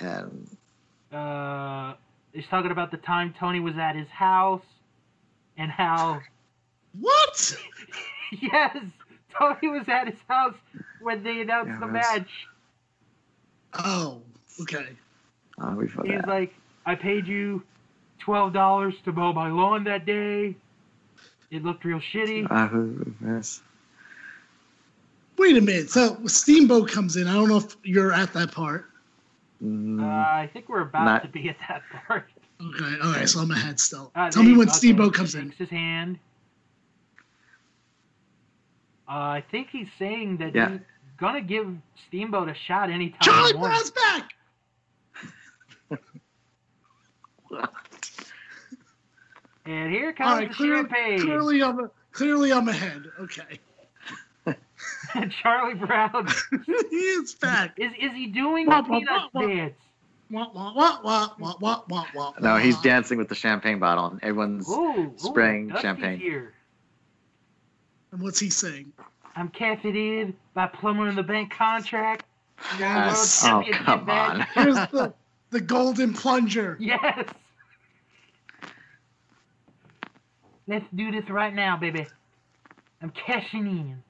S3: Um,
S1: Uh, he's talking about the time Tony was at his house and how,
S2: What?
S1: yes, Tony was at his house when they announced
S3: Yeah,
S1: the
S3: that's-
S1: match.
S2: Oh, okay.
S3: uh, we've,
S1: He's like, I paid you $12 to mow my lawn that day. It looked real shitty.
S3: uh, who- yes.
S2: Wait a minute. So Steamboat comes in. I don't know if you're at that part.
S3: Mm,
S1: Uh, I think we're about
S3: Not-
S1: to be at that part.
S2: Okay. All right. So I'm ahead still.
S1: Uh,
S2: Tell
S1: there
S2: me
S1: you
S2: when
S1: go.
S2: Steamboat
S1: Tony
S2: comes in.
S1: shakes his hand. Uh, I think he's saying that
S3: Yeah.
S1: he's gonna give Steamboat a shot anytime. he
S2: Charlie
S1: wants.
S2: Brown's back.
S1: And here comes
S2: All right.
S1: the
S2: Clearly,
S1: champagne.
S2: clearly, I'm clearly I'm ahead. Okay.
S1: Charlie Brown.
S2: it's back.
S1: Is is he doing
S2: Wah,
S1: the
S2: wah,
S1: peanuts
S2: wah, wah.
S1: dance?
S2: Wah, wah, wah, wah, wah, wah, wah, wah,
S3: No, he's
S2: wah.
S3: dancing with the champagne bottle, and everyone's
S1: Ooh, ooh,
S3: Spraying
S1: Dusty's
S3: champagne.
S1: Here.
S2: And what's he saying?
S1: I'm caffeinated by plumber in the bank contract.
S3: Yes.
S1: World
S3: Oh,
S1: championship
S3: come on.
S1: match.
S2: Here's the, the golden plunger.
S1: Yes. Let's do this right now, baby. I'm cashing in.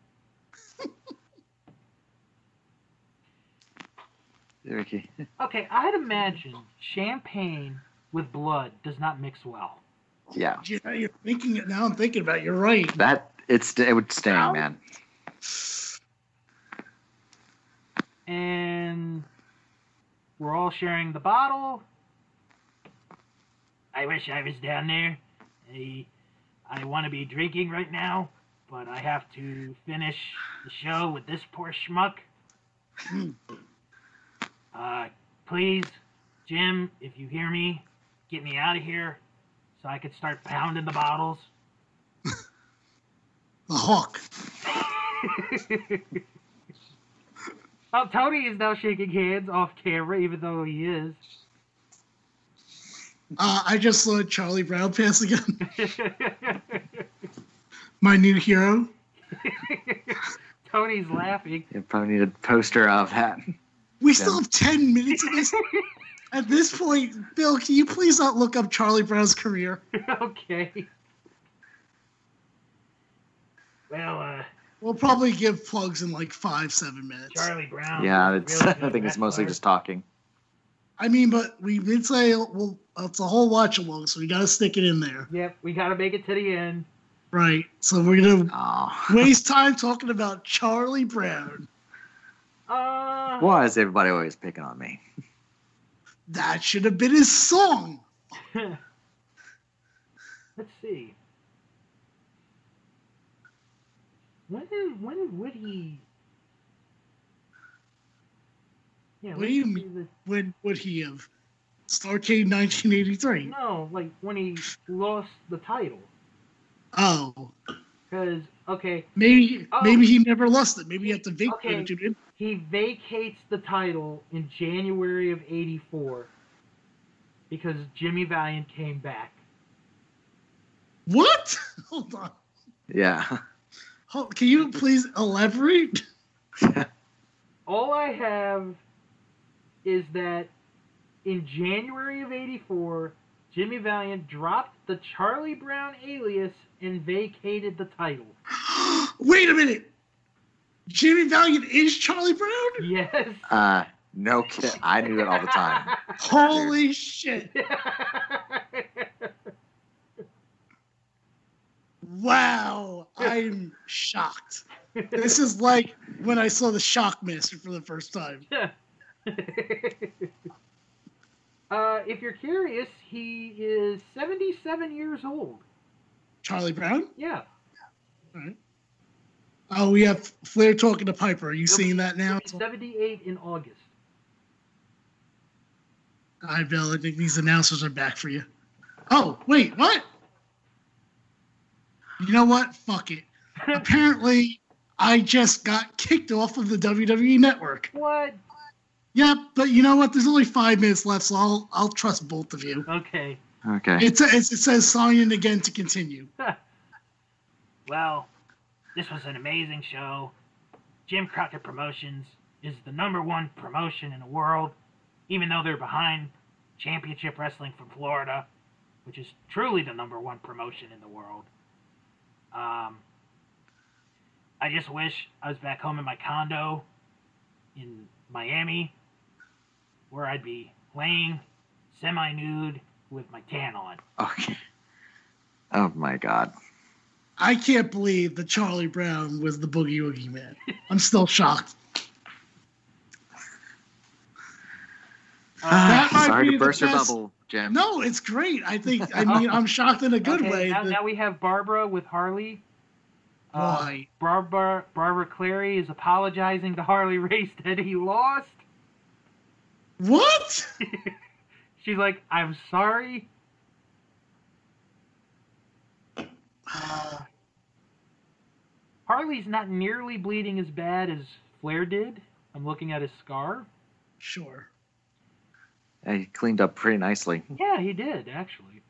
S3: Ricky.
S1: Okay, I'd imagine champagne with blood does not mix well.
S3: Yeah,
S2: Yeah, you're thinking it now. I'm thinking about it. You're right.
S3: that it's it would sting,
S2: Ow.
S3: man.
S1: And we're all sharing the bottle. I wish I was down there. I, I want to be drinking right now, but I have to finish the show with this poor schmuck. uh, please, Jim, if you hear me, get me out of here so I could start pounding the bottles.
S2: The hawk.
S1: oh, Tony is now shaking hands off camera, even though he is.
S2: Uh, I just saw Charlie Brown pass again. My new hero.
S1: Tony's laughing.
S3: You probably need a poster of that.
S2: We still
S3: Yeah.
S2: have 10 minutes of this. At this point, Bill, can you please not look up Charlie Brown's career?
S1: okay. Well, uh,
S2: We'll probably give plugs in like five, seven minutes.
S1: Charlie Brown.
S3: Yeah,
S1: was a
S3: it's
S1: Um, really
S3: I
S1: good
S3: think it's mostly
S1: wrestler.
S3: just talking.
S2: I mean, but we did say well, it's a whole watch along, so we got to stick it in there.
S1: Yep, we gotta make it to the end.
S2: Right. So we're going to
S3: Oh.
S2: waste time talking about Charlie Brown.
S1: Uh,
S3: Why is everybody always picking on me?
S2: That should have been his song.
S1: Let's see. When did- when would he? Yeah.
S2: What
S1: when
S2: do you
S1: did
S2: mean?
S1: the-
S2: When would he have? Starcade 1983.
S1: No, like when he lost the title.
S2: Oh,
S1: Because okay,
S2: maybe
S1: Oh.
S2: maybe he never lost it. Maybe he had to vacate
S1: Okay.
S2: it. dude.
S1: he vacates the title in January of '84 because Jimmy Valiant came back.
S2: What? Hold on.
S3: Yeah.
S2: Hold, can you please elaborate?
S1: all I have is that in January of '84, Jimmy Valiant dropped the Charlie Brown alias and vacated the title.
S2: Wait a minute. Jimmy Valiant is Charlie Brown?
S1: Yes.
S3: Uh, no kid. I knew it all the time.
S2: Holy shit. Wow. I'm shocked. This is like when I saw the Shockmaster for the first time.
S1: uh, if you're curious, he is 77 years old.
S2: Charlie Brown?
S1: Yeah.
S2: Oh, we have Flair talking to Piper. Are you seeing that now?
S1: He's 78 in August.
S2: Hi, Bill. I think these announcers are back for you. Oh, wait, what? You know what? Fuck it. Apparently, I just got kicked off of the WWE network.
S1: What?
S2: Yep, but you know what? There's only five minutes left, so I'll I'll trust both of you.
S1: Okay.
S3: Okay.
S2: It says it says sign in again to continue.
S1: Well, this was an amazing show. Jim Crockett Promotions is the number one promotion in the world, even though they're behind Championship Wrestling from Florida, which is truly the number one promotion in the world. Um, I just wish I was back home in my condo in Miami, where I'd be laying semi nude with my tan on.
S3: Okay. Oh my God.
S2: I can't believe that Charlie Brown was the boogie woogie man. I'm still shocked.
S1: Uh,
S2: That might
S3: Ah, Sorry
S2: be
S3: to
S2: the
S3: burst your
S2: best-
S3: bubble, Jim.
S2: No, it's great. I think I mean I'm shocked in a good
S1: okay,
S2: way.
S1: Now,
S2: that-
S1: now we have Barbara with Harley. Uh,
S2: why?
S1: Barbara Barbara Clary is apologizing to Harley Race that he lost.
S2: What?
S1: She's like, "I'm sorry." Uh, Harley's not nearly bleeding as bad as Flair did. I'm looking at his scar.
S2: Sure.
S3: And he cleaned up pretty nicely.
S1: Yeah, he did, actually.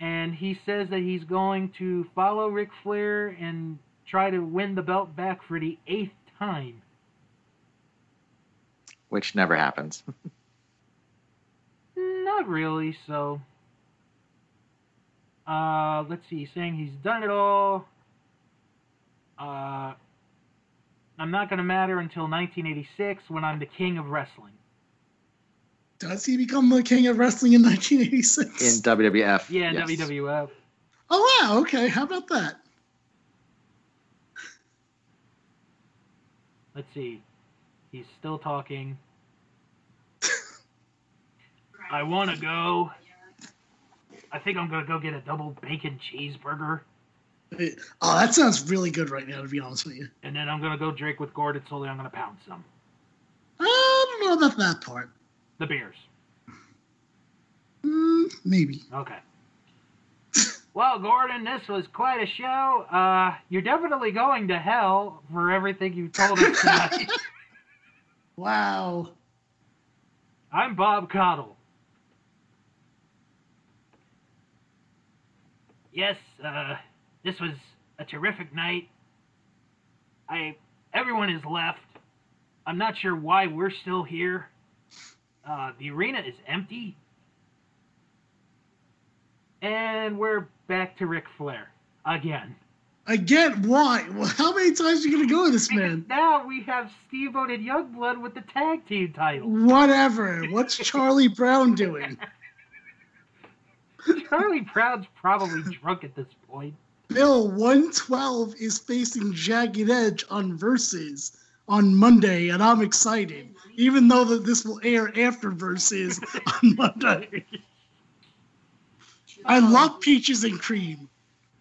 S1: And he says that he's going to follow Ric Flair and try to win the belt back for the eighth time.
S3: which never happens.
S1: Not really, so. Uh, let's see, he's saying he's done it all. Uh, I'm not going to matter until 1986 when I'm the king of wrestling.
S2: Does he become the king of wrestling in 1986?
S3: In WWF.
S1: Yeah,
S3: yes.
S1: WWF.
S2: oh wow. Okay. How about that?
S1: Let's see. He's still talking. I want to go. I think I'm going to go get a double bacon cheeseburger.
S2: Oh, that sounds really good right now. To be honest with you,
S1: And then I'm going to go drink with Gordon Sully. I'm going to pound some.
S2: I don't know about that part.
S1: The beers.
S2: Mm, maybe.
S1: Okay. well, Gordon, this was quite a show. Uh, you're definitely going to hell for everything you told us tonight.
S2: Wow.
S1: I'm Bob Cottle. Yes, uh, this was a terrific night. I everyone has left. I'm not sure why we're still here. Uh, the arena is empty. And we're back to Ric Flair again.
S2: Again, why? Well, how many times are you gonna go with this
S1: Because
S2: man?
S1: now we have Steve O and Youngblood with the tag team title.
S2: Whatever. What's Charlie Brown doing?
S1: Charlie Proud's probably drunk at this point.
S2: Bill 112 is facing Jagged Edge on Versus on Monday, and I'm excited, even though that this will air after Versus on Monday. I love peaches and cream.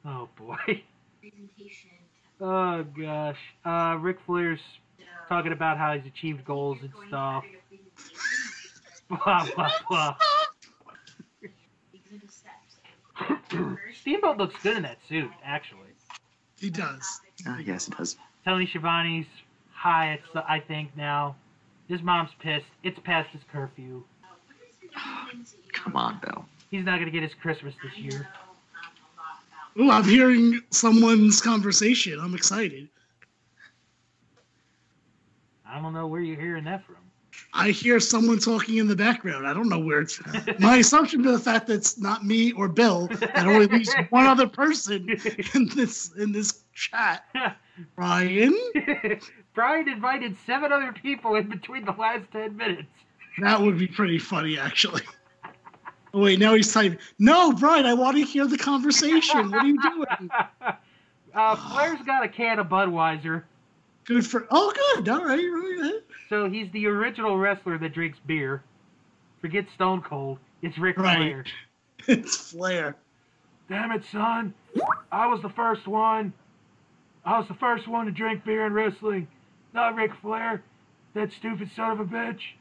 S1: Oh boy. Oh gosh. Uh, Ric Flair's talking about how he's achieved goals and stuff. Blah blah blah. Steamboat looks good in that suit, actually.
S2: He does.
S3: Ah, yes, it does.
S1: Tony Schiavone's high. It's I think now. His mom's pissed. It's past his curfew.
S3: Come on, Bill.
S1: He's not gonna get his Christmas this year.
S2: Ooh, I'm hearing someone's conversation. I'm excited.
S1: I don't know where you're hearing that from.
S2: I hear someone talking in the background. I don't know where it's. My assumption to the fact that it's not me or Bill, that only leaves one other person in this in this chat. Ryan.
S1: Brian invited seven other people in between the last ten minutes.
S2: That would be pretty funny, actually. Oh, wait, now he's typing. No, Brian, I want to hear the conversation. What are you doing?
S1: uh, Flair's got a can of Budweiser,
S2: Good for. Oh, good. All right. all right.
S1: so he's the original wrestler that drinks beer. Forget Stone Cold. It's Ric
S2: Right.
S1: Flair.
S2: It's Flair.
S1: Damn it, son. I was the first one. I was the first one to drink beer in wrestling. Not Ric Flair. That stupid son of a bitch.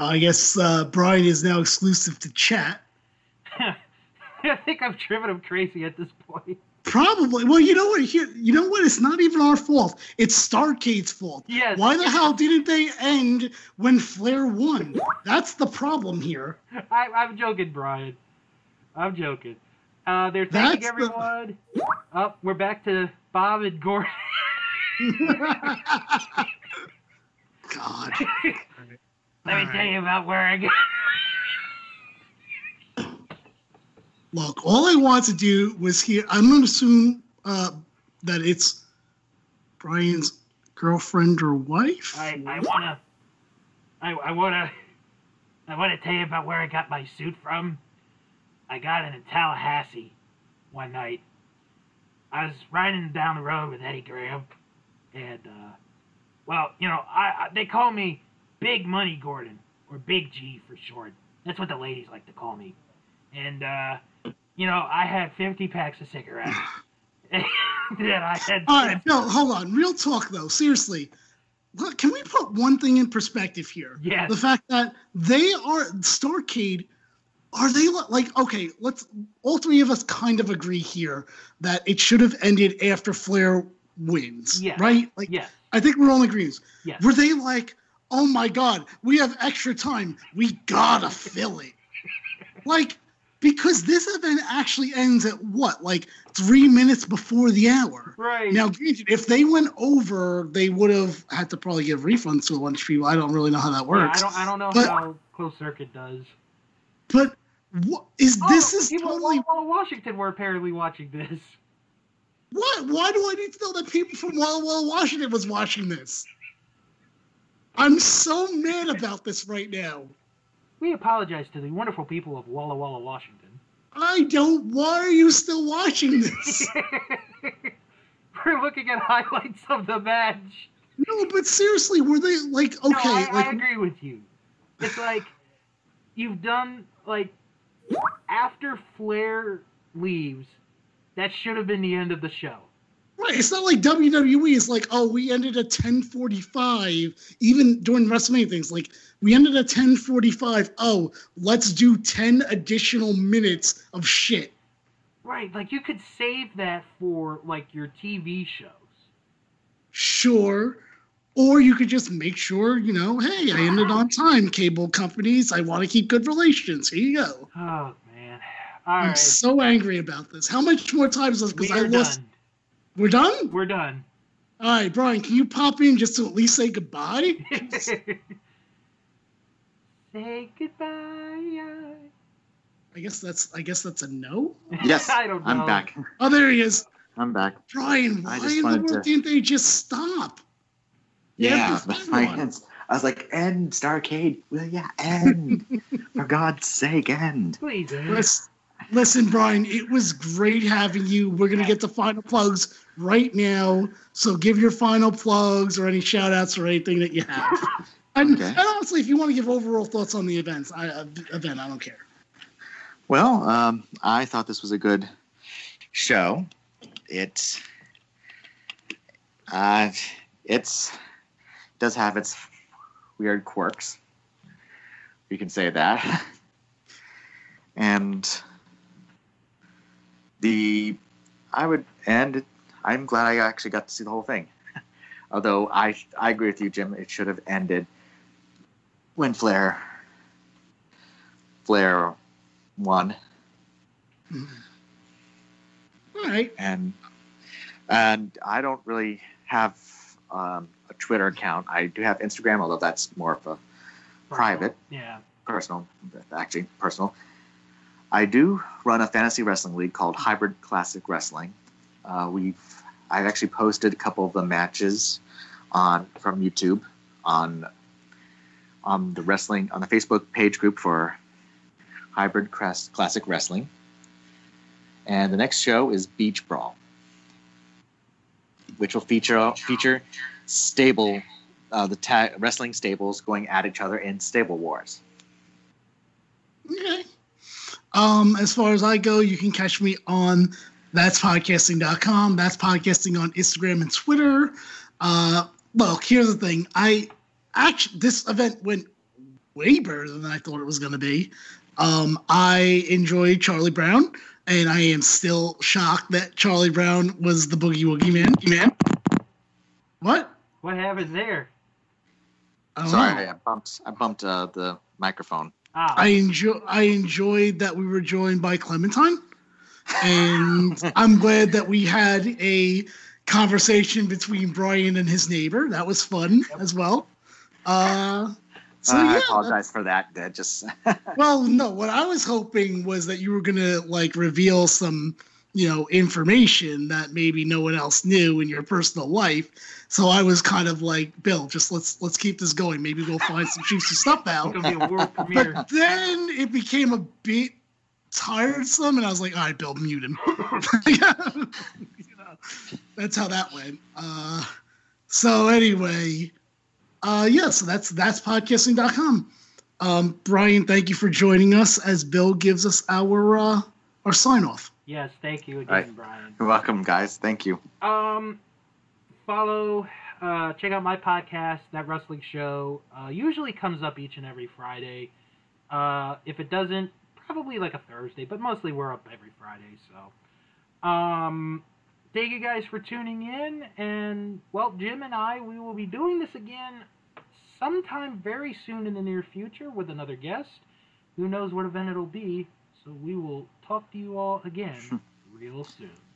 S2: I guess uh, Brian is now exclusive to chat.
S1: I think I've driven him crazy at this point.
S2: Probably. Well, you know what? Here, you know what? It's not even our fault. It's Starcade's fault.
S1: Yes.
S2: Why the hell didn't they end when Flair won? That's the problem here.
S1: I, I'm joking, Brian. I'm joking. Uh, they're thanking
S2: That's the-
S1: everyone. Up, we're back to Bob and Gordon.
S2: God.
S1: Let me
S2: All
S1: tell you about where I got.
S2: Look, all I want to do was hear. I'm going to assume uh, that it's Brian's girlfriend or wife.
S1: I, I wanna, I, I wanna, I wanna tell you about where I got my suit from. I got it in Tallahassee one night. I was riding down the road with Eddie Graham, and uh, well, you know, I, I they call me Big Money Gordon or Big G for short. That's what the ladies like to call me. And uh, you know, I had 50 packs of cigarettes. that I had.
S2: all right, Bill, hold on. Real talk, though. Seriously. Look, can we put one thing in perspective here?
S1: Yes.
S2: The fact that they are, Starcade are they li- like okay? Let's all three of us kind of agree here that it should have ended after Flair wins,
S1: Yes.
S2: right? Like
S1: Yes.
S2: I think we're all in agreement.
S1: Yes.
S2: Were they like, oh my god, we have extra time, we gotta fill it, like because this event actually ends at what, like three minutes before the hour.
S1: Right.
S2: Now, granted, if they went over, they would have had to probably give refunds to a bunch of people. I don't really know how that
S1: Yeah,
S2: works.
S1: I don't. I don't know
S2: But-
S1: how closed circuit does.
S2: But what is this
S1: Oh,
S2: is
S1: people in
S2: totally
S1: Walla Walla, Washington were apparently watching this.
S2: what? Why do I need to know that people from Walla Walla, Washington was watching this? I'm so mad about this right now.
S1: We apologize to the wonderful people of Walla Walla, Washington.
S2: I don't. Why are you still watching this?
S1: we're looking at highlights of the match.
S2: no, but seriously, were they like okay?
S1: no, I,
S2: like
S1: I agree with you. It's like you've done like after Flair leaves, that should have been the end of the show.
S2: Right. It's not like WWE is like, oh, we ended at 1045, even during WrestleMania things. Like, we ended at 1045. Oh, let's do 10 additional minutes of shit.
S1: Right, like you could save that for like your TV shows.
S2: Sure. Or you could just make sure, you know, hey, I ended on time, cable companies. I want to keep good relations. Here you go.
S1: Oh man. All
S2: I'm
S1: right.
S2: so angry about this. How much more time is this?
S1: We
S2: Because I
S1: are
S2: lost.
S1: done.
S2: We're done?
S1: We're done.
S2: All right, Brian, can you pop in just to at least say goodbye?
S1: Say goodbye.
S2: I guess that's I guess that's a no.
S3: Yes,
S1: I don't know.
S3: I'm back.
S2: Oh, there he is.
S3: I'm back.
S2: Brian, why
S3: I just
S2: in the
S3: wanted
S2: world
S3: to-
S2: didn't they just stop?
S3: Yeah,
S2: Yeah,
S3: but
S2: come
S3: my
S2: on.
S3: hands. I was like, end Starcade. Well, yeah, end. For God's sake, end.
S1: Please. uh, Ed.
S2: Listen, listen, Brian, it was great having you. We're going to get the final plugs right now. So give your final plugs or any shout outs or anything that you have. And,
S3: Okay.
S2: and honestly, if you want to give overall thoughts on the events, I, uh, event, I don't care.
S3: Well, um, I thought this was a good show. It's, uh, it's does have its weird quirks. We can say that. And the, I would, and I'm glad I actually got to see the whole thing. Although I, I agree with you, Jim. It should have ended when Flair, Flair won.
S2: Mm-hmm. All right.
S3: and and I don't really have um, a Twitter account. I do have Instagram, although that's more of a private,
S1: Yeah.
S3: personal, actually personal. I do run a fantasy wrestling league called Hybrid Classic Wrestling. Uh, we've I've actually posted a couple of the matches on from YouTube on on the wrestling on the Facebook page group for Hybrid Cras- Classic Wrestling. And the next show is Beach Brawl, which will feature feature stable uh, the tag, wrestling stables going at each other in stable wars.
S2: Okay. Um, as far as I go, you can catch me on that's podcasting.com. That's podcasting on Instagram and Twitter. Uh, look, here's the thing. I actually, this event went way better than I thought it was going to be. Um, I enjoyed Charlie Brown, and I am still shocked that Charlie Brown was the boogie woogie man. Man, what?
S1: What happened there?
S2: I don't know.
S3: Sorry, I bumped I bumped uh, the microphone.
S1: Ah,
S2: I enjoy I enjoyed that we were joined by Clementine, and I'm glad that we had a conversation between Brian and his neighbor. That was fun as well. Uh, so
S3: Uh, I
S2: yeah.
S3: apologize for that. That just
S2: Well, no, what I was hoping was that you were gonna like reveal some, you know, information that maybe no one else knew in your personal life. So I was kind of like, Bill, just let's let's keep this going. Maybe we'll find some juicy stuff out.
S1: it's gonna be a world premiere.
S2: But then it became a bit tiresome, and I was like, all right, Bill, mute him. you know, that's how that went. Uh, so anyway, uh, yeah, so that's that's podcasting.com. Um, Brian, thank you for joining us as Bill gives us our uh, our sign off.
S1: yes, thank you again,
S3: Right.
S1: Brian.
S3: You're welcome, guys. Thank you.
S1: Um, follow, uh, check out my podcast, That Wrestling Show. Uh, usually comes up each and every Friday. Uh, if it doesn't, probably like a Thursday, but mostly we're up every Friday. So, um, thank you guys for tuning in, and well, Jim and I, we will be doing this again sometime very soon in the near future with another guest. Who knows what event it'll be? So we will talk to you all again real soon.